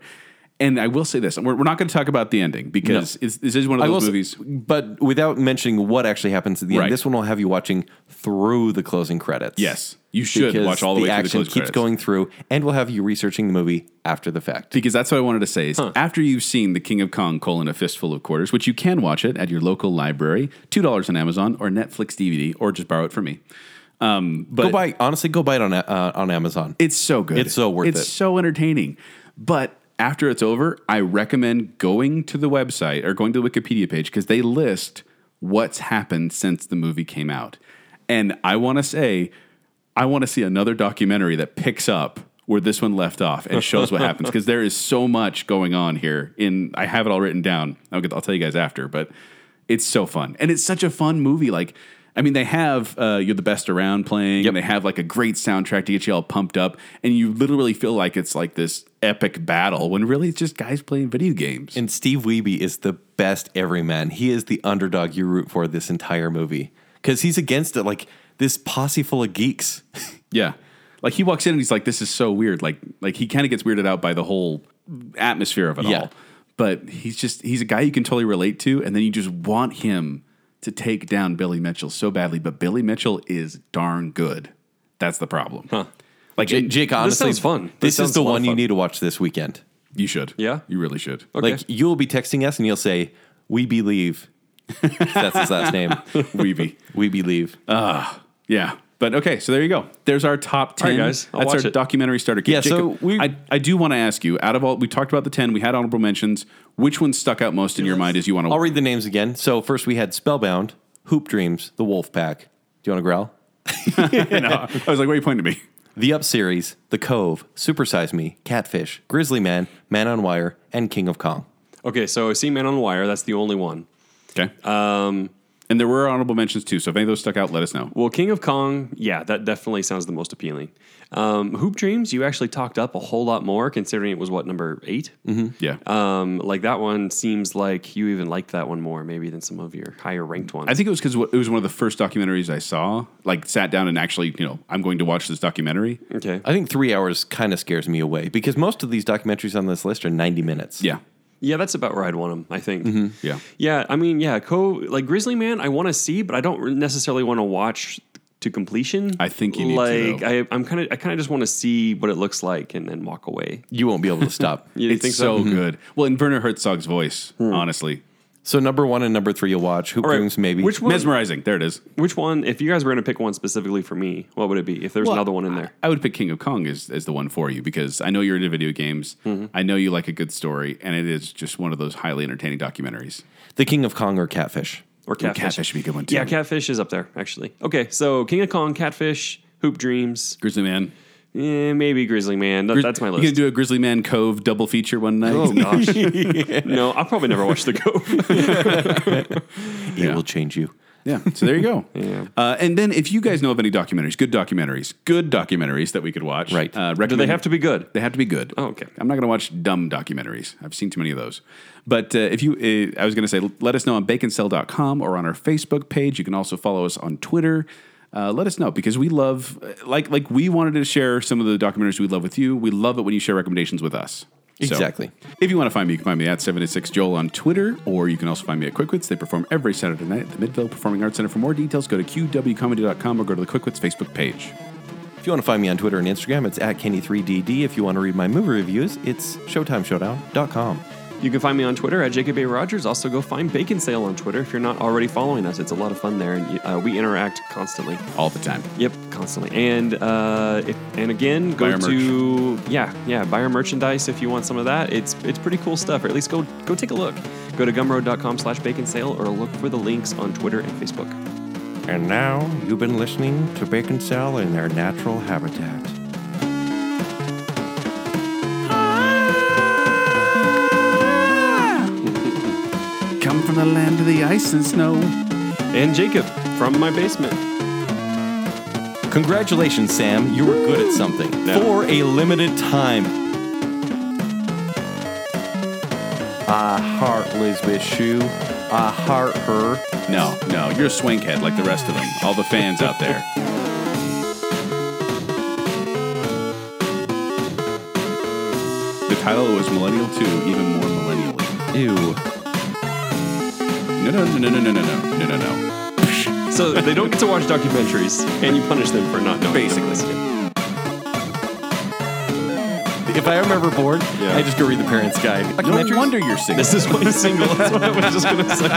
Speaker 3: And I will say this: we're, we're not going to talk about the ending because it's, this is one of
Speaker 2: I will
Speaker 3: those
Speaker 2: say-
Speaker 3: movies.
Speaker 2: but without mentioning what actually happens at the
Speaker 3: Right.
Speaker 2: end, this one will have you watching through the closing credits.
Speaker 3: Yes, you should
Speaker 2: Because
Speaker 3: watch all the, way
Speaker 2: action
Speaker 3: through the
Speaker 2: keeps
Speaker 3: closing credits.
Speaker 2: going through, and we'll have you researching the movie after the fact.
Speaker 3: because that's what I wanted to say. Is after you've seen The King of Kong: colon, A Fistful of Quarters, which you can watch it at your local library, two dollars on Amazon or Netflix DVD, or just borrow it from me. Um, but
Speaker 2: go buy honestly, go buy it on uh, on Amazon.
Speaker 3: it's so good.
Speaker 2: It's so worth
Speaker 3: it's
Speaker 2: it.
Speaker 3: so entertaining. But after it's over, I recommend going to the website or going to the Wikipedia page because they list what's happened since the movie came out. And I want to say, I want to see another documentary that picks up where this one left off and shows what
Speaker 2: [laughs]
Speaker 3: happens because there is so much going on here. In I have it all written down. I'll, get, I'll tell you guys after, but it's so fun and it's such a fun movie. Like, I mean, they have uh, "You're the Best Around" playing, and they have like a great soundtrack to get you all pumped up, and you literally feel like it's like this epic battle when really it's just guys playing video games.
Speaker 2: And Steve Wiebe is the best everyman. He is the underdog you root for this entire movie because he's against it like this posse full of geeks.
Speaker 3: Yeah. Like he walks in and he's like, "This is so weird." Like, like he kind of gets weirded out by the whole atmosphere of it
Speaker 2: Yeah.
Speaker 3: all. But he's just he's a guy you can totally relate to, and then you just want him to take down Billy Mitchell so badly. But Billy Mitchell is darn good. That's the problem. Like
Speaker 2: Jake, Jake honestly,
Speaker 4: sounds fun. This
Speaker 2: This,
Speaker 4: sounds
Speaker 2: is the
Speaker 4: a lot of
Speaker 2: one you
Speaker 4: fun.
Speaker 2: need to watch this weekend.
Speaker 3: you should.
Speaker 4: Yeah?
Speaker 3: you really should.
Speaker 4: Okay.
Speaker 2: Like you'll be texting us and you'll say, "We
Speaker 4: [laughs]
Speaker 2: believe." That's his last name.
Speaker 3: Weeby.
Speaker 2: We believe.
Speaker 4: Uh-huh.
Speaker 3: Yeah. But okay, so there you go. There's our top
Speaker 4: All
Speaker 3: ten.
Speaker 4: right, guys. I'll
Speaker 3: That's
Speaker 4: watch
Speaker 3: our
Speaker 4: it.
Speaker 3: documentary starter kit.
Speaker 2: Yeah, so we-
Speaker 3: I, I do want to ask you. Out of all we talked about the ten, we had honorable mentions. Which one stuck out most in your mind? As you want to
Speaker 2: I'll read the names again. So first we had Spellbound, Hoop Dreams, The Wolf Pack. Do you want to growl?
Speaker 3: [laughs] I was like, what are you pointing to me? [laughs]
Speaker 2: The Up series, The Cove, Supersize Me, Catfish, Grizzly Man, Man on Wire, and King of Kong.
Speaker 4: Okay, so I see Man on Wire. That's the only one.
Speaker 3: Okay. Um, and there were honorable mentions too. So if any of those stuck out, let us know.
Speaker 4: Well, King of Kong, yeah, that definitely sounds the most appealing. Um, Hoop Dreams, you actually talked up a whole lot more considering it was what number 8
Speaker 3: Yeah.
Speaker 4: Um, like that one seems like you even liked that one more maybe than some of your higher ranked ones.
Speaker 3: I think it was because it was one of the first documentaries I saw. Like sat down and actually, you know, I'm going to watch this documentary.
Speaker 4: okay,
Speaker 2: I think three hours kind of scares me away because most of these documentaries on this list are 90 minutes.
Speaker 3: Yeah.
Speaker 4: yeah, that's about where I'd want them. I think.
Speaker 3: Yeah.
Speaker 4: Yeah, I mean, yeah, Co like Grizzly Man, I want to see, but I don't necessarily want to watch to completion.
Speaker 3: I think you need to,
Speaker 4: like,
Speaker 3: though.
Speaker 4: I, I'm kind of, I kind of just want to see what it looks like and then walk away.
Speaker 2: You won't be able to
Speaker 4: [laughs]
Speaker 2: stop.
Speaker 4: You
Speaker 3: it's
Speaker 4: think
Speaker 3: so
Speaker 4: so? Mm-hmm. Hmm.
Speaker 3: good. Well, in Werner Herzog's voice, honestly,
Speaker 2: So number one and number three you'll watch. Hoop
Speaker 4: All right,
Speaker 2: Dreams maybe.
Speaker 4: Which one?
Speaker 3: mesmerizing. There it is.
Speaker 4: Which one? If you guys were going to pick one specifically for me, what would it be? If there's another one in there,
Speaker 3: I, I would pick King of Kong as, as the one for you because I know you're into video games.
Speaker 4: Mm-hmm.
Speaker 3: I know you like a good story, and it is just one of those highly entertaining documentaries.
Speaker 2: The King of Kong or Catfish.
Speaker 4: or catfish?
Speaker 3: Catfish would be a good one,
Speaker 4: Yeah,
Speaker 3: too.
Speaker 4: catfish is up there actually. Okay, so King of Kong, catfish, Hoop Dreams,
Speaker 3: Grizzly Man.
Speaker 4: eh, maybe Grizzly Man. That- that's my
Speaker 3: You gonna
Speaker 4: list. [laughs] Oh,
Speaker 3: do a Grizzly Man Cove double feature one night?
Speaker 4: no, I'll probably never watch the Go.
Speaker 2: It will change you.
Speaker 3: [laughs] Yeah. So there you
Speaker 4: [laughs]
Speaker 3: go. uh, and then if you guys know of any documentaries, good documentaries, good documentaries that we could watch,
Speaker 2: Right.
Speaker 3: Uh,
Speaker 4: Do they have to be good?
Speaker 3: They have to be good.
Speaker 4: Oh, okay.
Speaker 3: I'm not going to watch dumb documentaries. I've seen too many of those. But uh, if you, uh, I was going to say, let us know on baconcell.com or on our Facebook page. You can also follow us on Twitter. Uh, let us know because we love, uh, like, like we wanted to share some of the documentaries we love with you. We love it when you share recommendations with us. So,
Speaker 2: Exactly.
Speaker 3: if you want to find me, you can find me at 76 Joel on Twitter, or you can also find me at QuickWits. They perform every Saturday night at the Midvale Performing Arts Center. For more details, go to qwcomedy.com or go to the QuickWits Facebook page.
Speaker 2: If you want to find me on Twitter and Instagram, it's at Kenny3DD. If you want to read my movie reviews, it's ShowtimeShowdown.com.
Speaker 4: You can find me on Twitter at Jacob A. Rogers. Also, go find Bacon Sale on Twitter if you're not already following us. It's a lot of fun there, and uh, we interact constantly.
Speaker 3: All the time.
Speaker 4: Yep, constantly. And uh, if, and again,
Speaker 3: Buy
Speaker 4: go
Speaker 3: our
Speaker 4: to yeah, yeah, buy our merchandise if you want some of that. It's it's pretty cool stuff. Or at least go go take a look. Go to gumroad.com slash bacon sale or look for the links on Twitter and Facebook.
Speaker 2: And now you've been listening to Bacon Cell in their natural habitat.
Speaker 3: Come from the land of the ice and snow.
Speaker 4: and Jacob from my basement.
Speaker 2: Congratulations, Sam. You were good at something
Speaker 4: Yeah.
Speaker 2: for a limited time. I heart Lisbeth Shoe. I heart her.
Speaker 3: No, no, you're a swankhead like the rest of them. All the fans out there. The title was Millennial 2, even more millennially.
Speaker 2: Ew.
Speaker 3: No, no, no, no, no, no, no, no, no, no, no.
Speaker 4: So they don't get to watch documentaries, and you punish them for not knowing.
Speaker 2: Basically. If I am ever bored, I just go read the Parents Guide.
Speaker 3: No wonder you're sick.
Speaker 4: This is my single. [laughs] That's what I was just going to say.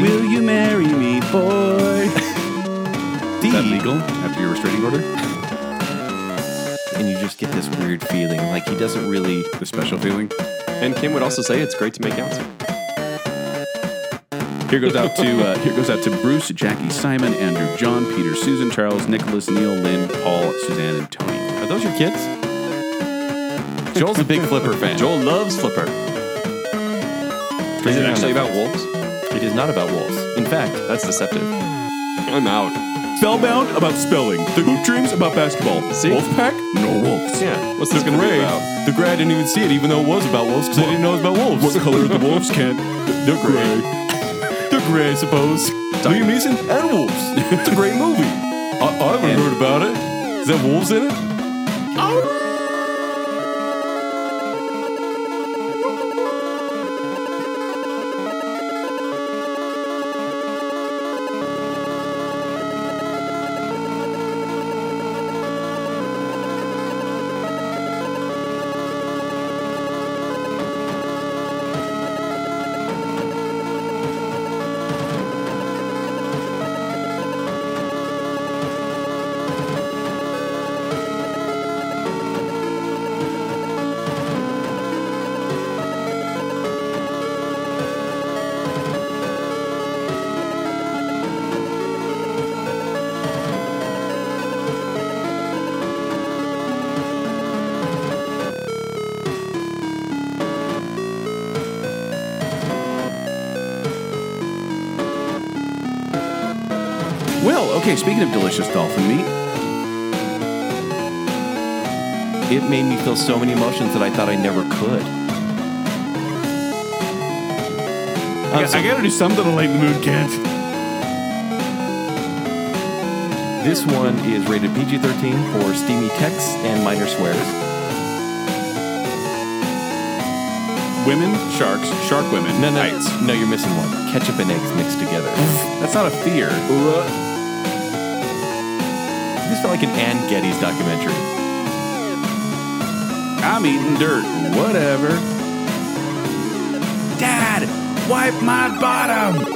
Speaker 3: Will you marry me, boy? Is that legal after your restraining order?
Speaker 2: And you just get this weird feeling like he doesn't [laughs] really.
Speaker 3: The special feeling?
Speaker 4: And Kim would also say it's great to make out.
Speaker 3: Here goes out to uh, here goes out to Bruce, Jackie, Simon, Andrew, John, Peter, Susan, Charles, Nicholas, Neil, Lynn, Paul, Suzanne, and Tony.
Speaker 2: Are those your kids? Joel's a big Flipper fan.
Speaker 4: Joel loves Flipper. Is it actually about wolves?
Speaker 2: It is not about wolves. In fact,
Speaker 4: That's deceptive. I'm out.
Speaker 3: Spellbound about spelling. The Hoop Dreams about basketball.
Speaker 4: See?
Speaker 2: Wolfpack?
Speaker 3: No wolves.
Speaker 4: Yeah. What's this going to be about?
Speaker 2: The grad didn't even see it, even though it was about wolves, because they didn't know it was about wolves.
Speaker 3: What color the wolves can't? They're gray.
Speaker 2: They're gray, I suppose. Liam Neeson and wolves. It's a great movie. I, I haven't heard about it. Is there wolves in it?
Speaker 3: Well, okay, speaking of delicious dolphin meat,
Speaker 2: It made me feel so many emotions that I thought I never could.
Speaker 3: I, I gotta do something to lighten the mood, Kent.
Speaker 2: This one is rated PG 13 for steamy texts and minor swears.
Speaker 3: Women, sharks, shark women,
Speaker 2: No, no,
Speaker 3: knights.
Speaker 2: no, you're missing one. Ketchup and eggs mixed together.
Speaker 3: That's not a fear.
Speaker 2: this felt like an Ann Getty's documentary.
Speaker 3: I'm eating dirt. Whatever. Dad, wipe my bottom.